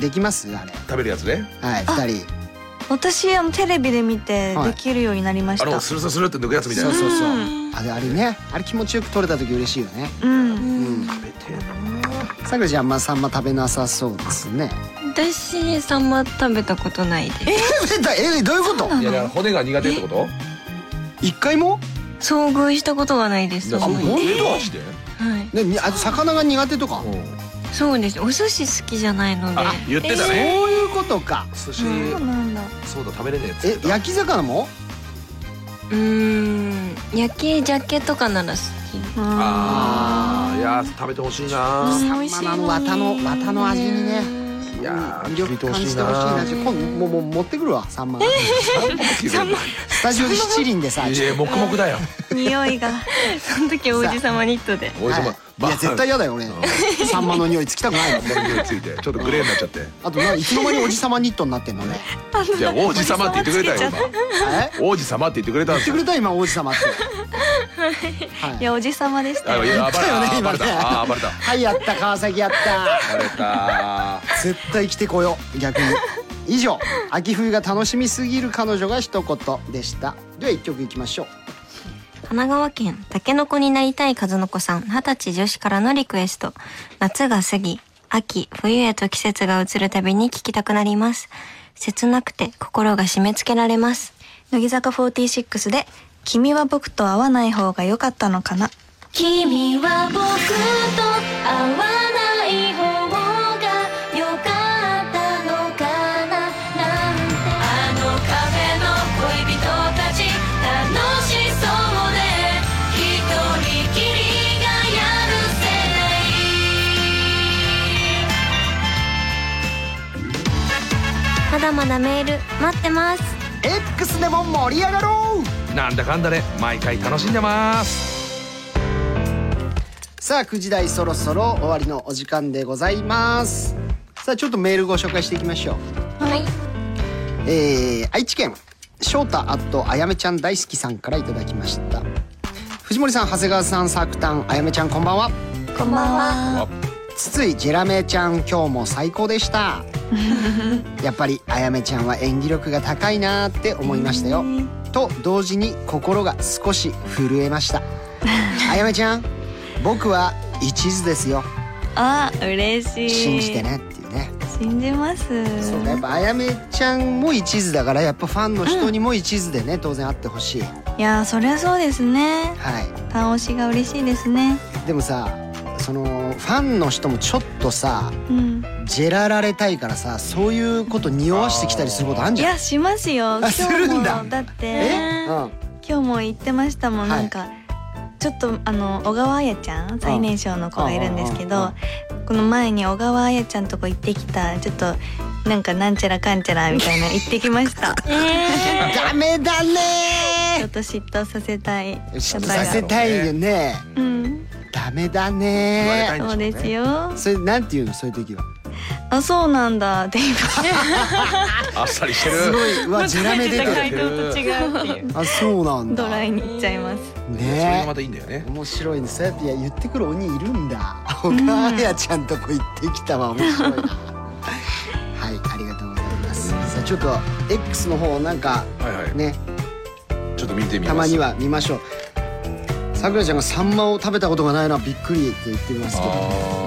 Speaker 1: できますあれ
Speaker 3: 食べるやつね
Speaker 1: はい2人
Speaker 9: 私あのテレビで見て
Speaker 1: はい
Speaker 9: できるようになりまし
Speaker 3: あ
Speaker 9: た、
Speaker 3: のスルスルスルって抜くやつみたい
Speaker 1: そ
Speaker 3: な
Speaker 1: うそうそう
Speaker 9: うん
Speaker 1: あれあれねあれ気持ちよく取れた時嬉しいよね
Speaker 9: うん
Speaker 1: うん
Speaker 3: 食べてえな
Speaker 1: さくらちゃんあんまサンマ食べなさそうですね
Speaker 2: 私サンマ食べたことないです。
Speaker 1: えだえどういうこと
Speaker 3: いやだから骨が苦手ってこと
Speaker 1: 一回も
Speaker 2: 遭遇したことがないです。
Speaker 3: じゃあその
Speaker 1: ほんと
Speaker 3: 骨どうして、
Speaker 2: はい。
Speaker 1: ねにあ魚が苦手とか
Speaker 3: うん
Speaker 2: そうです。お寿司好きじゃないので。
Speaker 3: あ言ってた
Speaker 1: そう
Speaker 3: ね、
Speaker 1: いうことか
Speaker 3: 寿司
Speaker 9: そうなんだ
Speaker 3: そうだ食べれねえっつ
Speaker 1: え
Speaker 3: ってた
Speaker 1: 焼き魚も
Speaker 2: うーん。焼き鮭とかなら好き。
Speaker 3: あーいやー食べてほしいな
Speaker 9: うん
Speaker 1: サン
Speaker 9: 美味し
Speaker 1: マ
Speaker 9: い
Speaker 1: の
Speaker 9: の
Speaker 1: あ
Speaker 9: に
Speaker 1: の綿の綿の味にね
Speaker 3: いや
Speaker 1: 魅
Speaker 3: ー
Speaker 1: 力感じてほしいな今度もうもう持ってくるわサンマスタジオで七輪でさ
Speaker 3: いや黙々だよ
Speaker 9: 匂いが
Speaker 2: その時王子様ニットで。
Speaker 3: おじさま
Speaker 1: はいいや絶対嫌だよ俺サンマの匂いつきたくないもん
Speaker 3: についてちょっとグレーになっちゃって
Speaker 1: あとないつの間におじさまニットになってんの
Speaker 3: <laughs>
Speaker 1: ね
Speaker 3: じゃあ王子様って言ってくれ
Speaker 1: <laughs>
Speaker 3: たよ
Speaker 1: え
Speaker 3: 今王子様って言ってくれたん
Speaker 1: 言
Speaker 3: で
Speaker 1: っ
Speaker 3: す
Speaker 1: て
Speaker 3: よ
Speaker 1: くれた今王子様ってはい
Speaker 9: いやおじさまでした
Speaker 3: あい
Speaker 9: よ
Speaker 3: や
Speaker 1: 言
Speaker 3: 暴れ
Speaker 1: ったよね
Speaker 3: た暴
Speaker 1: 今
Speaker 3: れ
Speaker 1: ね
Speaker 3: たあ暴れた
Speaker 1: はいやった川崎やっ
Speaker 3: <laughs>
Speaker 1: た
Speaker 3: 暴れた
Speaker 1: 絶対来てこよう逆に以上秋冬が楽しみすぎる彼女が一言でしたでは一曲いきましょう
Speaker 2: 神奈川県、タケノコになりたい数の子さん、二十歳女子からのリクエスト。夏が過ぎ、秋、冬へと季節が移るたびに聴きたくなります。切なくて心が締め付けられます。
Speaker 9: 乃木坂46で「君は僕と会わない方が良かったのかな
Speaker 6: 君は僕と会わない方が良かったのかななんてあのカフェの恋人たち楽しそうで一人きりがや
Speaker 2: まだまだメール待ってます
Speaker 1: X でも盛り上がろう
Speaker 3: なんだかんだで毎回楽しんでます
Speaker 1: さあ9時台そろそろ終わりのお時間でございますさあちょっとメールご紹介していきましょう
Speaker 2: はい
Speaker 1: えー愛知県翔太あとあやめちゃん大好きさんからいただきました藤森さん長谷川さんサクタンあやめちゃんこんばんは
Speaker 9: こんばんは。
Speaker 1: 筒井ジェラメちゃん今日も最高でした
Speaker 9: <laughs>
Speaker 1: やっぱりあやめちゃんは演技力が高いなーって思いましたよと同時に心が少し震えま
Speaker 9: <laughs>
Speaker 1: したあやめちゃん僕は一途ですよ
Speaker 9: あ、嬉しい。
Speaker 1: 信じて。ねっていうね
Speaker 9: 信じます。
Speaker 1: そうかやっぱあやめちゃんも一途だからやっぱファンの人にも一途でね、当然あってほしいはい
Speaker 9: やー、そりゃそうですね。倒しが嬉しいですね。
Speaker 1: いでもさそのファンの人もちょっとさ
Speaker 9: うん。
Speaker 1: ジェラられたいからさそういうこと匂わしてきたりすることあん
Speaker 9: い
Speaker 1: じゃん
Speaker 9: やしますよ。今
Speaker 1: あ
Speaker 9: 日
Speaker 1: するん
Speaker 9: も
Speaker 1: だ
Speaker 9: だって
Speaker 1: え、うん、
Speaker 9: 今日も言ってましたもん、
Speaker 1: はい
Speaker 9: なんかちょっとあの小川彩ちゃん最年少の子がいるんですけ
Speaker 1: うんう
Speaker 9: ど
Speaker 1: ん、
Speaker 9: この前に小川彩ちゃんとこ行ってきたちょっとなんかなんちゃらかんちゃらみたいな行ってきま
Speaker 1: <laughs>
Speaker 9: した。
Speaker 1: ダメだ
Speaker 9: ちょ
Speaker 1: ね
Speaker 9: っと嫉妬させたい方が。
Speaker 1: 嫉妬させたいよね
Speaker 9: うん、
Speaker 1: ダメだ
Speaker 3: 言われたい
Speaker 1: ね
Speaker 3: んでしょうね
Speaker 9: そうですよ。
Speaker 1: それなんていうのそういう時は
Speaker 9: あ、そうなんだって言いま
Speaker 3: あっさりしてる
Speaker 1: すごいうわジェラめ出て
Speaker 3: 答え
Speaker 1: る
Speaker 3: てた回答と
Speaker 9: 違うっていう。
Speaker 1: あそうなんだ
Speaker 9: ドライに行っちゃいます。
Speaker 3: それが
Speaker 1: ね
Speaker 3: またいいんだよね
Speaker 1: 面白いねそうやっていや言ってくる鬼いるんだお母やちゃんとこ行ってきたわ面白いなはいありがとうございますさあちょっと X の方なんか
Speaker 3: はいはい
Speaker 1: ね
Speaker 3: ちょっと見てみます
Speaker 1: たまには見ましょうさくらちゃんがサンマを食べたことがないのはびっくりって言ってますけど
Speaker 3: あ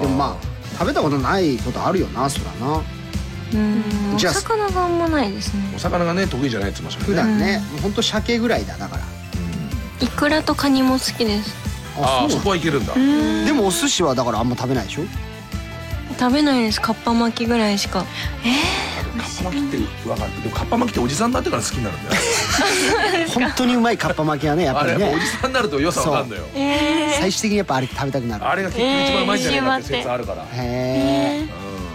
Speaker 3: ー
Speaker 1: でもまあ食べたことないことあるよなそらな
Speaker 2: うんお
Speaker 1: じゃあ
Speaker 2: 魚があんまないですね
Speaker 3: お魚がね得意じゃないって言ってまし
Speaker 1: 普
Speaker 3: たもんね
Speaker 1: 段ね、もうほんと鮭ぐらいだだから
Speaker 2: イクラとカニも好きです
Speaker 3: ああ
Speaker 1: そ
Speaker 3: そうこはいけるんだ
Speaker 1: でもお寿司はだからあんま食べないでしょ
Speaker 2: 食べないですカッパ巻きぐらいしか
Speaker 3: カッパ巻きってわかるでもカッパ巻きっておじさんになってから好きになるんだよ
Speaker 1: 本当にうまいかっぱ巻きはねやっ
Speaker 3: あ
Speaker 1: ぱ
Speaker 3: れ
Speaker 1: り
Speaker 3: やっぱお
Speaker 1: ね
Speaker 3: じさんになると良さわかんのよ
Speaker 1: 最終的にやっぱあれ食べたくなる
Speaker 3: あれが結局一番うまいんじゃないかって説あるから
Speaker 1: へえ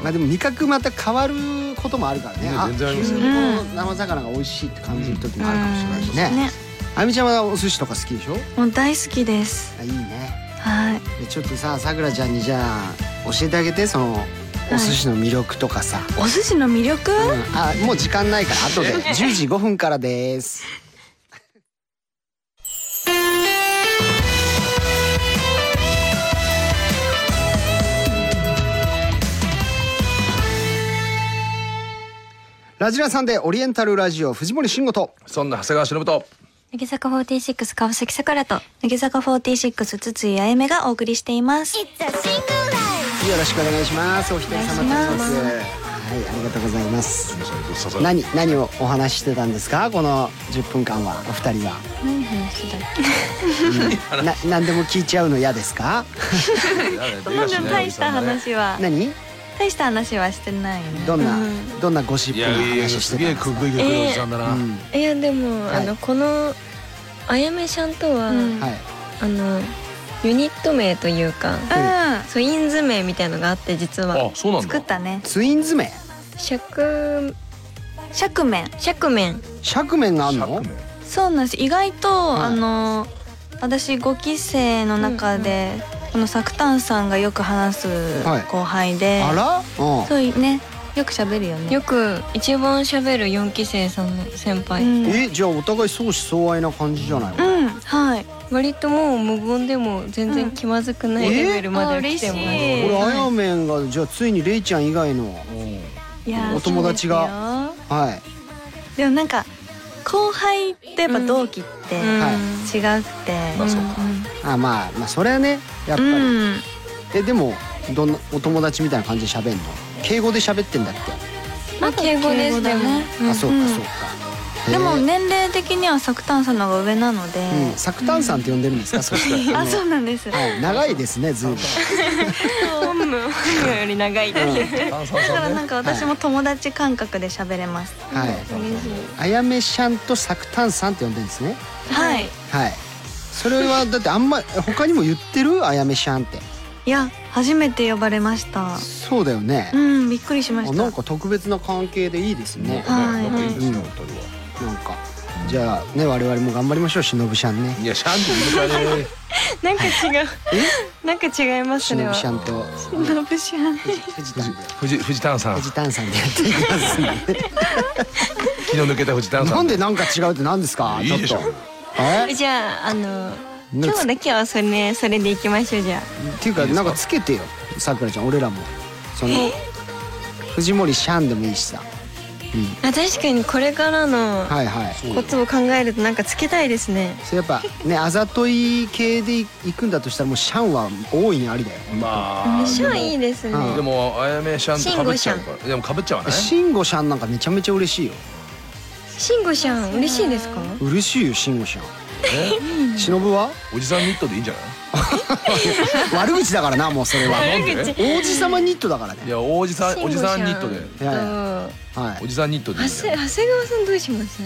Speaker 1: まあでも味覚また変わることもあるからね
Speaker 3: ね
Speaker 1: あ
Speaker 3: 全然あります
Speaker 1: 急
Speaker 3: よ
Speaker 1: にこの生魚が美味しいって感じる時もあるかもしれないしね,、
Speaker 9: ね、
Speaker 1: あゆみちゃんはお寿司とか好きでしょ
Speaker 9: もう大好きです。
Speaker 1: あいいね
Speaker 9: はい。
Speaker 1: でちょっとささくらちゃんにじゃあ教えてあげてそのお寿司の魅力とかさ、
Speaker 9: お寿司の魅力？
Speaker 1: うんあもう時間ないから後で10時5分からですラジラさんでオリエンタルラジオ藤森慎吾と
Speaker 3: そんな長谷川忍と
Speaker 2: 乃木坂46川崎さくらと
Speaker 9: 乃木坂46筒井あやめがお送りしています。
Speaker 1: よろしくお願いしますお一人様
Speaker 9: お願いします
Speaker 1: はいありがとうございます
Speaker 3: 刺さ
Speaker 1: 何何をお話ししてたんですかこの10分間はお二人は
Speaker 2: 何話してたっけ
Speaker 1: な何でも聞いちゃうの嫌ですか
Speaker 9: そんな大した話は、
Speaker 1: 何
Speaker 9: 大した話はしてないね。
Speaker 1: どんな、どんなゴシッ
Speaker 3: い
Speaker 1: プ
Speaker 3: や
Speaker 1: の
Speaker 3: いや
Speaker 1: 話し
Speaker 3: す
Speaker 1: てた
Speaker 3: げえ
Speaker 1: んで
Speaker 3: く
Speaker 1: す
Speaker 3: っ
Speaker 1: か
Speaker 3: くいくいくるおじさんだな
Speaker 2: えいやでも、
Speaker 1: はい
Speaker 2: あのこのあやめちゃんとは、
Speaker 9: うん。
Speaker 1: はい
Speaker 2: あのユニット名というか
Speaker 9: うん
Speaker 2: ツインズ名みたいのがあって実は
Speaker 3: あそうなん
Speaker 9: 作
Speaker 3: だ
Speaker 9: ったね。
Speaker 1: ツインズ名
Speaker 2: 釈
Speaker 9: 釈面。
Speaker 2: 釈面
Speaker 1: 釈面があんの
Speaker 3: 釈明
Speaker 9: そうなんです。意外と、
Speaker 1: い
Speaker 9: あの私5期生の中で、このサクタンさんがよく話す
Speaker 1: はい
Speaker 9: 後輩で、
Speaker 1: あらうん
Speaker 9: そういね。よく喋るよね。
Speaker 2: よく一番喋る4期生さんの先輩、
Speaker 9: うん、
Speaker 1: えじゃあお互い相思相愛な感じじゃない、
Speaker 9: うん、はい。
Speaker 2: 割ともう無言でも全然気まずくないレベルまで来ても
Speaker 9: うんえ
Speaker 1: こ
Speaker 9: ー
Speaker 1: れあやめんがじゃあついにレイちゃん以外の
Speaker 9: いやー
Speaker 1: お友達が。
Speaker 9: そうですよ
Speaker 1: はい
Speaker 9: でもなんか後輩とやっぱ同期って
Speaker 2: うん
Speaker 1: はい
Speaker 9: 違くて、
Speaker 3: まあそうか
Speaker 1: あまあまあそれはねやっぱり、
Speaker 9: うん、
Speaker 1: えでもどんなお友達みたいな感じで喋んの敬語で喋ってんだって、
Speaker 2: まあ敬語ですでも、
Speaker 1: あそうか
Speaker 9: うん
Speaker 1: そうか、へえ
Speaker 9: でも年齢的にはサクタンさんの方が上なので、
Speaker 1: うん、サクタンさんって呼んでるんですか、そ <laughs> して
Speaker 9: あそうなんです、
Speaker 1: はい、長いですねずいぶん
Speaker 2: 本 <laughs> 名本名より長いだけ
Speaker 3: 炭酸
Speaker 9: だか
Speaker 3: さ
Speaker 9: ら
Speaker 3: ん
Speaker 9: な
Speaker 3: ね
Speaker 9: んか私も友達感覚で喋れます、
Speaker 1: はいあやめしゃんとサクタンさんって呼んでるんですね
Speaker 9: はい
Speaker 1: はいそれはだってあんま他にも言ってるあやめしゃんって
Speaker 9: いや初めて呼ばれました
Speaker 1: そうだよね
Speaker 9: う、んびっくりしま
Speaker 1: あ
Speaker 9: し
Speaker 1: なん
Speaker 9: た
Speaker 1: か特別な関係でいいですね、
Speaker 9: はい
Speaker 3: なんかいいですねお二人
Speaker 1: なんかじゃあね我々も頑張りましょうしのぶしゃんね
Speaker 3: はいやシャンって言うね
Speaker 2: なんか違うなんか違います
Speaker 1: し
Speaker 2: ね
Speaker 1: のぶしゃんと
Speaker 9: のぶしゃん
Speaker 1: <laughs> 藤田で
Speaker 3: 富士富士炭酸
Speaker 1: 藤田さんでやっていきますんで
Speaker 3: 気の抜けた藤田さん
Speaker 1: なんでなんか違うって何ですか
Speaker 3: いいでしょ
Speaker 1: ちょっとえ
Speaker 2: じゃああの今日だけはそれ,、ね、それでいきましょうじゃあ
Speaker 1: っていうかなんかつけてよさくらちゃん俺らもその藤森シャンでもいいしさ
Speaker 2: あ確かにこれからの
Speaker 1: はいはい
Speaker 2: ことを考えるとなんかつけたいですね
Speaker 1: それやっぱねあざとい系で行くんだとしたらもうシャンは大いにありだよ
Speaker 3: まあ
Speaker 2: シャンいいですね
Speaker 1: うん
Speaker 3: でもあやめシャンとかぶっちゃうからでもかぶっちゃわない
Speaker 1: 慎吾シャンなんかめちゃめちゃ嬉しいよ
Speaker 2: シンゴシャン嬉しいですか
Speaker 1: 嬉しいよ慎吾シャン忍
Speaker 2: <laughs>
Speaker 1: は
Speaker 3: おじさんニットでいいんじゃない
Speaker 1: 悪口だからなもうそれは
Speaker 3: なんで
Speaker 1: 王子様ニットだからね
Speaker 3: いや王子さんおじさんニットで
Speaker 1: いやいや
Speaker 2: あ
Speaker 1: は
Speaker 3: おじさんニットでいいん
Speaker 2: 長
Speaker 3: じゃ
Speaker 2: 谷
Speaker 3: ない
Speaker 2: 長谷川さんどうします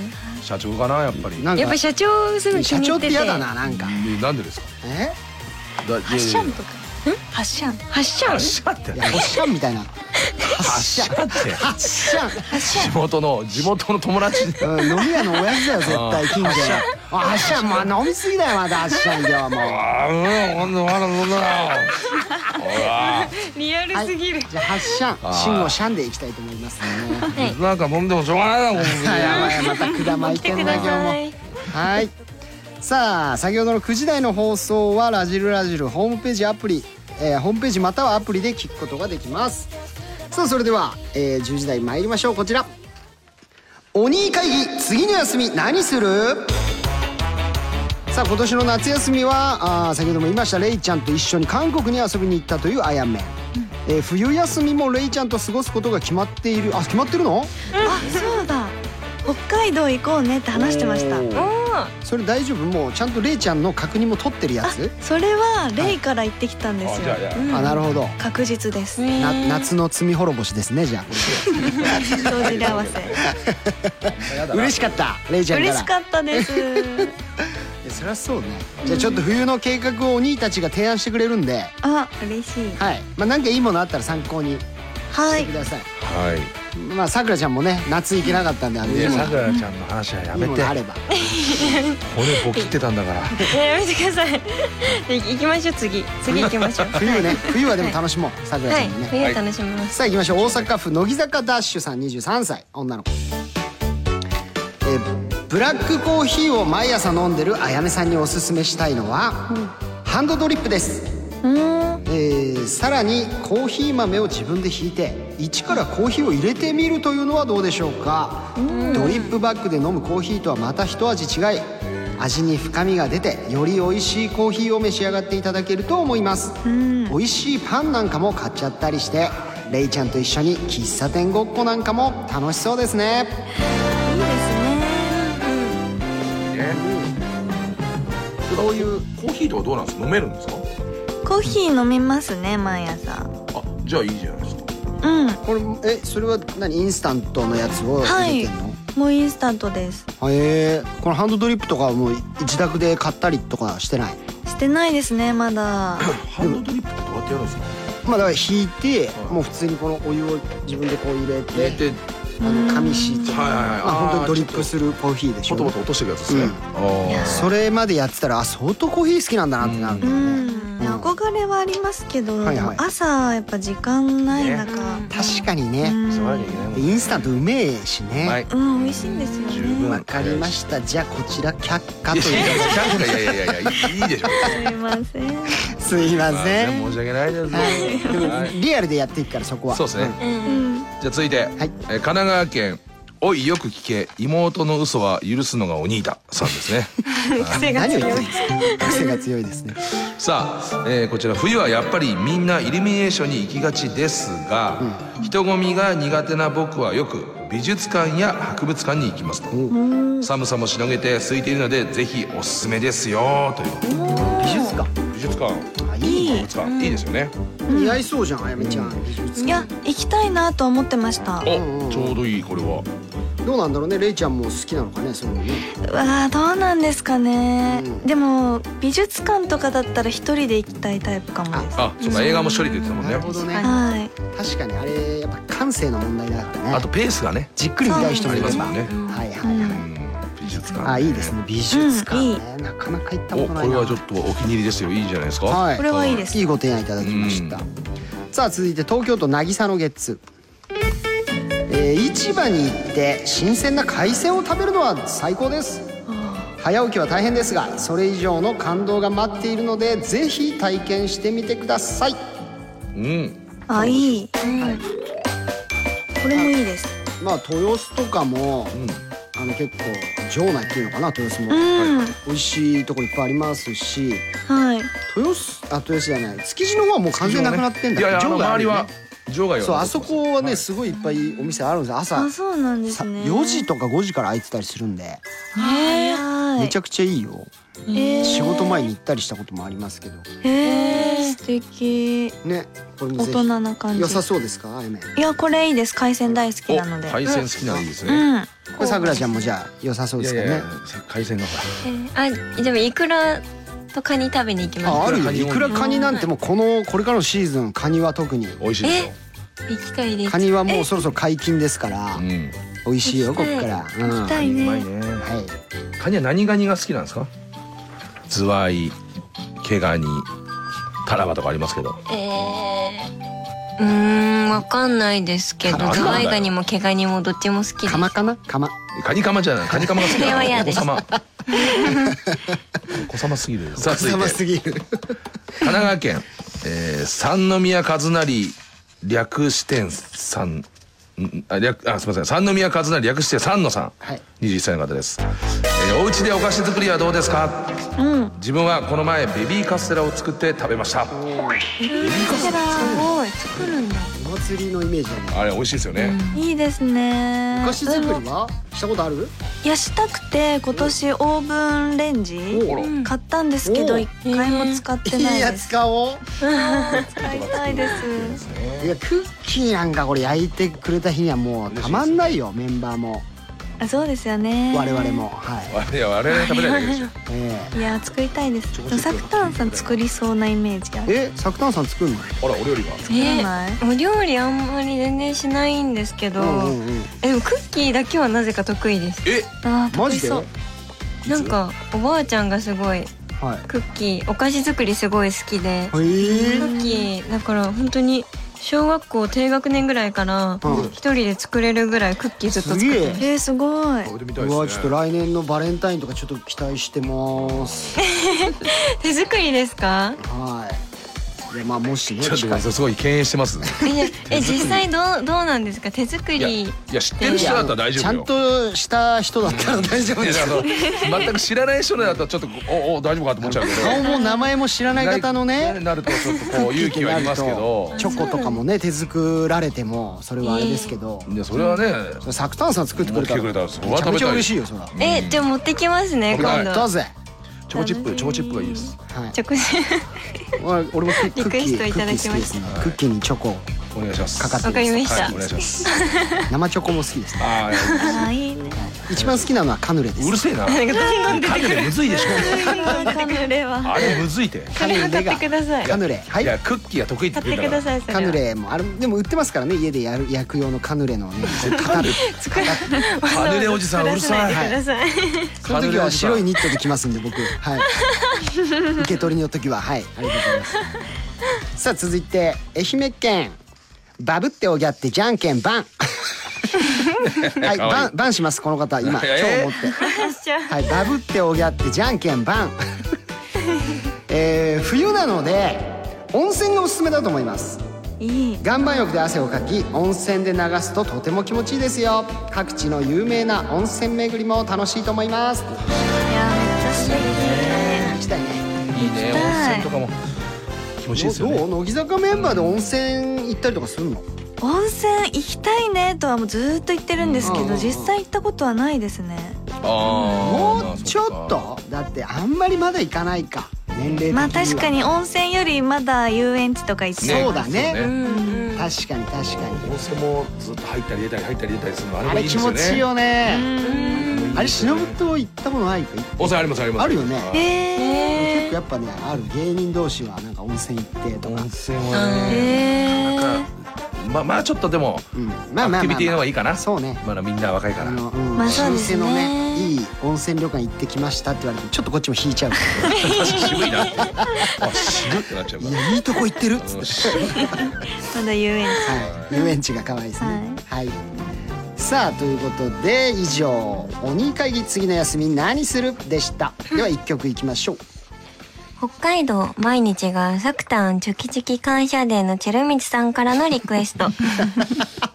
Speaker 3: 社長かなやっぱり
Speaker 1: いなん
Speaker 2: やっぱ
Speaker 1: か
Speaker 2: 社長すごい気
Speaker 1: 社
Speaker 2: に
Speaker 1: 長っ
Speaker 2: 入っててて
Speaker 1: 嫌だななんか
Speaker 3: えなんでですか
Speaker 1: え
Speaker 3: だいやいやいや
Speaker 9: シャンとか発シャン
Speaker 2: 発車
Speaker 3: 発車って
Speaker 1: いやおっしゃんみたい <laughs> な発射
Speaker 3: って
Speaker 1: 発射
Speaker 3: 地元の地元の友達で
Speaker 1: うん飲み屋のおやつだよ絶
Speaker 3: あ
Speaker 1: 対近所のあっしゃもう飲みすぎだよまだあっしゃ今日はもう
Speaker 3: あうんほんのまだそんなほら
Speaker 2: リアルすぎる
Speaker 1: じゃあ発射
Speaker 3: あー
Speaker 1: 信号シャンでいきたいと思いますね
Speaker 3: なんか飲んでもしょうがないなこ
Speaker 1: はいやばいま <laughs> たくだまいてんな今日も
Speaker 2: い
Speaker 1: はいさあ先ほどの9時台の放送はラジルラジルホームページアプリ、えーホームページまたはアプリで聞くことができますさあそれでは、えー10時台参りましょうこちらお兄会議次の休み何するさあ今年の夏休みはあー先ほども言いましたレイちゃんと一緒に韓国に遊びに行ったというあやめん、えー冬休みもレイちゃんと過ごすことが決まっているあ決まってるの
Speaker 9: あそうだ北海道行こうねって話してました
Speaker 2: お
Speaker 1: それ大丈夫もうちゃんとレイちゃんの確認も取ってるや
Speaker 9: あ
Speaker 1: つ
Speaker 9: それはレイから言ってきたんですよ
Speaker 3: あじゃあ
Speaker 1: あなるほど
Speaker 9: 確実です
Speaker 1: な夏の罪滅ぼしですねじゃ
Speaker 9: 帳尻合わせ
Speaker 1: あ嬉しかったレイちゃんから
Speaker 9: 嬉しかったです
Speaker 1: いやそりゃそうねじゃあちょっと冬の計画をお兄たちが提案してくれるんで
Speaker 9: あ
Speaker 2: 嬉しい
Speaker 1: はいまあなんかいいものあったら参考にし
Speaker 9: は
Speaker 1: て
Speaker 9: い
Speaker 1: ください、
Speaker 3: はい
Speaker 1: まあさくらちゃんもね夏行けなかったんであのいいもの
Speaker 3: らちゃんの話はや
Speaker 1: いいものあれば
Speaker 3: 俺ボキってたんだから
Speaker 2: えやめてください行きましょう次次行きましょう
Speaker 1: 冬ね冬はでも楽しもうさくらち
Speaker 2: <laughs> は
Speaker 1: ゃ
Speaker 2: い
Speaker 1: んもね、
Speaker 2: 冬を楽しみます
Speaker 1: さあ行きましょう大阪府乃木坂ダッシュさん23歳女の子えーブラックコーヒーを毎朝飲んでるあやめさんにおすすめしたいのは、ハンドドリップですえーさらにコーヒー豆を自分でひいて一からコーヒーを入れてみるというのはどうでしょうかドリップバッグで飲むコーヒーとはまた一味違い味に深みが出てより美味しいコーヒーを召し上がっていただけると思います美味しいパンなんかも買っちゃったりしてレイちゃんと一緒に喫茶店ごっこなんかも楽しそうですね
Speaker 3: こういうコーヒーとかどうなんですか飲めるんですか
Speaker 9: コーヒー飲みますね毎朝
Speaker 3: あじゃあいいじゃないですか
Speaker 9: うん
Speaker 1: これえそれは何インスタントのやつを入れてんの、
Speaker 9: もうインスタントです
Speaker 1: へえこのハンドドリップとかはもう自宅で買ったりとかしてない
Speaker 9: してないですねまだ
Speaker 3: ハンドドリップってどうやってやるんですか
Speaker 1: まあだから引いてもう普通にこのお湯を自分でこう入れ
Speaker 3: 入れ
Speaker 1: て
Speaker 3: て
Speaker 1: あの紙敷いて
Speaker 3: はいはいはい
Speaker 1: まあ本当にドリップするコーヒーでし
Speaker 3: ポト
Speaker 1: ょ
Speaker 3: ポト落としていくやつですね
Speaker 1: うん
Speaker 3: ああ
Speaker 1: それまでやってたらあ相当コーヒー好きなんだなってなるけ
Speaker 9: う
Speaker 1: どね
Speaker 9: ん憧れはありますけど、
Speaker 1: はいはい
Speaker 9: 朝やっぱ時間ない中、
Speaker 1: 確かに
Speaker 9: う
Speaker 1: ね
Speaker 9: ん、
Speaker 3: 触らなきゃいけないもん
Speaker 1: インスタントうめえし
Speaker 3: は
Speaker 1: ね
Speaker 3: い
Speaker 9: うん、美味しいんですよ
Speaker 3: 十
Speaker 9: ね
Speaker 3: 分
Speaker 1: わかりましたじゃあこちら却下
Speaker 3: い
Speaker 1: と
Speaker 3: やいや
Speaker 1: いう
Speaker 3: いやいやいやいやいいでしょ
Speaker 9: すいません
Speaker 1: すいませ
Speaker 3: 全然
Speaker 1: ん
Speaker 3: 申し訳ないです
Speaker 1: は
Speaker 3: はい
Speaker 1: いリアルでやっていくからそこは
Speaker 3: そうですね
Speaker 9: うん
Speaker 3: じゃあ続いて、えー神奈川県おいよく聞け妹の嘘は許すのがお兄ださんですね
Speaker 1: うん何を言ってるんですか癖が強いですね
Speaker 3: さあ、えーこちら冬はやっぱりみんなイルミネーションに行きがちですが、人混みが苦手な僕はよく美術館や博物館に行きますと、寒さもしのげて空いているのでぜひおすすめですよという
Speaker 1: 美術館
Speaker 3: 美術館
Speaker 1: あいい
Speaker 3: 博
Speaker 1: ね
Speaker 3: 物館、いいですよね
Speaker 1: 似合いそうじゃんあやめちゃん美術
Speaker 9: いや行きたいなとは思ってました
Speaker 3: お、ちょうどいいこれは
Speaker 1: どうなんだろうねレイちゃんも好きなのかねそういうのね
Speaker 9: うわあどうなんですかね、でも美術館とかだったら一人で行きたいタイプかもです
Speaker 3: あそうか映画も処理で言ってたもん
Speaker 1: な
Speaker 3: ね
Speaker 1: るほどね
Speaker 9: はい
Speaker 1: 確かにあれやっぱ感性の問題だからね
Speaker 3: あとペースがね
Speaker 1: じっくり見たい人
Speaker 3: あ
Speaker 1: もい
Speaker 3: り
Speaker 1: れば
Speaker 3: ますもんね、
Speaker 1: はいはいは
Speaker 3: う
Speaker 1: い
Speaker 3: ん美術館
Speaker 1: あいいですね美術館ねなかなか行ったこ
Speaker 3: お
Speaker 1: と
Speaker 3: こ
Speaker 1: ない
Speaker 3: れ
Speaker 1: な
Speaker 3: はちょっとお気に入りですよいいじゃないですか、
Speaker 1: はい
Speaker 9: これはいいです
Speaker 1: いいご提案いただきました、さあ続いて東京都渚のゲッツ、えーえー市場に行って新鮮な海鮮を食べるのは最高です早起きは大変ですがそれ以上の感動が待っているのでぜひ体験してみてください
Speaker 3: うん
Speaker 9: あいい、これもいいです
Speaker 1: まあ豊洲とかも、あの結構場内っていうのかな豊洲も、
Speaker 9: うん
Speaker 1: 美味しいとこいっぱいありますし
Speaker 9: はい
Speaker 1: 豊洲あ豊洲じゃない築地の方はもう完全なくなってんだ
Speaker 3: いやいやあ
Speaker 1: 場
Speaker 3: の
Speaker 1: 外あ
Speaker 3: 周
Speaker 1: る
Speaker 3: り
Speaker 1: よね
Speaker 3: は場外は
Speaker 1: そうあそこはね、
Speaker 3: い
Speaker 1: すごいいっぱいお店あるんですよ朝
Speaker 9: あそうなんです
Speaker 1: さ
Speaker 9: ね
Speaker 1: 4時とか5時から開いてたりするんで、
Speaker 9: へー
Speaker 1: めちゃくちゃいいよ、
Speaker 9: えー
Speaker 1: 仕事前に行ったりしたこともありますけど
Speaker 9: へー素敵
Speaker 1: ねこれも
Speaker 9: 大
Speaker 1: ぜ
Speaker 9: 人
Speaker 1: ひ
Speaker 9: な感じ
Speaker 1: 良さそうですかあやめこ
Speaker 9: いやこれいいです海鮮大好き
Speaker 3: お
Speaker 9: なので
Speaker 3: 海鮮好きならいいです
Speaker 9: う
Speaker 3: ね、
Speaker 9: ん
Speaker 1: れさくらちゃんもじゃあ良さそう
Speaker 3: い
Speaker 1: です
Speaker 3: やい
Speaker 1: か
Speaker 3: や
Speaker 1: ら
Speaker 3: い
Speaker 1: ね
Speaker 3: や海鮮がほら
Speaker 2: あでもイクラとカニ食べに行き
Speaker 1: あ
Speaker 2: ま
Speaker 1: あるよ
Speaker 3: い
Speaker 1: い
Speaker 3: く
Speaker 1: く
Speaker 3: ら
Speaker 1: ら
Speaker 3: カニ
Speaker 1: カニなんてもうこのこれからのシーズンカニは特に
Speaker 3: 美味しいですよ
Speaker 2: す行きたいです
Speaker 1: カニはもうそろそろ解禁ですから
Speaker 3: うん
Speaker 1: 美味しいよこっから、うん、は
Speaker 3: カニうまいね
Speaker 1: い
Speaker 3: カニは何ガニが好きなんですかズワイ毛ガニタラバとかありますけど
Speaker 2: えーうーんわかんないですけ
Speaker 3: あわ
Speaker 2: ど
Speaker 3: かん
Speaker 2: ズ
Speaker 3: な
Speaker 2: ワ
Speaker 3: い
Speaker 2: イガニも毛ガニもどっちも好きです
Speaker 1: 釜かな釜
Speaker 3: カニカマじゃないカニカマが好き
Speaker 2: それ
Speaker 9: <laughs>
Speaker 2: は
Speaker 3: なの
Speaker 2: 嫌
Speaker 3: お子
Speaker 2: です
Speaker 3: 様お子様すぎるさあ続いて
Speaker 1: 釜
Speaker 3: 神
Speaker 1: すぎる
Speaker 3: 奈川県、えー、三宮和成略してさんんあ略あすみません三宮和成略して三野さん、
Speaker 1: はい
Speaker 3: 21歳の方です、えー、お家でお菓子作りはどうですか、自分はこの前ベビーカステラを作って食べました
Speaker 2: こちらすごい作るんだ
Speaker 1: お祭りのイメージだね
Speaker 3: あれ美味しいですよね、
Speaker 9: いいですね
Speaker 1: お菓子作り
Speaker 9: でも
Speaker 1: はしたことある
Speaker 9: いやしたくて今年オーブンレンジ
Speaker 1: お
Speaker 3: ら
Speaker 9: 買ったんですけ
Speaker 1: お
Speaker 9: ど一回も使ってない
Speaker 1: いや
Speaker 9: です
Speaker 1: 使おう
Speaker 9: 使いたいです
Speaker 1: いやクッキーなんかこれ焼いてくれた日にはもうたまんないよメンバーも
Speaker 9: あそうですよね
Speaker 1: 我々もはい
Speaker 3: いや我々食べないだけでしょ
Speaker 1: え
Speaker 9: いや作りたいです
Speaker 1: ちょこ
Speaker 9: で
Speaker 1: ちょ
Speaker 9: も
Speaker 1: こ
Speaker 9: サクタンさん作りそうなイメージある
Speaker 1: えサクタンさん作るの
Speaker 3: ほらお料理が
Speaker 9: 作らない
Speaker 2: お料理あんまり全然しないんですけど、
Speaker 1: うんうんうん
Speaker 2: えでもクッキーだけはなぜか得意です
Speaker 3: え
Speaker 9: あー
Speaker 1: マジで
Speaker 9: 得
Speaker 1: は
Speaker 9: 意
Speaker 2: なんかおばあちゃんがすごいクッキーお菓子作りすごい好きで、
Speaker 1: い
Speaker 2: ク
Speaker 1: へえ
Speaker 2: ッキーだから本当に小学校低学年ぐらいから
Speaker 1: うん
Speaker 2: 一人で作れるぐらいクッキーずっと
Speaker 1: す
Speaker 2: 作っ
Speaker 1: げえ
Speaker 2: て
Speaker 9: そうえーすごいう
Speaker 3: べてみた
Speaker 1: う
Speaker 3: い
Speaker 1: わ
Speaker 3: で
Speaker 1: ちょ
Speaker 3: す
Speaker 1: っと
Speaker 3: ね
Speaker 1: 来年のバレンタインとかちょっと期待してます
Speaker 2: 手作りですか
Speaker 1: はいいやまあもしね
Speaker 3: ちょっとごめんなさいすごい敬遠して
Speaker 1: <laughs>
Speaker 3: ますね
Speaker 2: えいやえ実際どうどうなんですか手作
Speaker 3: いや
Speaker 2: り
Speaker 3: いや知ってる人だったら大丈
Speaker 1: ち
Speaker 3: 夫
Speaker 1: ゃ
Speaker 3: よ
Speaker 1: んとした人だったら大丈夫
Speaker 3: い
Speaker 1: で
Speaker 3: や
Speaker 1: す
Speaker 3: あの全く知らない人だったらちょっとおお大丈夫かと思っちゃうけど
Speaker 1: 顔も名前も知らない方の
Speaker 3: な
Speaker 1: ね
Speaker 3: なるとちょっとこう勇気はいりますけど
Speaker 1: チョコとかもね手作られてもそれはあれですけど
Speaker 3: いやそれはね
Speaker 1: サクタンさん作ってくれたら
Speaker 3: 持ってきてくれたらそれ
Speaker 1: めちゃめ
Speaker 3: は食べ
Speaker 1: ち
Speaker 3: た
Speaker 1: ゃ
Speaker 3: い
Speaker 1: 嬉しいよそれは
Speaker 2: えじゃあ持ってきますね
Speaker 3: うん
Speaker 2: 今
Speaker 1: やった
Speaker 2: 度
Speaker 1: ぜ
Speaker 3: チョコチップチョコチップがいいです
Speaker 1: はい
Speaker 2: ちょこ
Speaker 1: 俺俺もクッキー
Speaker 2: リクエストいただきました
Speaker 1: クッキー好きですねクッキーにチョコ
Speaker 3: お願いします
Speaker 1: かかって
Speaker 2: わかりました
Speaker 3: はいお願いします
Speaker 1: 生チョコも好きですね
Speaker 3: あー
Speaker 9: あーいいね
Speaker 1: 一番好きなのはカヌレで
Speaker 3: うる
Speaker 1: す
Speaker 3: せえなカヌレむずいでしょ
Speaker 9: カヌレは
Speaker 3: あれむずいて
Speaker 2: カレー買ってください
Speaker 1: カヌレはい
Speaker 3: や
Speaker 1: い
Speaker 3: クッキーが得意って
Speaker 2: 買っ
Speaker 3: 言う
Speaker 2: て
Speaker 3: か
Speaker 2: くださ
Speaker 3: ら
Speaker 2: いそれは
Speaker 1: カヌレもあれでも売ってますからね家でやる焼く用のカヌレのね
Speaker 2: <laughs>
Speaker 1: こう型で
Speaker 3: カヌレおじさんうるさい
Speaker 2: 作らせないでください
Speaker 1: その時は白いニットで来ますんで僕はい受け取りの時ははいありがとうございますさあ続いて愛媛県バブっておぎゃってじゃんけん
Speaker 3: <laughs>
Speaker 1: バンはい
Speaker 3: かわいい
Speaker 1: バンバンしますこの方今今日
Speaker 3: えー
Speaker 1: 持って
Speaker 2: 発射
Speaker 1: はい、バブっておぎゃってじゃんけんば
Speaker 3: <laughs>
Speaker 1: ん、えー冬なので温泉がおすすめだと思います
Speaker 9: いい
Speaker 1: 岩盤浴で汗をかき温泉で流すととても気持ちいいですよ各地の有名な温泉巡りも楽しいと思います
Speaker 9: いやめっちゃ素敵
Speaker 1: 行きたいね
Speaker 3: いいね温泉とかも気持ちいいですよ
Speaker 1: ど
Speaker 3: ね
Speaker 1: う乃木坂メンバーで温泉行ったりとかするの、
Speaker 9: 温泉行きたいねとはもうずーっと言ってるんですけ
Speaker 1: うんうんう
Speaker 9: ど
Speaker 1: ん
Speaker 9: 実際行ったことはないですね
Speaker 3: あーま
Speaker 1: も
Speaker 3: あ
Speaker 1: うちょっ
Speaker 3: そっか
Speaker 1: とだってあんまりまだ行かないか年齢的には
Speaker 9: まあ確かに温泉よりまだ遊園地とか行って
Speaker 1: そうだね
Speaker 3: そうね
Speaker 1: 確かに確かに
Speaker 3: 温泉もずっと入ったり出たり入ったり出たりするのあれ
Speaker 1: あ
Speaker 3: もい
Speaker 1: れ
Speaker 3: いで
Speaker 1: 気
Speaker 3: すよ
Speaker 1: 持
Speaker 3: ね
Speaker 1: ちいいよね
Speaker 3: うん
Speaker 1: あれ忍と行ったことないか
Speaker 3: 温泉ありますあります
Speaker 1: あるよね
Speaker 3: はい
Speaker 9: え
Speaker 1: 結構やっぱねある芸人同士はなんか温泉行ってとか、
Speaker 3: 温泉は
Speaker 9: ー、
Speaker 3: ね
Speaker 9: え
Speaker 3: なんかまあまあちょっとでも
Speaker 1: うん、まあまあまあ、まあ、
Speaker 3: アクティビティの方がいいかな
Speaker 1: そうね
Speaker 3: まだみんな若いか
Speaker 1: あ
Speaker 3: ら
Speaker 1: の、うん
Speaker 9: まあそうですね
Speaker 1: 老舗のねいい温泉旅館行ってきましたって言われてもちょっとこっちも引いち
Speaker 3: <laughs>
Speaker 1: ゃう
Speaker 3: 渋いなってあ渋ってなっちゃうか
Speaker 1: い
Speaker 3: ら
Speaker 1: やいいとこ行ってるっつっ
Speaker 3: う
Speaker 1: て
Speaker 3: ん渋い
Speaker 9: ー、まだ遊園地
Speaker 1: はい遊園地が可愛いですねはい、さあということで以上「鬼会議次の休み何する?」でしたでは1曲いきましょう
Speaker 2: 北海道毎日がサクタンチョキチキ感謝デーのチェルミツさんからのリクエスト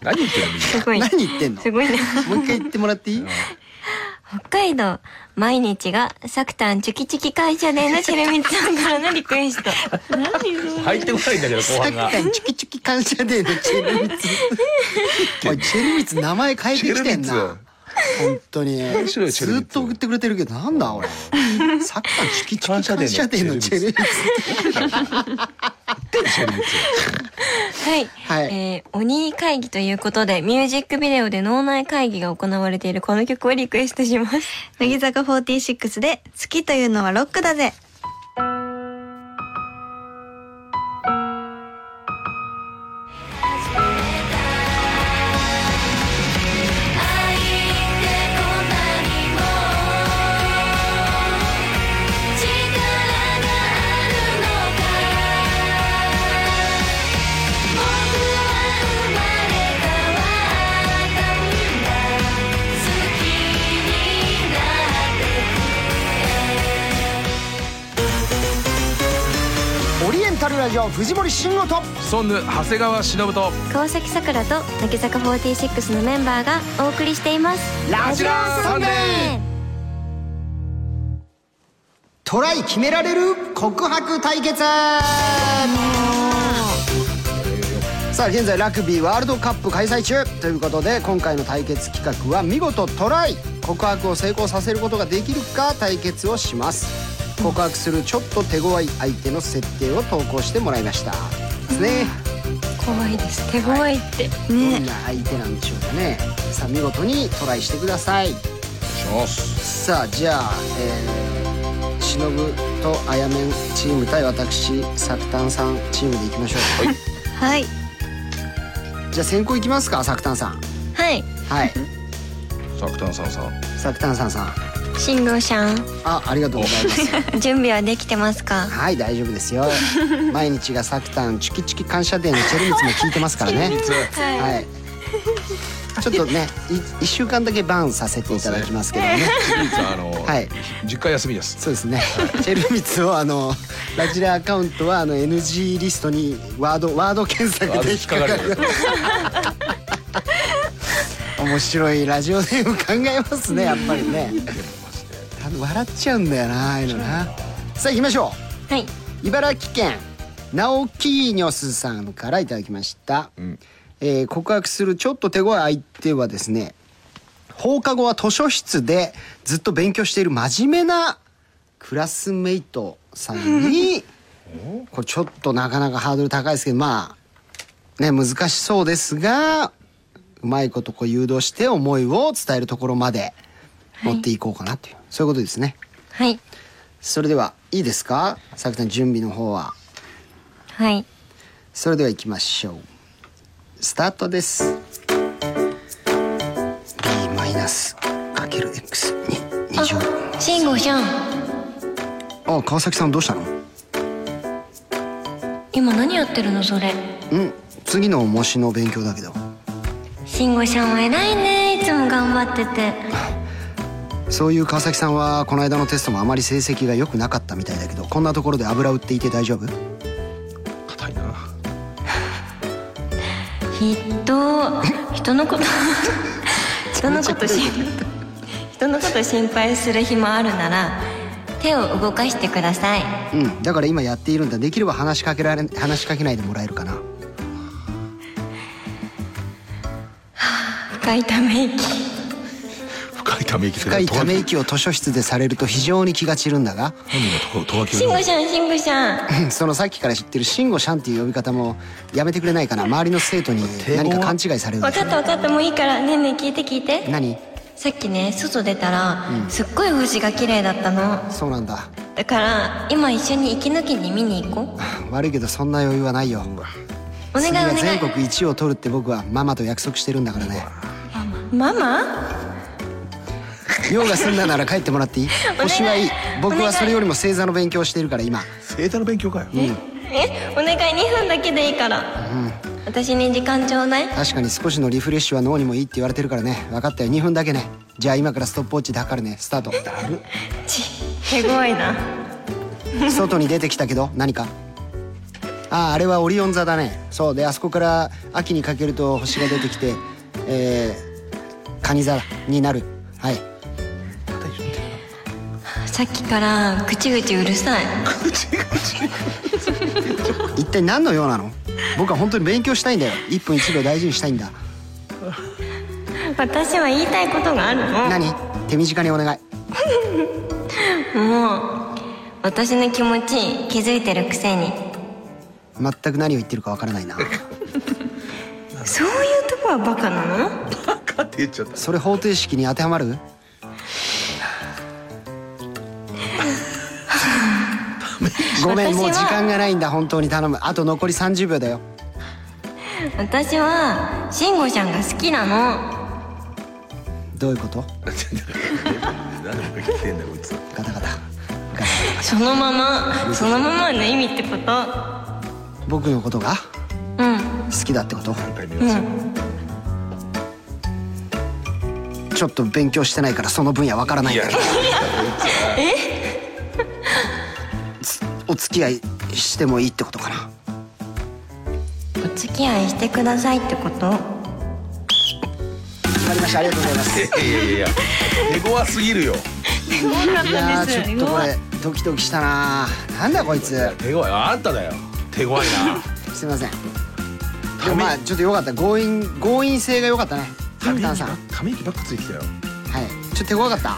Speaker 3: 何言ってるのみんな
Speaker 2: すごい
Speaker 1: 何言ってんの
Speaker 2: すごいね
Speaker 1: もう一回言ってもらっていい
Speaker 2: 北海道毎日がサクタンチョキチキ感謝デーのチェルミツさんからのリクエスト
Speaker 10: 入ってこないんだけど後
Speaker 1: さ
Speaker 10: 半
Speaker 1: っき
Speaker 10: が
Speaker 1: か。らチュキチュキ感謝デーのチェルミツおいチェルミツ名前変えてきてん
Speaker 3: チェルミ
Speaker 1: な本当に
Speaker 3: 白いチェルミ
Speaker 1: ず
Speaker 3: ツ
Speaker 1: っと送ってくれてるけどなんだ俺さっきからチュキチュキ感謝デーのチェルミツ
Speaker 2: はい、
Speaker 1: はい
Speaker 2: えー、鬼会議ということでミュージックビデオで脳内会議が行われているこの曲をリクエストします
Speaker 9: 乃木坂46で好きというのはロックだぜ
Speaker 6: 「愛ってこんなにも力があるのか」「僕は生まれ変わったんだ」「好きになって
Speaker 1: オリエンタルラジオ藤森慎吾と
Speaker 3: ソンヌ長谷川忍と
Speaker 2: 川崎さくらと乃木坂46のメンバーがお送りしています
Speaker 1: ラジラサンデートライ決められる告白対決さあ現在ラグビーワールドカップ開催中ということで今回の対決企画は見事トライ告白を成功させることができるか対決をします告白するちょっと手強い相手の設定を投稿してもらいましたですね、
Speaker 2: 怖いです手強いって、
Speaker 1: どんな相手なんでしょうかねさあ見事にトライしてくださいさあじゃあ、えー、しのぶとあやめんチーム対私サクタンさんチームでいきましょうはい、
Speaker 9: はい
Speaker 1: じゃあ先行いきますかサクタンさん
Speaker 2: はい
Speaker 1: はい
Speaker 3: サクタンさんさん
Speaker 1: サクタンさんさん
Speaker 2: 新郎ちゃん
Speaker 1: あありがとうございます
Speaker 2: 準備はできてますか
Speaker 1: はい大丈夫ですよ毎日がサクタンチュキチュキ感謝デーのチェルミツも聞いてますからねはいちょっとねい一週間だけバンさせていただきますけどね
Speaker 3: 唯一あの、
Speaker 1: はい
Speaker 3: 10回休みです
Speaker 1: そうですね。チェルミツをあのラジラアカウントはあの NG リストにワードワード検索で引っかかる。面白いラジオネーム考えますねやっぱりね。あの笑っちゃうんだよなああいうのな。さあ行きましょ
Speaker 2: はい。
Speaker 1: う。茨城県ナオキーニョスさんからいただきました。えー告白するちょっと手強い相手はですね放課後は図書室でずっと勉強している真面目なクラスメイトさんにこれちょっとなかなかハードル高いですけどまあね難しそうですがうまいことこう誘導して思いを伝えるところまで持っていこうかなという、そういうことですね。
Speaker 2: はい。
Speaker 1: それではいいですかさくたん準備の方は。
Speaker 2: はい。
Speaker 1: それでは行きましょうスタートです b マイナスかける x に二乗
Speaker 2: 慎吾ちゃん、
Speaker 1: あ川崎さんどうしたの
Speaker 2: 今何やってるのそれ。
Speaker 1: うん次の模試の勉強だけど
Speaker 2: 慎吾ちゃんは偉いね。いつも頑張ってて。
Speaker 1: そういう川崎さんはこの間のテストもあまり成績が良くなかったみたいだけどこんなところで油売っていて大丈夫
Speaker 3: 硬いな
Speaker 2: ひっと、人の <laughs> こと、人のこと心人のこと心配する暇あるなら、手を動かしてください。
Speaker 1: うんだから今やっているんだできれば話しかけられ話しかけないでもらえるかな
Speaker 2: 深いため息。
Speaker 3: 深いため息
Speaker 1: 深いため息を図書室でされると非常に気が散るんだ <laughs> が
Speaker 3: 本人のとこ
Speaker 2: 慎
Speaker 3: とわ
Speaker 2: 吾ちゃん、慎吾ちゃん。
Speaker 1: うんそのさっきから知ってる慎吾シャンっていう呼び方もやめてくれないかな周りの生徒に何か勘違いされるで
Speaker 2: 分
Speaker 1: しょ
Speaker 2: かった分かった、もういいから。ねえねえ、聞いて聞いて。
Speaker 1: 何
Speaker 2: さっきね、外出たら、すっごい星が綺麗だったの。
Speaker 1: そうなんだ
Speaker 2: だから今一緒に息抜きに見に行こう
Speaker 1: 悪いけどそんな余裕はないよ
Speaker 2: お願い
Speaker 1: 次
Speaker 2: お
Speaker 1: は
Speaker 2: 願い
Speaker 1: 全国一位を取るって僕はママと約束してるんだからね
Speaker 2: ママ
Speaker 1: 用が済んだなら帰ってもらっていい星はいい僕はそれよりも星座の勉強をしているから今
Speaker 3: 正座の勉強かよ
Speaker 2: えお願い2分だけでいいから私に時間ちょうだ <laughs> い
Speaker 1: 確かに少しのリフレッシュは脳にもいいって言われてるからね分かったよ2分だけねじゃあ今からストップウォッチで測るねスタート
Speaker 2: 手強いな
Speaker 1: 外に出てきたけど何かあああれはオリオン座だねそうであそこから秋にかけると星が出てきてえー、カニ座になるはい
Speaker 2: <laughs> さっきからぐちぐちうるさい
Speaker 1: <laughs> 一体何の用なの僕は本当に勉強したいんだよ1分1秒大事にしたいんだ
Speaker 2: 私は言いたいことがある
Speaker 1: 何手短にお願い
Speaker 2: のもう私の気持ち気づいてるくせに
Speaker 1: 全く何を言ってるかわからないな
Speaker 2: そういうとこはバカなの
Speaker 3: かって言っちゃった。
Speaker 1: それ方程式に当てはま <laughs> るごめんもう時間がないんだ本当に頼むあと残り30秒だよ
Speaker 2: 私は慎吾ちゃんが好きなの
Speaker 1: どういうこと
Speaker 3: 何で僕が聞いてんだよこいつ。
Speaker 1: ガタガタ
Speaker 2: そのままそのままの意味ってこと
Speaker 1: 僕のことが
Speaker 2: うん
Speaker 1: 好きだってこと
Speaker 2: うん
Speaker 1: ちょっと勉強してないからその分野わからないんだけどつお付き合いしてもいいってことかな
Speaker 2: お付き合いしてくださいってこと
Speaker 1: わかりましたありがとうございます
Speaker 3: いやいやいや。手強すぎるよ。
Speaker 1: いやーちょっとこれドキドキしたななんだこいつ
Speaker 3: 手強い。あんただよ。手強いな。
Speaker 1: すいませんでもまあちょっとよかった強引強引性が良かったね角田さんはい
Speaker 3: ため息ばっかついてきたよ。
Speaker 1: ちょっと手強かった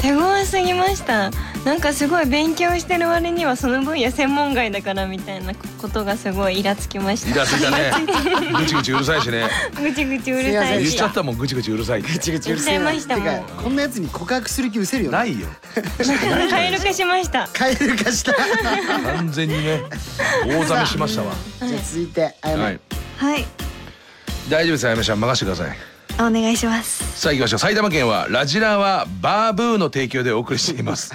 Speaker 2: 手強すぎましたなんかすごい勉強してる割にはその分野専門外だからみたいなことがすごいイラつきました
Speaker 3: イラついたね。ぐちぐちうるさいしね。
Speaker 2: ぐちぐちうるさ
Speaker 3: 言
Speaker 2: い
Speaker 3: っ
Speaker 2: し
Speaker 3: ちゃったもんぐちぐちうるさいって。
Speaker 2: 言っちゃいましたもん
Speaker 1: てかこんなやつに告白する気失せるよ
Speaker 3: な
Speaker 1: ね
Speaker 3: いよ。
Speaker 2: <laughs> カ
Speaker 1: <laughs>
Speaker 2: エル化しました
Speaker 1: カエル化した <laughs> じ
Speaker 3: 完全にね。大ざめしましたわ。
Speaker 1: ゃあ続いてあやめ、
Speaker 3: はい。
Speaker 9: はい
Speaker 3: 大丈夫ですあやめちゃん任せてください。
Speaker 9: お願いします
Speaker 3: さあ行きましょう埼玉県はラジラはバーブーの提供でお送りしています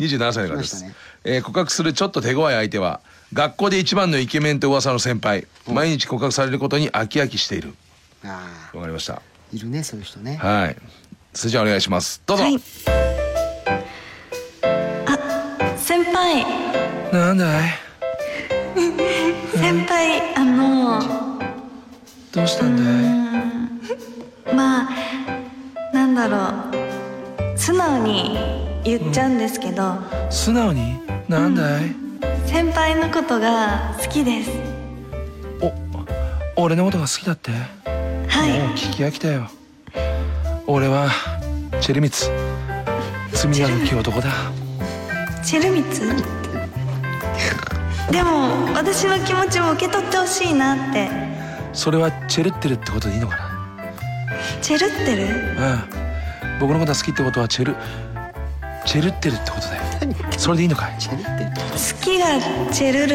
Speaker 3: 27歳
Speaker 1: 来
Speaker 3: の方で
Speaker 1: まし
Speaker 3: す、
Speaker 1: たね
Speaker 3: えー告白するちょっと手強い相手は学校で一番のイケメンと噂の先輩毎日告白されることに飽き飽きしている
Speaker 1: <laughs> あ
Speaker 3: わかりました
Speaker 1: ーいるねそういう人ね
Speaker 3: はいそれじゃあお願いしますどうぞ、
Speaker 9: はいあ先輩
Speaker 3: なんだい
Speaker 9: 先輩あの
Speaker 3: どうしたんだい
Speaker 9: まあなんだろう素直に言っちゃうんですけど、
Speaker 3: 素直になんだい、
Speaker 9: 先輩のことが好きです
Speaker 3: お俺のことが好きだっても
Speaker 9: はい、
Speaker 3: 聞き飽きたよ俺はチェルミツ罪が向き男だ
Speaker 9: チェルミツでも私の気持ちを受け取ってほしいなって
Speaker 3: それはチェルってるってことでいいのかな
Speaker 9: チェルってる
Speaker 3: うん、僕のことが好きってことはチェルチェルってるってことだよそれでいいのかい
Speaker 1: チェリって
Speaker 9: 好きがチェル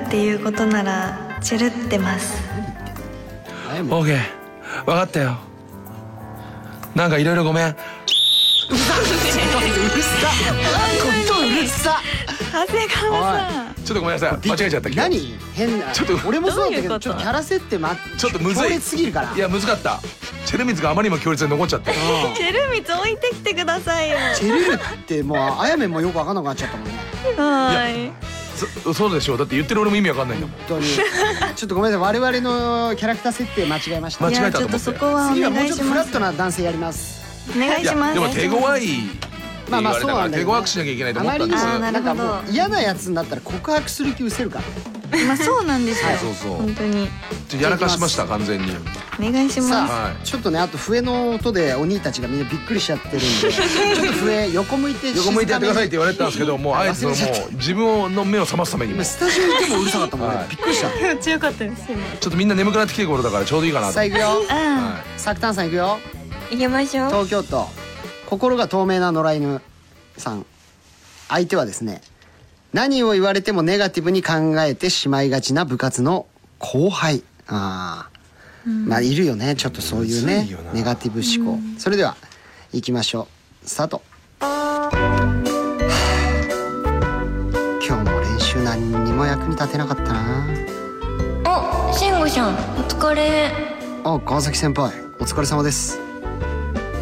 Speaker 9: るっていうことならチェルってます
Speaker 1: あやめ
Speaker 3: オーケー分かったよなんかいろいろごめん
Speaker 1: ことうるさ
Speaker 9: 長谷川さん
Speaker 3: ちょっとごめんなさい間違えちゃった今日
Speaker 1: 何変な
Speaker 3: ちょっと
Speaker 1: 俺もそうだったけ
Speaker 2: どういうこ
Speaker 1: ど
Speaker 2: と
Speaker 1: ちょっとキャラ設定ま
Speaker 3: ちょっとむずい
Speaker 1: 強烈すぎるから
Speaker 3: いや難かったチェルミツがあまりにも強烈に残っちゃった
Speaker 9: チェルミツ置いてきてくださいよ
Speaker 1: チェルルってもうあやめもよくわかんなくなっちゃったもんね
Speaker 9: はい
Speaker 3: そそうでしょうだって言ってる俺も意味わかんないんだもん
Speaker 1: 本当にちょっとごめんなさい我々のキャラクター設定間違えました
Speaker 3: 間違え
Speaker 9: いや
Speaker 3: たと
Speaker 9: ち
Speaker 3: 思
Speaker 9: ょ
Speaker 3: っ
Speaker 9: ってとそこはお
Speaker 1: 次はもう
Speaker 9: 願い
Speaker 1: ちょっ
Speaker 9: し
Speaker 1: とフ
Speaker 9: ま
Speaker 1: ラ
Speaker 9: す
Speaker 1: ットな男性やります
Speaker 9: お願いします
Speaker 3: でも手強いって
Speaker 1: まあま
Speaker 3: 言
Speaker 1: あ
Speaker 3: われ
Speaker 1: そう
Speaker 3: たか
Speaker 1: な
Speaker 3: ら
Speaker 1: んだけ
Speaker 3: 手
Speaker 1: ど
Speaker 3: 強くしなきゃいけないと
Speaker 1: あ
Speaker 3: 思っ
Speaker 1: ま
Speaker 3: た
Speaker 1: り
Speaker 3: ん
Speaker 1: に
Speaker 3: で
Speaker 1: も
Speaker 3: す
Speaker 9: あーな
Speaker 1: な
Speaker 9: る
Speaker 1: ん
Speaker 9: ほど
Speaker 1: かもう嫌なやつになったら告白する気失せるから
Speaker 9: まあそうなんですよ
Speaker 3: そうそう
Speaker 9: 本当に
Speaker 3: ちょやらかしました完全に
Speaker 9: お願いし
Speaker 1: さ
Speaker 9: ま
Speaker 1: あ
Speaker 9: す、
Speaker 3: はい
Speaker 1: ちょっとねあと笛の音でお兄たちがみんなびっくりしちゃって
Speaker 9: <laughs>
Speaker 1: るんでちょっと笛横向いて
Speaker 3: 横向いてやってくださいって言われたんですけどもうあえてその
Speaker 1: 忘れちゃった
Speaker 3: もう自分の目を覚ますためにも
Speaker 1: 今
Speaker 3: ち
Speaker 1: スタジオいてもうるさかったもんね
Speaker 3: はい
Speaker 1: びっくりした
Speaker 2: 強かったです今
Speaker 3: ょっとみんな眠くなってきてる頃だからちょうどいいかなと
Speaker 1: さあ
Speaker 3: 思って
Speaker 1: 行くよ
Speaker 9: うん
Speaker 3: はい
Speaker 1: サクタンさん行くよ
Speaker 2: 行きましょう
Speaker 1: 東京都心が透明な野良犬さん相手はですね何を言われてもネガティブに考えてしまいがちな部活の後輩あー、まあいるよねちょっとそういう
Speaker 3: む
Speaker 1: ね
Speaker 3: ずいよな
Speaker 1: ネガティブ思考、それでは行きましょうスタート <sighs> 今日も練習何にも役に立てなかったな
Speaker 2: お、慎吾ちゃんお疲れ
Speaker 1: あ川崎先輩お疲れ様です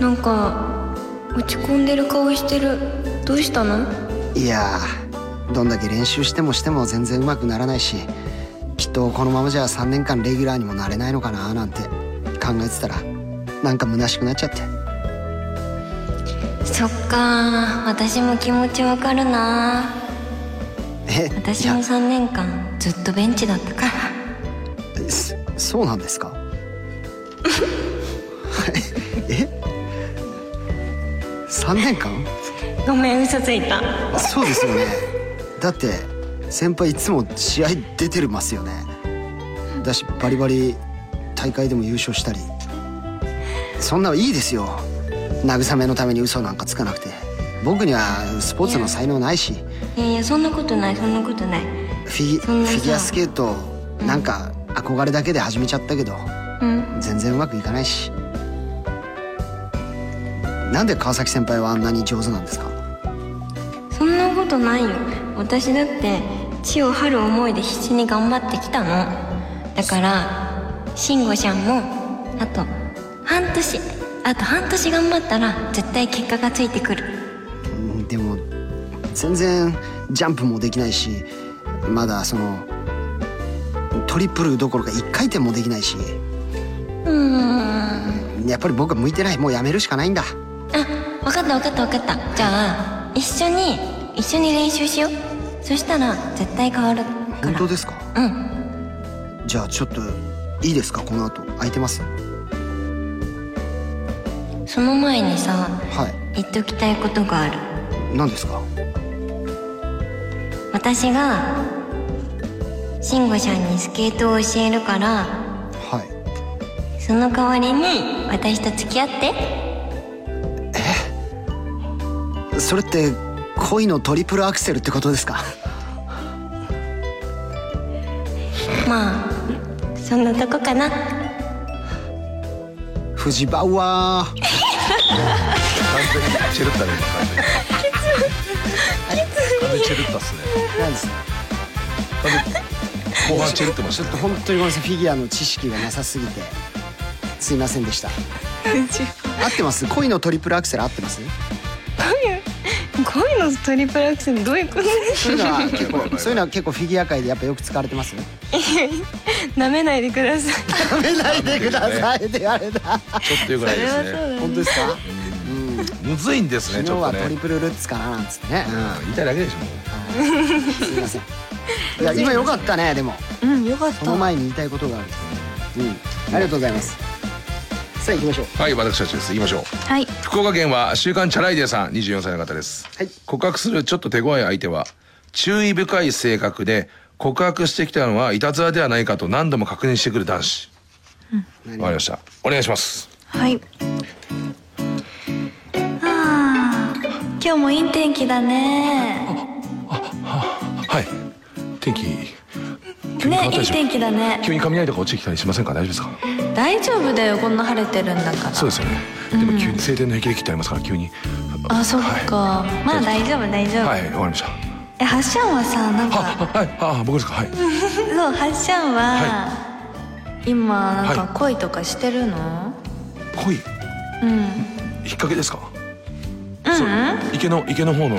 Speaker 2: なんか落ち込んでる顔してるどうしたの
Speaker 1: いやーどんだけ練習してもしても全然うまくならないしきっとこのままじゃ3年間レギュラーにもなれないのかななんて考えてたらなんか虚しくなっちゃって
Speaker 2: そっかー私も気持ちわかるなー
Speaker 1: え
Speaker 2: 私
Speaker 1: いや
Speaker 2: も3年間ずっとベンチだったから
Speaker 1: そそうなんですか <laughs> え3年間
Speaker 2: ごめん嘘ついた
Speaker 1: そうですよねだって先輩いつも試合出てますよねだしバリバリ大会でも優勝したりそんなのいいですよ慰めのために嘘なんかつかなくて僕にはスポーツの才能ないし
Speaker 2: いやいやそんなことないそんなことない
Speaker 1: フィギ
Speaker 2: そんなさ
Speaker 1: フィギュアスケートなんか憧れだけで始めちゃったけど
Speaker 2: うん
Speaker 1: 全然うまくいかないしなんで川崎先輩はあんなに上手なんですか
Speaker 2: そんなことないよ私だって地を張る思いで必死に頑張ってきたのだから慎吾ちゃんもあと半年あと半年頑張ったら絶対結果がついてくる
Speaker 1: うんでも全然ジャンプもできないしまだそのトリプルどころか1回転もできないし
Speaker 2: うーん
Speaker 1: やっぱり僕は向いてないもうやめるしかないんだ
Speaker 2: あ分かった分かった分かったじゃあ一緒に一緒に練習しようそしたら絶対変わるから
Speaker 1: 本当ですか
Speaker 2: うん
Speaker 1: じゃあちょっといいですかこの後空いてます
Speaker 2: その前にさ
Speaker 1: は
Speaker 2: 言っておきたいことがある
Speaker 1: い何ですか
Speaker 2: 私が慎吾ちゃんにスケートを教えるから
Speaker 1: はい
Speaker 2: その代わりに私と付き合って
Speaker 1: それって恋のトリプルアクセルってことですか <laughs>
Speaker 2: まあそんなとこかな
Speaker 1: 藤場は
Speaker 3: 完全にチェルッタね完全にチェルッタっすね
Speaker 1: 何ですか
Speaker 3: 後半チェルッタもしてた
Speaker 1: 本当にごめんなさいフィギュアの知識がなさすぎてすいませんでした合ってます恋のトリプルアクセル合ってます
Speaker 2: 恋のトリプルアクセルどういうこと <laughs>
Speaker 1: そういうのは結
Speaker 3: <laughs>
Speaker 1: 構そういうのは結構フィギュア界でやっぱよく使われてますね。
Speaker 2: 舐めないでください
Speaker 1: 食べないでくださいって言われた。
Speaker 3: ちょっとよくないですね
Speaker 1: <laughs> 本当ですか？
Speaker 3: むずいんです
Speaker 1: 昨
Speaker 3: ねち
Speaker 1: 日
Speaker 3: ょっ
Speaker 1: は
Speaker 3: と
Speaker 1: トリ
Speaker 3: ね
Speaker 1: プルルッツかななんつってね。
Speaker 3: うん言いたいだけでしょもう
Speaker 1: すみません。いや今よかったねでも
Speaker 2: うんよかっ
Speaker 1: その前に言いたいことがあるんですね。うんありがとうございます。さあ行きましょう。
Speaker 3: はい私たちです言いましょう
Speaker 5: はい
Speaker 3: 福岡県は週刊チャライデーさん24歳の方です、
Speaker 1: はい
Speaker 3: 告白するちょっと手強い相手は注意深い性格で告白してきたのはいたずらではないかと何度も確認してくる男子わ、かりましたお願いします
Speaker 9: はい。ああ、今日もいい天気だね。
Speaker 3: はい天気急に変わっ、た
Speaker 9: ねい
Speaker 3: で
Speaker 9: い
Speaker 3: しょ
Speaker 9: 天気だね。
Speaker 3: 急に雷とか落ちてきたりしませんか大丈夫ですか
Speaker 9: 大丈夫だよ、こんな晴れてるんだから。
Speaker 3: そうですよねでも急に晴天の霹靂ってありますから急に
Speaker 9: あ、そっか。まあ大丈夫大丈夫。
Speaker 3: はいはいわかりました
Speaker 9: え、ハッシャンはさ、なん
Speaker 3: あ
Speaker 9: か、
Speaker 3: はいあ僕ですかはい
Speaker 9: そう、ハッシャンは、今なんか
Speaker 3: は
Speaker 9: 恋とかしてるの？
Speaker 3: 恋
Speaker 9: うん。
Speaker 3: 引っ掛けですか
Speaker 9: う、
Speaker 3: そうん池の池の方の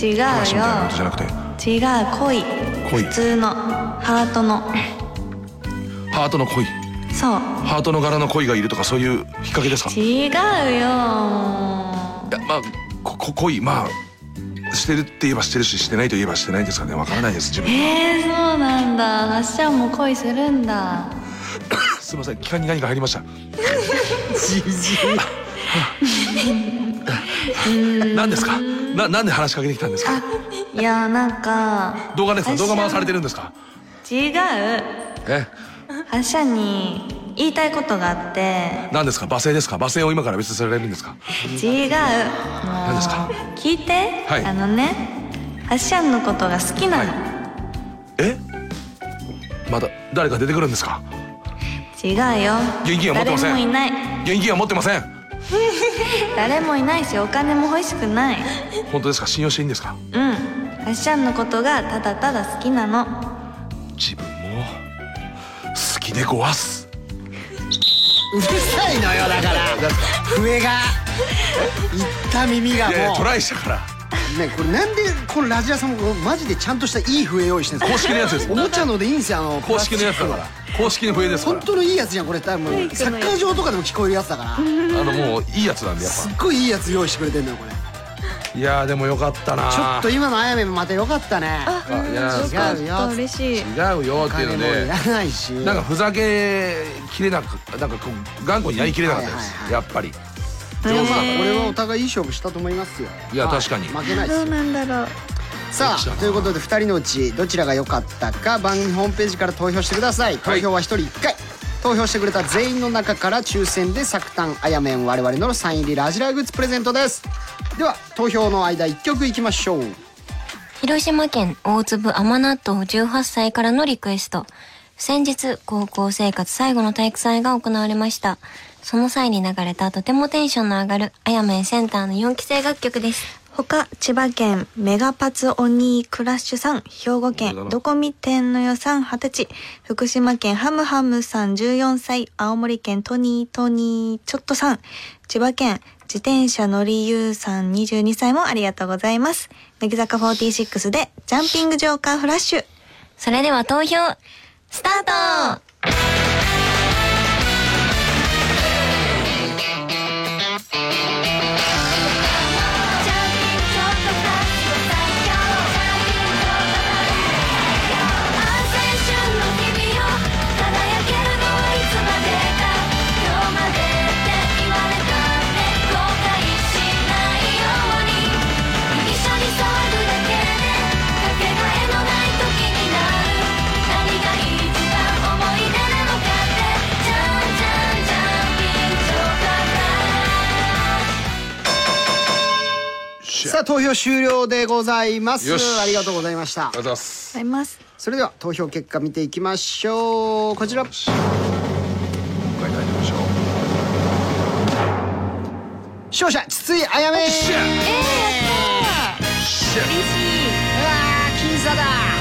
Speaker 9: 違うよ。
Speaker 3: 話みたいなことじゃなくて
Speaker 9: 違う恋
Speaker 3: 恋
Speaker 9: 普通のハートの
Speaker 3: ハートの恋
Speaker 9: そう
Speaker 3: ハートの柄の恋がいるとかそういう引っ掛けですかい
Speaker 9: 違うよ
Speaker 3: やまあここ恋まあしてるって言えばしてるししてないと言えばしてないですかねわからないです自分
Speaker 9: えー、そうなんだハッシャンも恋するんだ
Speaker 3: すいません気管に何か入りました何ですかななんで話しかけてきたんですか
Speaker 9: いやなんか
Speaker 3: 動画ですか動画回されて
Speaker 9: る
Speaker 3: るんですか
Speaker 9: 違うハ
Speaker 3: え
Speaker 9: ッシャンに言いたいことがあって
Speaker 3: 何ですか罵声ですか罵声を今から別にされるんですか
Speaker 9: 違う何
Speaker 3: ですか
Speaker 9: 聞いて、
Speaker 3: はい
Speaker 9: あのねハッシャンのことが好きなの、
Speaker 3: えまた誰か出てくるんですか
Speaker 9: 違うよ
Speaker 3: 現金は持ってません
Speaker 9: 誰もいない
Speaker 3: 現金は持ってません
Speaker 9: 誰もいないしお金も欲しくない
Speaker 3: 本当ですか信用していいんですか
Speaker 9: うんハッシャンのことがただただ好きなの
Speaker 3: 自分も好ききでごわす
Speaker 1: うるさいのよだから笛が行った耳が
Speaker 3: い
Speaker 1: もう
Speaker 3: やいやトライしたから
Speaker 1: ねこれなんでこのラジアさんもマジでちゃんとしたいい笛用意してるんです
Speaker 3: 公式のやつです
Speaker 1: おもちゃのでいいんですよあの
Speaker 3: 公式のやつだから公式の笛ですか
Speaker 1: 本
Speaker 3: ら
Speaker 1: 当のいいやつじゃんこれ多分サッカー場とかでも聞こえるやつだから
Speaker 3: あのもういいやつなんでやっ
Speaker 1: すっごいいいやつ用意してくれてんのよこれち
Speaker 3: ぱいやーでもよかったな
Speaker 1: ょっと今のあやめもまたよかったね
Speaker 3: いや
Speaker 1: 違うよ
Speaker 5: 嬉しい
Speaker 3: 違うよ
Speaker 1: お
Speaker 3: ってい
Speaker 1: 金
Speaker 3: う
Speaker 1: も
Speaker 3: の
Speaker 1: い
Speaker 3: で
Speaker 1: らないし
Speaker 3: なんかふざけきれなくなんかこう頑固にやりきれなかったで
Speaker 1: はいはいは
Speaker 3: す
Speaker 1: い
Speaker 3: やっぱり
Speaker 1: でもまあこれはお互いいい勝負したと思いますよ
Speaker 3: いや
Speaker 1: はい
Speaker 3: 確かに
Speaker 1: 負けないで
Speaker 5: ど
Speaker 1: す
Speaker 5: う
Speaker 1: よ
Speaker 5: なんだろう
Speaker 1: さ
Speaker 3: どっちだ
Speaker 1: あ
Speaker 3: な
Speaker 1: ということで2人のうちどちらが良かったか番組ホームページから投票してください投票は1人1回、投票してくれた全員の中から抽選で作短あやめん我々のサイン入りラジラグッズプレゼントですでは投票の間1曲いきましょう
Speaker 2: 広島県大粒甘納豆18歳からのリクエスト。先日、高校生活最後の体育祭が行われました。その際に流れたとてもテンションの上がる、あやめんセンターの4期生楽曲です。
Speaker 9: 他千葉県メガパツオニークラッシュさん兵
Speaker 3: 本当だ
Speaker 9: 庫県
Speaker 3: な
Speaker 9: どこ見てんのよさん二十歳福島県ハムハムさん14歳青森県トニートニーちょっとさん千葉県自転車乗りゆうさん22歳もありがとうございます乃木坂46でジャンピングジョーカーフラッシュ
Speaker 2: それでは投票、スタート
Speaker 6: 青春の日々を輝けるのはいつまでか今日も明日も今日までって言われたって後悔しないように一緒に座るだけでかけがえのない時になる何が一番思い出なのかってじゃんじゃんじゃん緊
Speaker 1: さあ投票終了でございます
Speaker 3: よし
Speaker 1: ありがとうございました
Speaker 3: ありがとうございます
Speaker 9: ございます
Speaker 1: それでは投票結果見ていきましょうこちら
Speaker 3: 今回大丈夫でしょう
Speaker 1: 勝者筒井あやめうわ
Speaker 3: シェアシェ
Speaker 1: ー僅差だ
Speaker 3: ア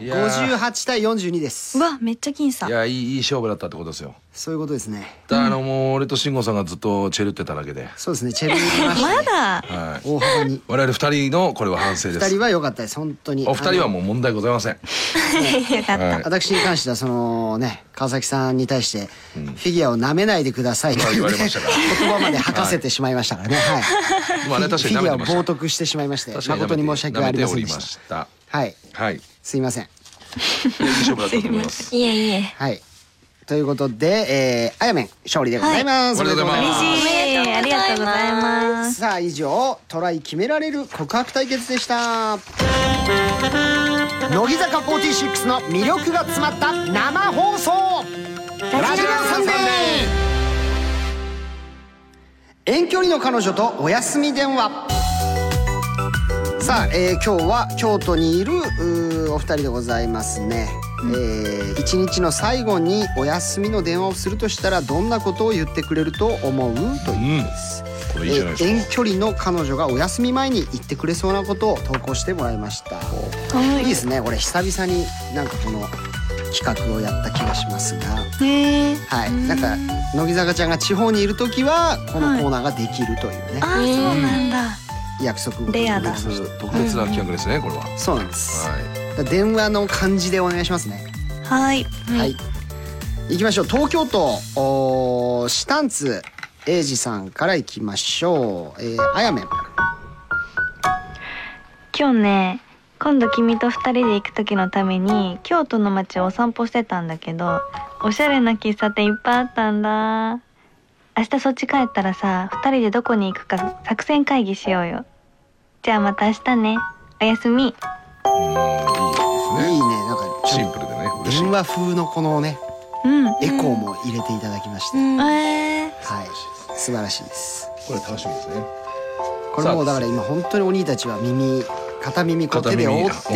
Speaker 3: いやー
Speaker 1: 58対42です
Speaker 9: うわめっちゃ僅差
Speaker 3: いやいいいい勝負だったってことですよ
Speaker 1: そういうことですね
Speaker 3: だからあのもう俺と慎吾さんがずっとチェルってただけで
Speaker 1: そうですねチェルミーが
Speaker 9: まだ
Speaker 3: はい
Speaker 1: 大幅に
Speaker 3: 我々二人のこれは反省で
Speaker 1: 2
Speaker 3: す
Speaker 1: 人は良かったです本当に
Speaker 3: お二人は
Speaker 1: あの
Speaker 3: もう問題ございませ
Speaker 1: <laughs>
Speaker 3: ん
Speaker 9: よかった
Speaker 3: はい
Speaker 1: 私に関してはそのね川崎さんに対してフィギュアを舐めないでくださいとい
Speaker 3: 言
Speaker 1: う、
Speaker 3: わ
Speaker 1: ね、
Speaker 3: れましたから
Speaker 1: 言葉まで吐かせてしまいましたからねはい、
Speaker 3: まあね確かに
Speaker 1: フィギ
Speaker 3: 舐め
Speaker 1: ュア
Speaker 3: て
Speaker 1: を
Speaker 3: ました
Speaker 1: 冒涜してしまいまして
Speaker 3: 確か
Speaker 1: 誠に申し訳ありませんでした
Speaker 3: した
Speaker 1: はい
Speaker 3: はいいい
Speaker 1: すいません
Speaker 3: 勝負だったと思います
Speaker 2: いえいえ。
Speaker 1: はいということで、えー、あやめん勝利でございます、
Speaker 3: はい
Speaker 1: おめでとうございます
Speaker 3: 嬉
Speaker 9: 嬉しいありがとうございます
Speaker 1: さあ以上トライ決められる告白対決でした乃木坂46の魅力が詰まった生放送ラジオサンデー遠距離の彼女とお休み電話さあ、えー今日は京都にいるうーお二人でございますね、えー一日の最後にお休みの電話をするとしたらどんなことを言ってくれると思うということです、
Speaker 3: これいいじゃない
Speaker 1: え
Speaker 3: ですか
Speaker 1: 遠距離の彼女がお休み前に言ってくれそうなことを投稿してもらいましたいいですねこれ久々になんかこの企画をやった気がしますが
Speaker 9: へえ
Speaker 1: はいなんか乃木坂ちゃんが地方にいる時はこのコーナーができるというね、
Speaker 9: あーそうなんだ
Speaker 1: 約束を
Speaker 9: レアだ
Speaker 1: 特別に
Speaker 3: 特別な企画ですねこれは
Speaker 1: そうなんです、
Speaker 3: は
Speaker 1: だから電話の感じでお願いしますね
Speaker 9: はい
Speaker 1: はい。行きましょう。東京都おーシタンツ英二さんから行きましょう。えー、あやめん。
Speaker 9: 今日ね今度君と2人で行く時のために京都の街をお散歩してたんだけどおしゃれな喫茶店いっぱいあったんだ明日そっち帰ったらさ2人でどこに行くか作戦会議しようよじゃあまた明日ねおやす
Speaker 3: いう
Speaker 9: み
Speaker 1: い
Speaker 3: んいい
Speaker 1: いね。
Speaker 3: で
Speaker 1: なんかち
Speaker 3: すねシ
Speaker 1: ょ
Speaker 3: ン
Speaker 1: っ
Speaker 3: プルでね
Speaker 1: と
Speaker 3: 嬉しい
Speaker 1: 電話風のこのね
Speaker 9: う
Speaker 1: エ
Speaker 9: ん
Speaker 1: コーも入れていただきまして、
Speaker 2: うん
Speaker 9: え
Speaker 1: はい。素晴らしいです。
Speaker 3: これ楽しみですね
Speaker 1: これもうだから今本当にお兄たちは耳片耳こう手で
Speaker 3: <laughs>
Speaker 1: 覆っ
Speaker 3: 片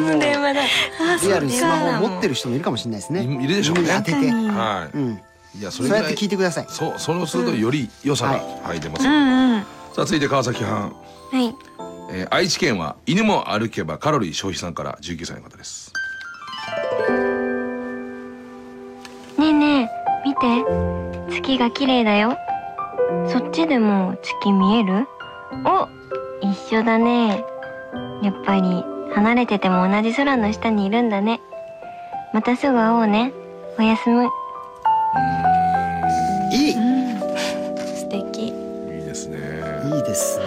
Speaker 3: 耳
Speaker 1: て、でもう
Speaker 2: 話だ。
Speaker 1: リアルにスマホを持ってる人もいるかもしれないですね。
Speaker 3: いるでしょうね
Speaker 1: 耳当てて、
Speaker 9: 確かに
Speaker 3: は
Speaker 1: うん。
Speaker 3: いいやそ
Speaker 1: そう
Speaker 3: れぐ
Speaker 1: やっ
Speaker 3: ら
Speaker 1: て
Speaker 3: い
Speaker 1: 聞いてください。
Speaker 3: そうそれをするとより良さが
Speaker 1: う
Speaker 3: はい出ます
Speaker 9: う
Speaker 3: さ
Speaker 9: んうん
Speaker 3: あ続いて川崎藩
Speaker 2: はい。
Speaker 3: えー愛知県は犬も歩けばカロリー消費さんから19歳の方です
Speaker 2: て月が綺麗だよそっちでも月見えるお一緒だねやっぱり離れてても同じ空の下にいるんだねまたすぐ会おうねおやすみ
Speaker 1: いい
Speaker 9: 素敵
Speaker 3: いいですね
Speaker 1: いいですね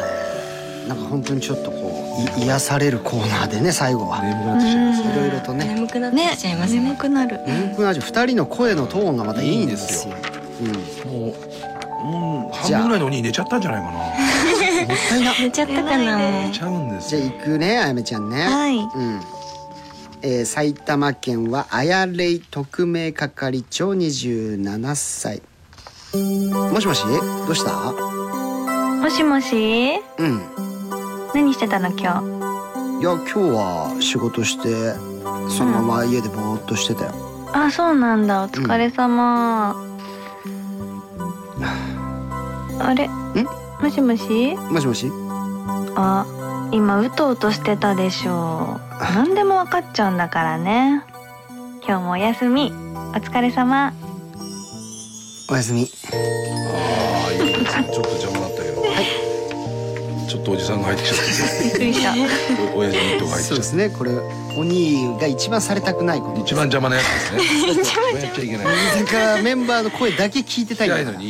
Speaker 1: なんか本当にちょっとこうい癒されるコーナーでね最後は
Speaker 3: 眠くなってきちゃいます
Speaker 1: いろいろとね
Speaker 2: 眠くなっ
Speaker 9: ね
Speaker 2: てきちゃいますね
Speaker 9: 眠くなる
Speaker 1: 眠くなる2人の声のトーンがまたいいんですよ
Speaker 3: いい
Speaker 1: うん、も
Speaker 3: もうもう半
Speaker 1: じゃあ
Speaker 3: 分ぐらいの鬼寝ちゃったんじゃないかな
Speaker 2: <laughs>
Speaker 1: ったいな
Speaker 2: 寝ちゃったか
Speaker 9: 寝
Speaker 2: な
Speaker 9: ないで
Speaker 2: もう
Speaker 3: 寝ちゃうんです
Speaker 1: じゃ
Speaker 3: よ
Speaker 1: あ行くねあやめちゃんね
Speaker 9: はい
Speaker 1: うんえー埼玉県はあやれい特命係長27歳もしもしどうした
Speaker 9: もしもし
Speaker 1: うん
Speaker 9: 何してたの今
Speaker 1: い
Speaker 9: 日
Speaker 1: や今日は仕事してそのまま家でぼーっとしてたよ、
Speaker 9: あそうなんだお疲れ様、あれもしもし
Speaker 1: もしもし
Speaker 9: あ今うとうとしてたでしょう何でも分かっちゃうんだからね今日もお休みお疲れ様
Speaker 1: おやすみ
Speaker 3: ああいいですねちょっと邪魔だったけどちょっとおじさんが入ってきちゃっ
Speaker 9: びっくりした
Speaker 3: たお親父の人が入って
Speaker 1: そうで
Speaker 3: きちゃっ
Speaker 1: すねこれお兄が一番されたくないこ
Speaker 3: た
Speaker 1: と
Speaker 3: 一番邪魔なやつですねやっちゃいけない
Speaker 1: だからメンバーの声だけ聞いてた
Speaker 3: 聞
Speaker 1: いんだ
Speaker 3: きた
Speaker 1: か
Speaker 3: いの
Speaker 1: ら
Speaker 3: に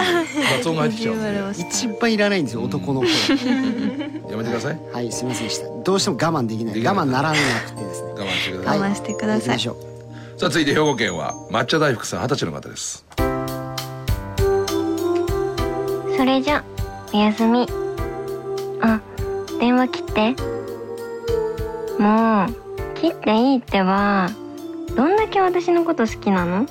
Speaker 3: 雑音が入ってきちゃうんでや
Speaker 1: 一番いらないんですよ男
Speaker 3: <laughs>
Speaker 1: の声
Speaker 3: めてください
Speaker 1: はいすみませんでしたどうしても我慢できない
Speaker 3: できない
Speaker 1: 我慢ならなくてですね
Speaker 3: 我慢してください
Speaker 9: 我慢してくだ
Speaker 1: 行き
Speaker 9: さ
Speaker 1: ま
Speaker 9: い
Speaker 1: しょう
Speaker 3: さあ続いて兵庫県は抹茶大福さん二十歳の方です
Speaker 2: それじゃおやすみあ電話切ってもう切っていいってばどんだけ私のこと好きなの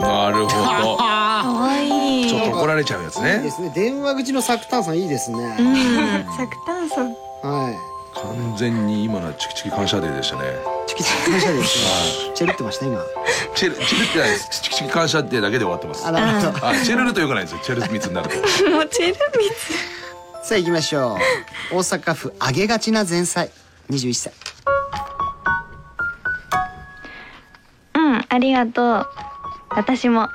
Speaker 3: なるほ
Speaker 9: 可愛
Speaker 3: ど
Speaker 9: い
Speaker 3: ちょっと怒られちゃうやつ
Speaker 1: いいで
Speaker 3: ね
Speaker 1: すね電話口の作炭さんいいですね、
Speaker 9: <laughs> 作炭素
Speaker 1: はい
Speaker 3: 完全に今のはチキチキ感謝デーでしたね
Speaker 1: チキチキ感謝です <laughs> チェルってました今
Speaker 3: チェルチェルってないですチキチキ感謝デーだけで終わってます
Speaker 1: あなるほど
Speaker 3: あチェルルとよくないですよチェル密になると
Speaker 9: もうチェルミツ
Speaker 1: さあ行きましょう大阪府揚げがちな前菜21歳
Speaker 9: うんありがとう私も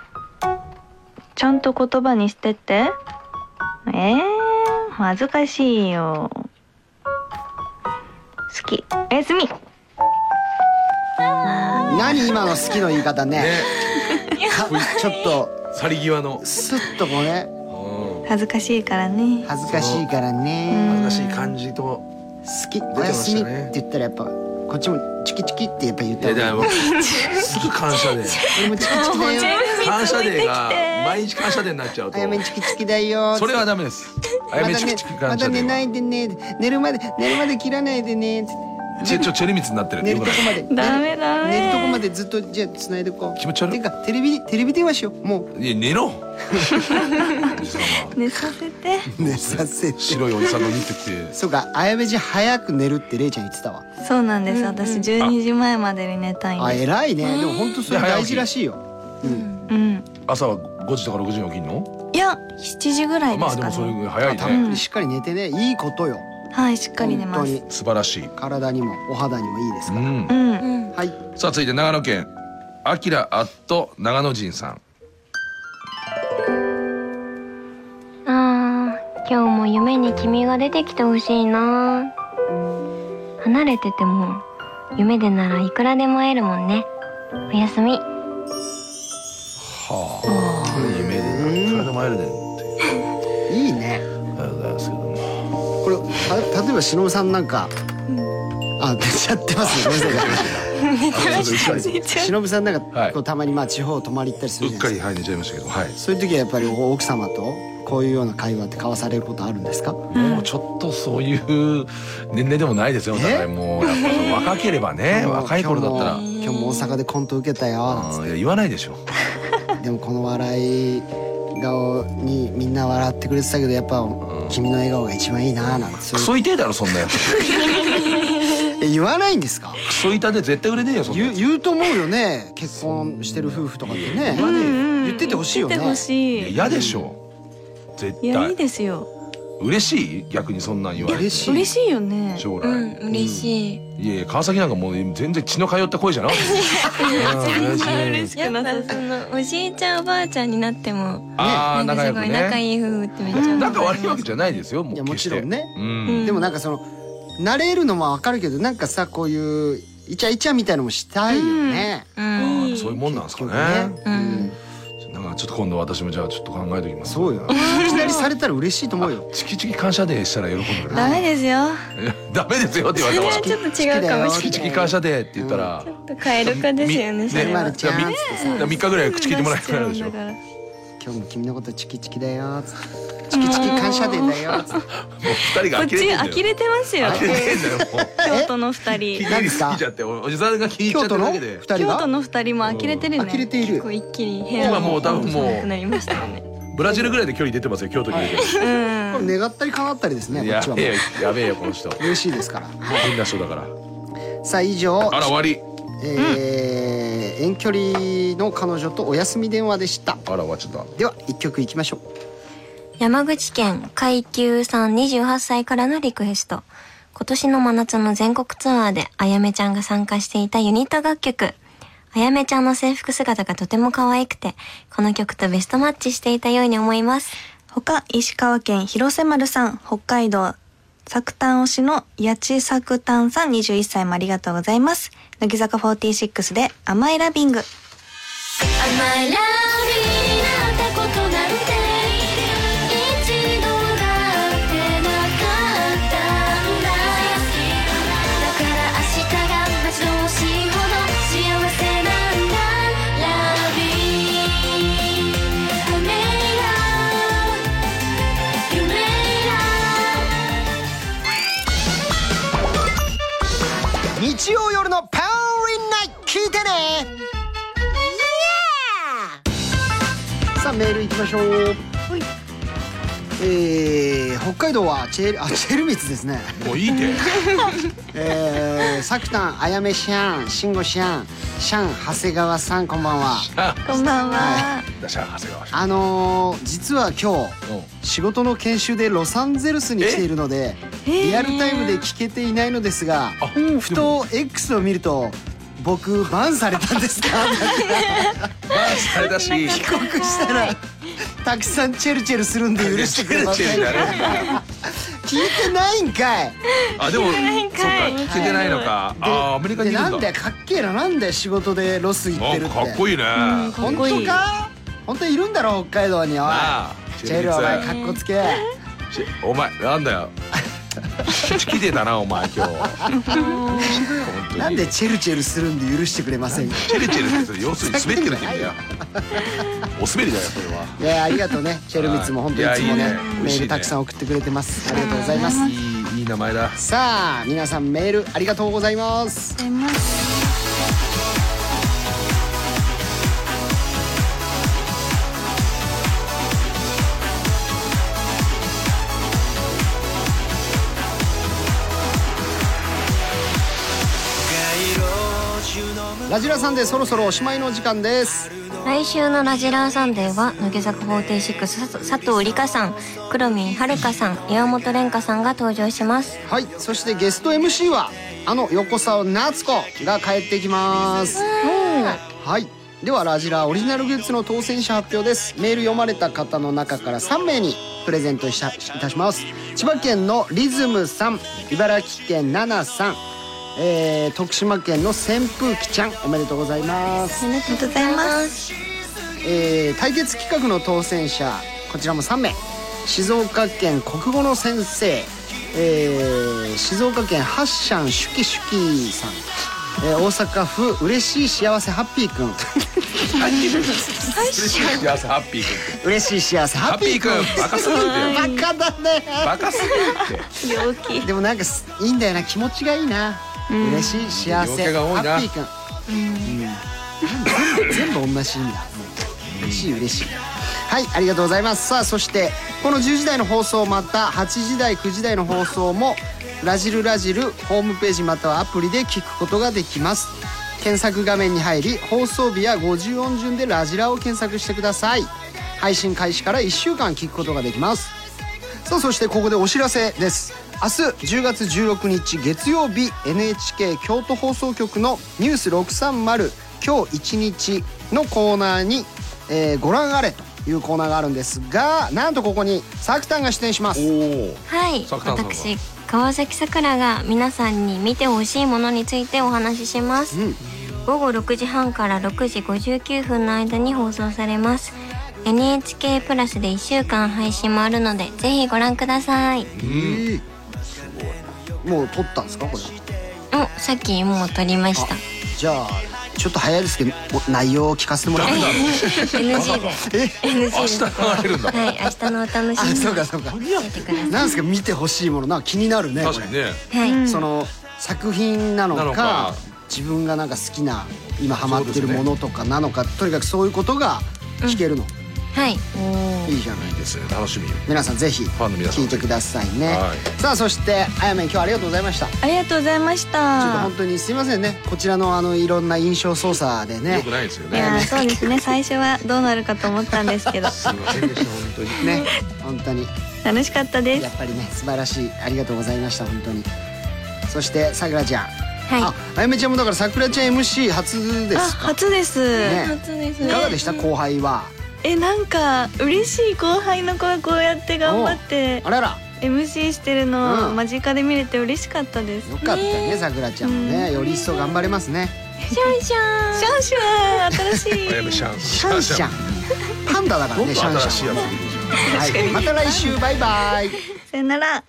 Speaker 9: ちゃんと言葉にしてってえー、恥ずかしいよ好きおやすみ
Speaker 1: 何今の好きの言い方ね
Speaker 3: ね
Speaker 1: か <laughs> ちょっと
Speaker 3: 去り際の
Speaker 1: スッとこうね
Speaker 3: うん
Speaker 9: 恥ずかしいからね
Speaker 1: 恥ずかしいからね
Speaker 3: 恥ずかしい感じと
Speaker 1: 好き
Speaker 3: ま
Speaker 1: おや
Speaker 3: し
Speaker 1: す
Speaker 3: た
Speaker 1: み
Speaker 3: ね
Speaker 1: って言ったらやっぱこっちもチキチキってやっぱ言っ
Speaker 3: い
Speaker 1: た
Speaker 3: や
Speaker 1: 方
Speaker 3: だ
Speaker 1: が
Speaker 3: から
Speaker 1: いい
Speaker 3: もうすぐ感謝デー
Speaker 1: 俺もチキチキだよ
Speaker 3: 感謝デーが毎日感謝デーになっちゃうと
Speaker 1: あやめチキチキだよ
Speaker 3: それはダメですあ
Speaker 1: また
Speaker 3: やめ
Speaker 1: ね
Speaker 3: チキチキ
Speaker 1: ま
Speaker 3: 感
Speaker 1: た
Speaker 3: 謝デ
Speaker 1: 寝
Speaker 3: ーは
Speaker 1: ないでね寝るまで寝るまで切らないでね
Speaker 3: ちょちょチェル密になってる
Speaker 1: 寝る
Speaker 3: よく
Speaker 1: と
Speaker 3: な
Speaker 1: こ
Speaker 3: い
Speaker 1: まで
Speaker 9: <laughs> ダメダメ
Speaker 1: 寝るとこまでずっとじゃあ繋いでこう
Speaker 3: 気持ち悪い
Speaker 1: てかテレビテレビ電話しようもう
Speaker 3: いや寝ろおじさんは
Speaker 9: 寝させて
Speaker 1: 寝 <laughs> させて
Speaker 3: 白いおじさんが言ってきて
Speaker 1: そうかあやめじ早く寝るってれいちゃん言ってたわ
Speaker 9: そうなんです、私12時前までに寝たいん
Speaker 1: あ
Speaker 9: です
Speaker 1: 偉いねでも本当それ大事らしいよ
Speaker 9: うん
Speaker 3: 朝は5時とか6時に起きんの
Speaker 9: いや7時ぐらいで
Speaker 3: まあ
Speaker 9: す
Speaker 3: で
Speaker 9: か
Speaker 3: もそれ
Speaker 9: ね、
Speaker 3: ぐらい早い
Speaker 1: た
Speaker 3: ね
Speaker 1: っぷりしっかり寝てねいいことよ
Speaker 9: はいしっかり寝
Speaker 1: 本当
Speaker 9: ます
Speaker 1: に
Speaker 3: 素晴らしい
Speaker 1: 体にもお肌にもいいです
Speaker 3: う
Speaker 1: から
Speaker 3: ん
Speaker 9: うん、
Speaker 1: はい
Speaker 3: さあ続いて長野県あきらアット長野人さん
Speaker 2: あー今日も夢に君が出てきてほしいな離れてても夢でならいくらでも会えるもんねおやすみ
Speaker 3: はあ夢でいくらでも会えるねって
Speaker 1: いいね
Speaker 3: ありがとうございますけども
Speaker 1: これた例えばしのぶさんなんか、あ出ちゃってますねごめんな
Speaker 9: <laughs>
Speaker 3: あちょっとうっかり
Speaker 1: さいしのぶさんなんか、
Speaker 3: はい
Speaker 1: こうたまにまあ地方泊まり行ったりする
Speaker 3: う
Speaker 1: じ
Speaker 3: っ
Speaker 1: ゃな
Speaker 3: か
Speaker 1: いです
Speaker 3: りはい寝ちゃいましたけどはい
Speaker 1: かそういう時はやっぱりお奥様とこういうような会話って交わされることあるんですか
Speaker 3: もうちょっとそういう年齢でもないですよお互いもうやっぱり若ければね
Speaker 1: もう
Speaker 3: 若い頃だったら
Speaker 1: 今日も今日も大阪でコント受けたよ
Speaker 3: うんいや言わないでしょ
Speaker 1: でもこの笑い顔にみんな笑ってくれてたけどやっぱ君の笑顔が一番いいななんてそ
Speaker 3: ク
Speaker 1: ういう
Speaker 3: ソ痛いだろそんなやつ
Speaker 1: え言わないんですか
Speaker 3: クソ痛で絶対売れねえよそんな
Speaker 1: 言
Speaker 3: や
Speaker 1: う
Speaker 3: つ
Speaker 1: 言うと思うよね結婚してる夫婦とかってね
Speaker 3: 言わねえよ
Speaker 1: 言っててほしいよね
Speaker 9: 出てほ
Speaker 3: いや
Speaker 9: しい
Speaker 3: 嫌でしょ絶
Speaker 9: いやい
Speaker 3: 対
Speaker 9: いですよ
Speaker 3: 嬉しい逆にそんなん言われて
Speaker 1: 嬉しい
Speaker 9: 嬉しいよね
Speaker 3: 将来、
Speaker 2: うん嬉しい、
Speaker 3: いやいや川崎なんかもう全然血の通った声じゃなかったですようん嬉しい
Speaker 2: やっぱそのおじいちゃんおばあちゃんになっても
Speaker 3: ああ
Speaker 2: なん
Speaker 3: 仲
Speaker 2: かす
Speaker 3: 良
Speaker 2: ご
Speaker 3: く
Speaker 2: い仲
Speaker 3: ね
Speaker 2: いい夫婦ってめっちゃ
Speaker 3: 仲悪いわけじゃないですよも
Speaker 1: いうやも
Speaker 3: 決
Speaker 1: ち
Speaker 3: し
Speaker 1: ろ
Speaker 3: て
Speaker 1: んね、
Speaker 3: うん
Speaker 1: でもなんかその慣れるのもわかるけどなんかさこういうイチャイチャみたいのもしたいよね、
Speaker 2: うん
Speaker 3: あーそういうもんなんですかね
Speaker 1: 結局ねうん
Speaker 3: なんかちょっと今度私もじゃあちょっと考えておきます
Speaker 1: そうよ
Speaker 3: <laughs>
Speaker 1: いきなりされたら嬉しいと思うよ
Speaker 3: チキチキ感謝デーしたら喜んでくれる
Speaker 9: ダメですよ
Speaker 3: <laughs> ダメですよって言われたからチ
Speaker 2: ちょっと違うかもし
Speaker 3: キチキ感謝デーって言ったら
Speaker 2: れないカエル化ですよねそれ
Speaker 1: ま
Speaker 2: は
Speaker 1: るちゃんっつってさ
Speaker 3: 3日ぐらい口聞いてもらえなくなるでしょ
Speaker 1: 今日も君のことチキチキだよつってチキチキ感謝デーだよつ
Speaker 3: <laughs>
Speaker 1: って
Speaker 3: もう二人が
Speaker 9: こっ
Speaker 3: 呆れ
Speaker 9: ち
Speaker 3: てんだよ
Speaker 9: 呆れてますよ
Speaker 3: 呆れてんだよもう
Speaker 9: 京都の二
Speaker 3: 気
Speaker 9: 人
Speaker 3: に入りすぎちゃっておおじさんが気に入っち
Speaker 1: 京
Speaker 3: ゃって
Speaker 1: 都
Speaker 3: る
Speaker 1: の
Speaker 3: だけ
Speaker 1: 二
Speaker 3: で
Speaker 1: 人
Speaker 9: 京
Speaker 1: が
Speaker 9: 都の二人も呆れてるね
Speaker 1: 呆れている
Speaker 9: 結構一気に部屋
Speaker 3: 今もう多分もう
Speaker 9: なくなりましたよね
Speaker 3: ブラジルぐらいで距離出てますよ京都にいて
Speaker 9: うん
Speaker 1: これ願ったり叶ったりですねこっ
Speaker 3: や
Speaker 1: ちは
Speaker 3: べ
Speaker 1: も
Speaker 3: えよ
Speaker 1: う
Speaker 3: やべえよこの人
Speaker 1: 嬉しいですから
Speaker 3: 変な人だから
Speaker 1: さあ以上
Speaker 3: あら終わり
Speaker 1: えー遠距離の彼女とお休み電話でした
Speaker 3: あら終わっちゃった
Speaker 1: では一曲いきましょう
Speaker 2: 山口県階級さん28歳からのリクエスト。今年の真夏の全国ツアーであやめちゃんが参加していたユニット楽曲。あやめちゃんの制服姿がとても可愛くて、この曲とベストマッチしていたように思います。
Speaker 9: 他石川県広瀬丸さん北海道作炭推しの八千作炭さん21歳もありがとうございます乃木坂46で甘いラビング
Speaker 6: 甘いラブになったことなんて一度だってなかったんだだから明日が待ち遠しいほど幸せなんだラビー雨や夢や
Speaker 1: 日曜夜のパウリンナイト聞いてねさあメールいきましょうえー、北海道はチェルあチェルミツですね
Speaker 3: もういいって
Speaker 1: えー、さきたんあやめしゃんしんごしゃんしゃん長谷川さんこんばんは
Speaker 9: こんばんは
Speaker 3: だしゃ長谷川
Speaker 1: あのー、実は今日
Speaker 3: うん
Speaker 1: 仕事の研修でロサンゼルスに来ているのでリアルタイムで聞けていないのですが
Speaker 3: あ
Speaker 1: ふと X を見ると「僕バンされたんですか?」
Speaker 3: バーンされたし
Speaker 1: 帰国したらたくさんチェルチェルするんで許してくれません
Speaker 3: チェルチェルだね
Speaker 1: 聞いてないんかい
Speaker 3: あでもそっか聞けてないのかあーアメリカに
Speaker 1: で
Speaker 3: いる
Speaker 1: なん
Speaker 3: だ
Speaker 1: んだよかっけえななんだよ仕事でロス行ってるっ
Speaker 3: あ
Speaker 1: て
Speaker 3: かっこいいねな
Speaker 1: 本当か本当いるんだろ北海道におい
Speaker 3: あ
Speaker 1: チェルお前か
Speaker 3: っ
Speaker 1: っこつけ
Speaker 3: お前なんだよチキテだなお前今日本当に
Speaker 1: なんでチェルチェルするんで許してくれませんい
Speaker 3: チェルチェルってそれ要するに滑ってるって意味だよお滑りだよそれは
Speaker 1: やありがとうねチェルミツも本当にいつも
Speaker 3: いやい
Speaker 1: ね
Speaker 3: いね
Speaker 1: メ
Speaker 3: 美味し
Speaker 1: ー
Speaker 3: い
Speaker 1: ル
Speaker 3: ね
Speaker 1: たくさん送ってくれてますありがとうございます
Speaker 3: いいいい名前だ
Speaker 1: さあ皆さんメールありがとうございますラジラさんでそろそろおしまいの時間です
Speaker 2: 来週のラジラーサンデーは、乃木坂46佐佐藤里香さん、くろみんはるかさん、岩本蓮香さんが登場します。
Speaker 1: はいそしてゲスト MC はあの横澤夏子が帰ってきますはいではラジラオリジナルグッズの当選者発表ですメール読まれた方の中から3名にプレゼントしたいたします千葉県のリズムさん茨城県ナナさんえー、徳島県の扇風機ちゃんおめでとうございます
Speaker 9: ありがとうございます
Speaker 1: えー対決企画の当選者こちらも3名静岡県国語の先生、えー静岡県ハッシャンシュキシュキさん、えー大阪府嬉しい幸せハッピーくん
Speaker 3: 幸せハッピーくん
Speaker 1: 嬉しい幸せ
Speaker 3: ハ
Speaker 1: ハ
Speaker 3: ッ
Speaker 1: ッピ
Speaker 3: ピー
Speaker 1: ー
Speaker 3: く
Speaker 1: く
Speaker 3: んバカすぎるってよ
Speaker 1: んバカだね
Speaker 3: バカすぎ
Speaker 1: <laughs>
Speaker 3: るって
Speaker 9: 陽気
Speaker 1: でもなんかすいいんだよな気持ちがいいな、嬉しい幸
Speaker 3: 陽
Speaker 1: せ
Speaker 3: 気が多
Speaker 1: ハ
Speaker 3: いな
Speaker 1: ッピーくん、うん全部全部同じんだもう嬉しい嬉しいはいありがとうございますさあそしてこの10時台の放送また8時台9時台の放送も「ラジルラジル」ホームページまたはアプリで聞くことができます検索画面に入り放送日や50音順で「ラジラ」を検索してください配信開始から1週間聞くことができますさあそしてここでお知らせです明日10月16日月曜日 NHK 京都放送局の「ニュース630今日一日」のコーナーに、えーご覧あれ」というコーナーがあるんですがなんとここにサクタンが出演します
Speaker 3: おお
Speaker 2: はい
Speaker 3: 作田さんは
Speaker 2: 私川崎さくらが皆さんに見てほしいものについてお話しします、
Speaker 1: うん
Speaker 2: 午後6時半から6時59分の間に放送されます NHK プラスで1週間配信もあるのでぜひご覧ください
Speaker 1: えーすごいもう撮ったんですかこれ
Speaker 2: おさっきもう撮りました
Speaker 1: じゃあちょっと早いですけどお内容を聞かせてもらっていい
Speaker 2: <laughs> NG で NG
Speaker 3: 明
Speaker 2: で
Speaker 3: 日
Speaker 2: すは
Speaker 3: 流れるんだ
Speaker 2: い明日のお楽し
Speaker 1: あ
Speaker 2: みに
Speaker 1: そうかそうか
Speaker 2: 見てください
Speaker 1: なんですか見てほしいものなんか気になるねこれ
Speaker 3: 確かにね
Speaker 2: はい、
Speaker 1: その作品なのか
Speaker 3: なのか
Speaker 1: 自分がなんか好きな今ハマってるものとかなのか、とにかくそういうことが聞けるの、
Speaker 2: はい
Speaker 1: いいじゃない
Speaker 3: いいですね楽しみ
Speaker 1: 皆さんぜひ
Speaker 3: ァンの皆さん
Speaker 1: 聞いてくださいね、
Speaker 3: は
Speaker 1: さあそしてあやめん今日はありがとうございましたちょ
Speaker 9: ありがとうございまし
Speaker 1: っと
Speaker 9: た
Speaker 1: 本当にすいませんねこちらのあのいろんな印象操作で
Speaker 3: よ
Speaker 1: ね
Speaker 3: くないですよ
Speaker 9: い
Speaker 3: ね
Speaker 9: やーそうですね最初はどうなるかと思ったんですけど
Speaker 3: すいませんでした本当に <laughs>
Speaker 1: ね本当に
Speaker 9: 楽しかったです
Speaker 1: やっぱりね素晴らしいありがとうございました本当にそしてさくらちゃん、あ
Speaker 2: は
Speaker 1: あやめちゃんもだからさくらちゃん MC 初で
Speaker 9: あ
Speaker 1: すか
Speaker 9: 初です、
Speaker 1: ね
Speaker 2: い初です
Speaker 1: いかがでした後輩は
Speaker 9: えなんか嬉しい後輩の子がこうやって頑張って
Speaker 1: あらら
Speaker 9: MC してるの
Speaker 1: う
Speaker 9: を
Speaker 1: ん
Speaker 9: 間近で見れて嬉しかったです、
Speaker 1: よかったねさくらちゃんもねより一層頑張れます <laughs> ね
Speaker 9: シャンシャン新しい
Speaker 1: <laughs>
Speaker 3: あやめシャン
Speaker 1: シャンシャンパンダだから
Speaker 3: もっ
Speaker 1: ね
Speaker 3: と
Speaker 1: シャン
Speaker 3: 新
Speaker 1: シ
Speaker 3: しい
Speaker 1: ャ
Speaker 3: や
Speaker 1: ン
Speaker 3: つ
Speaker 1: ははいまた来週バイバイ
Speaker 9: さよなら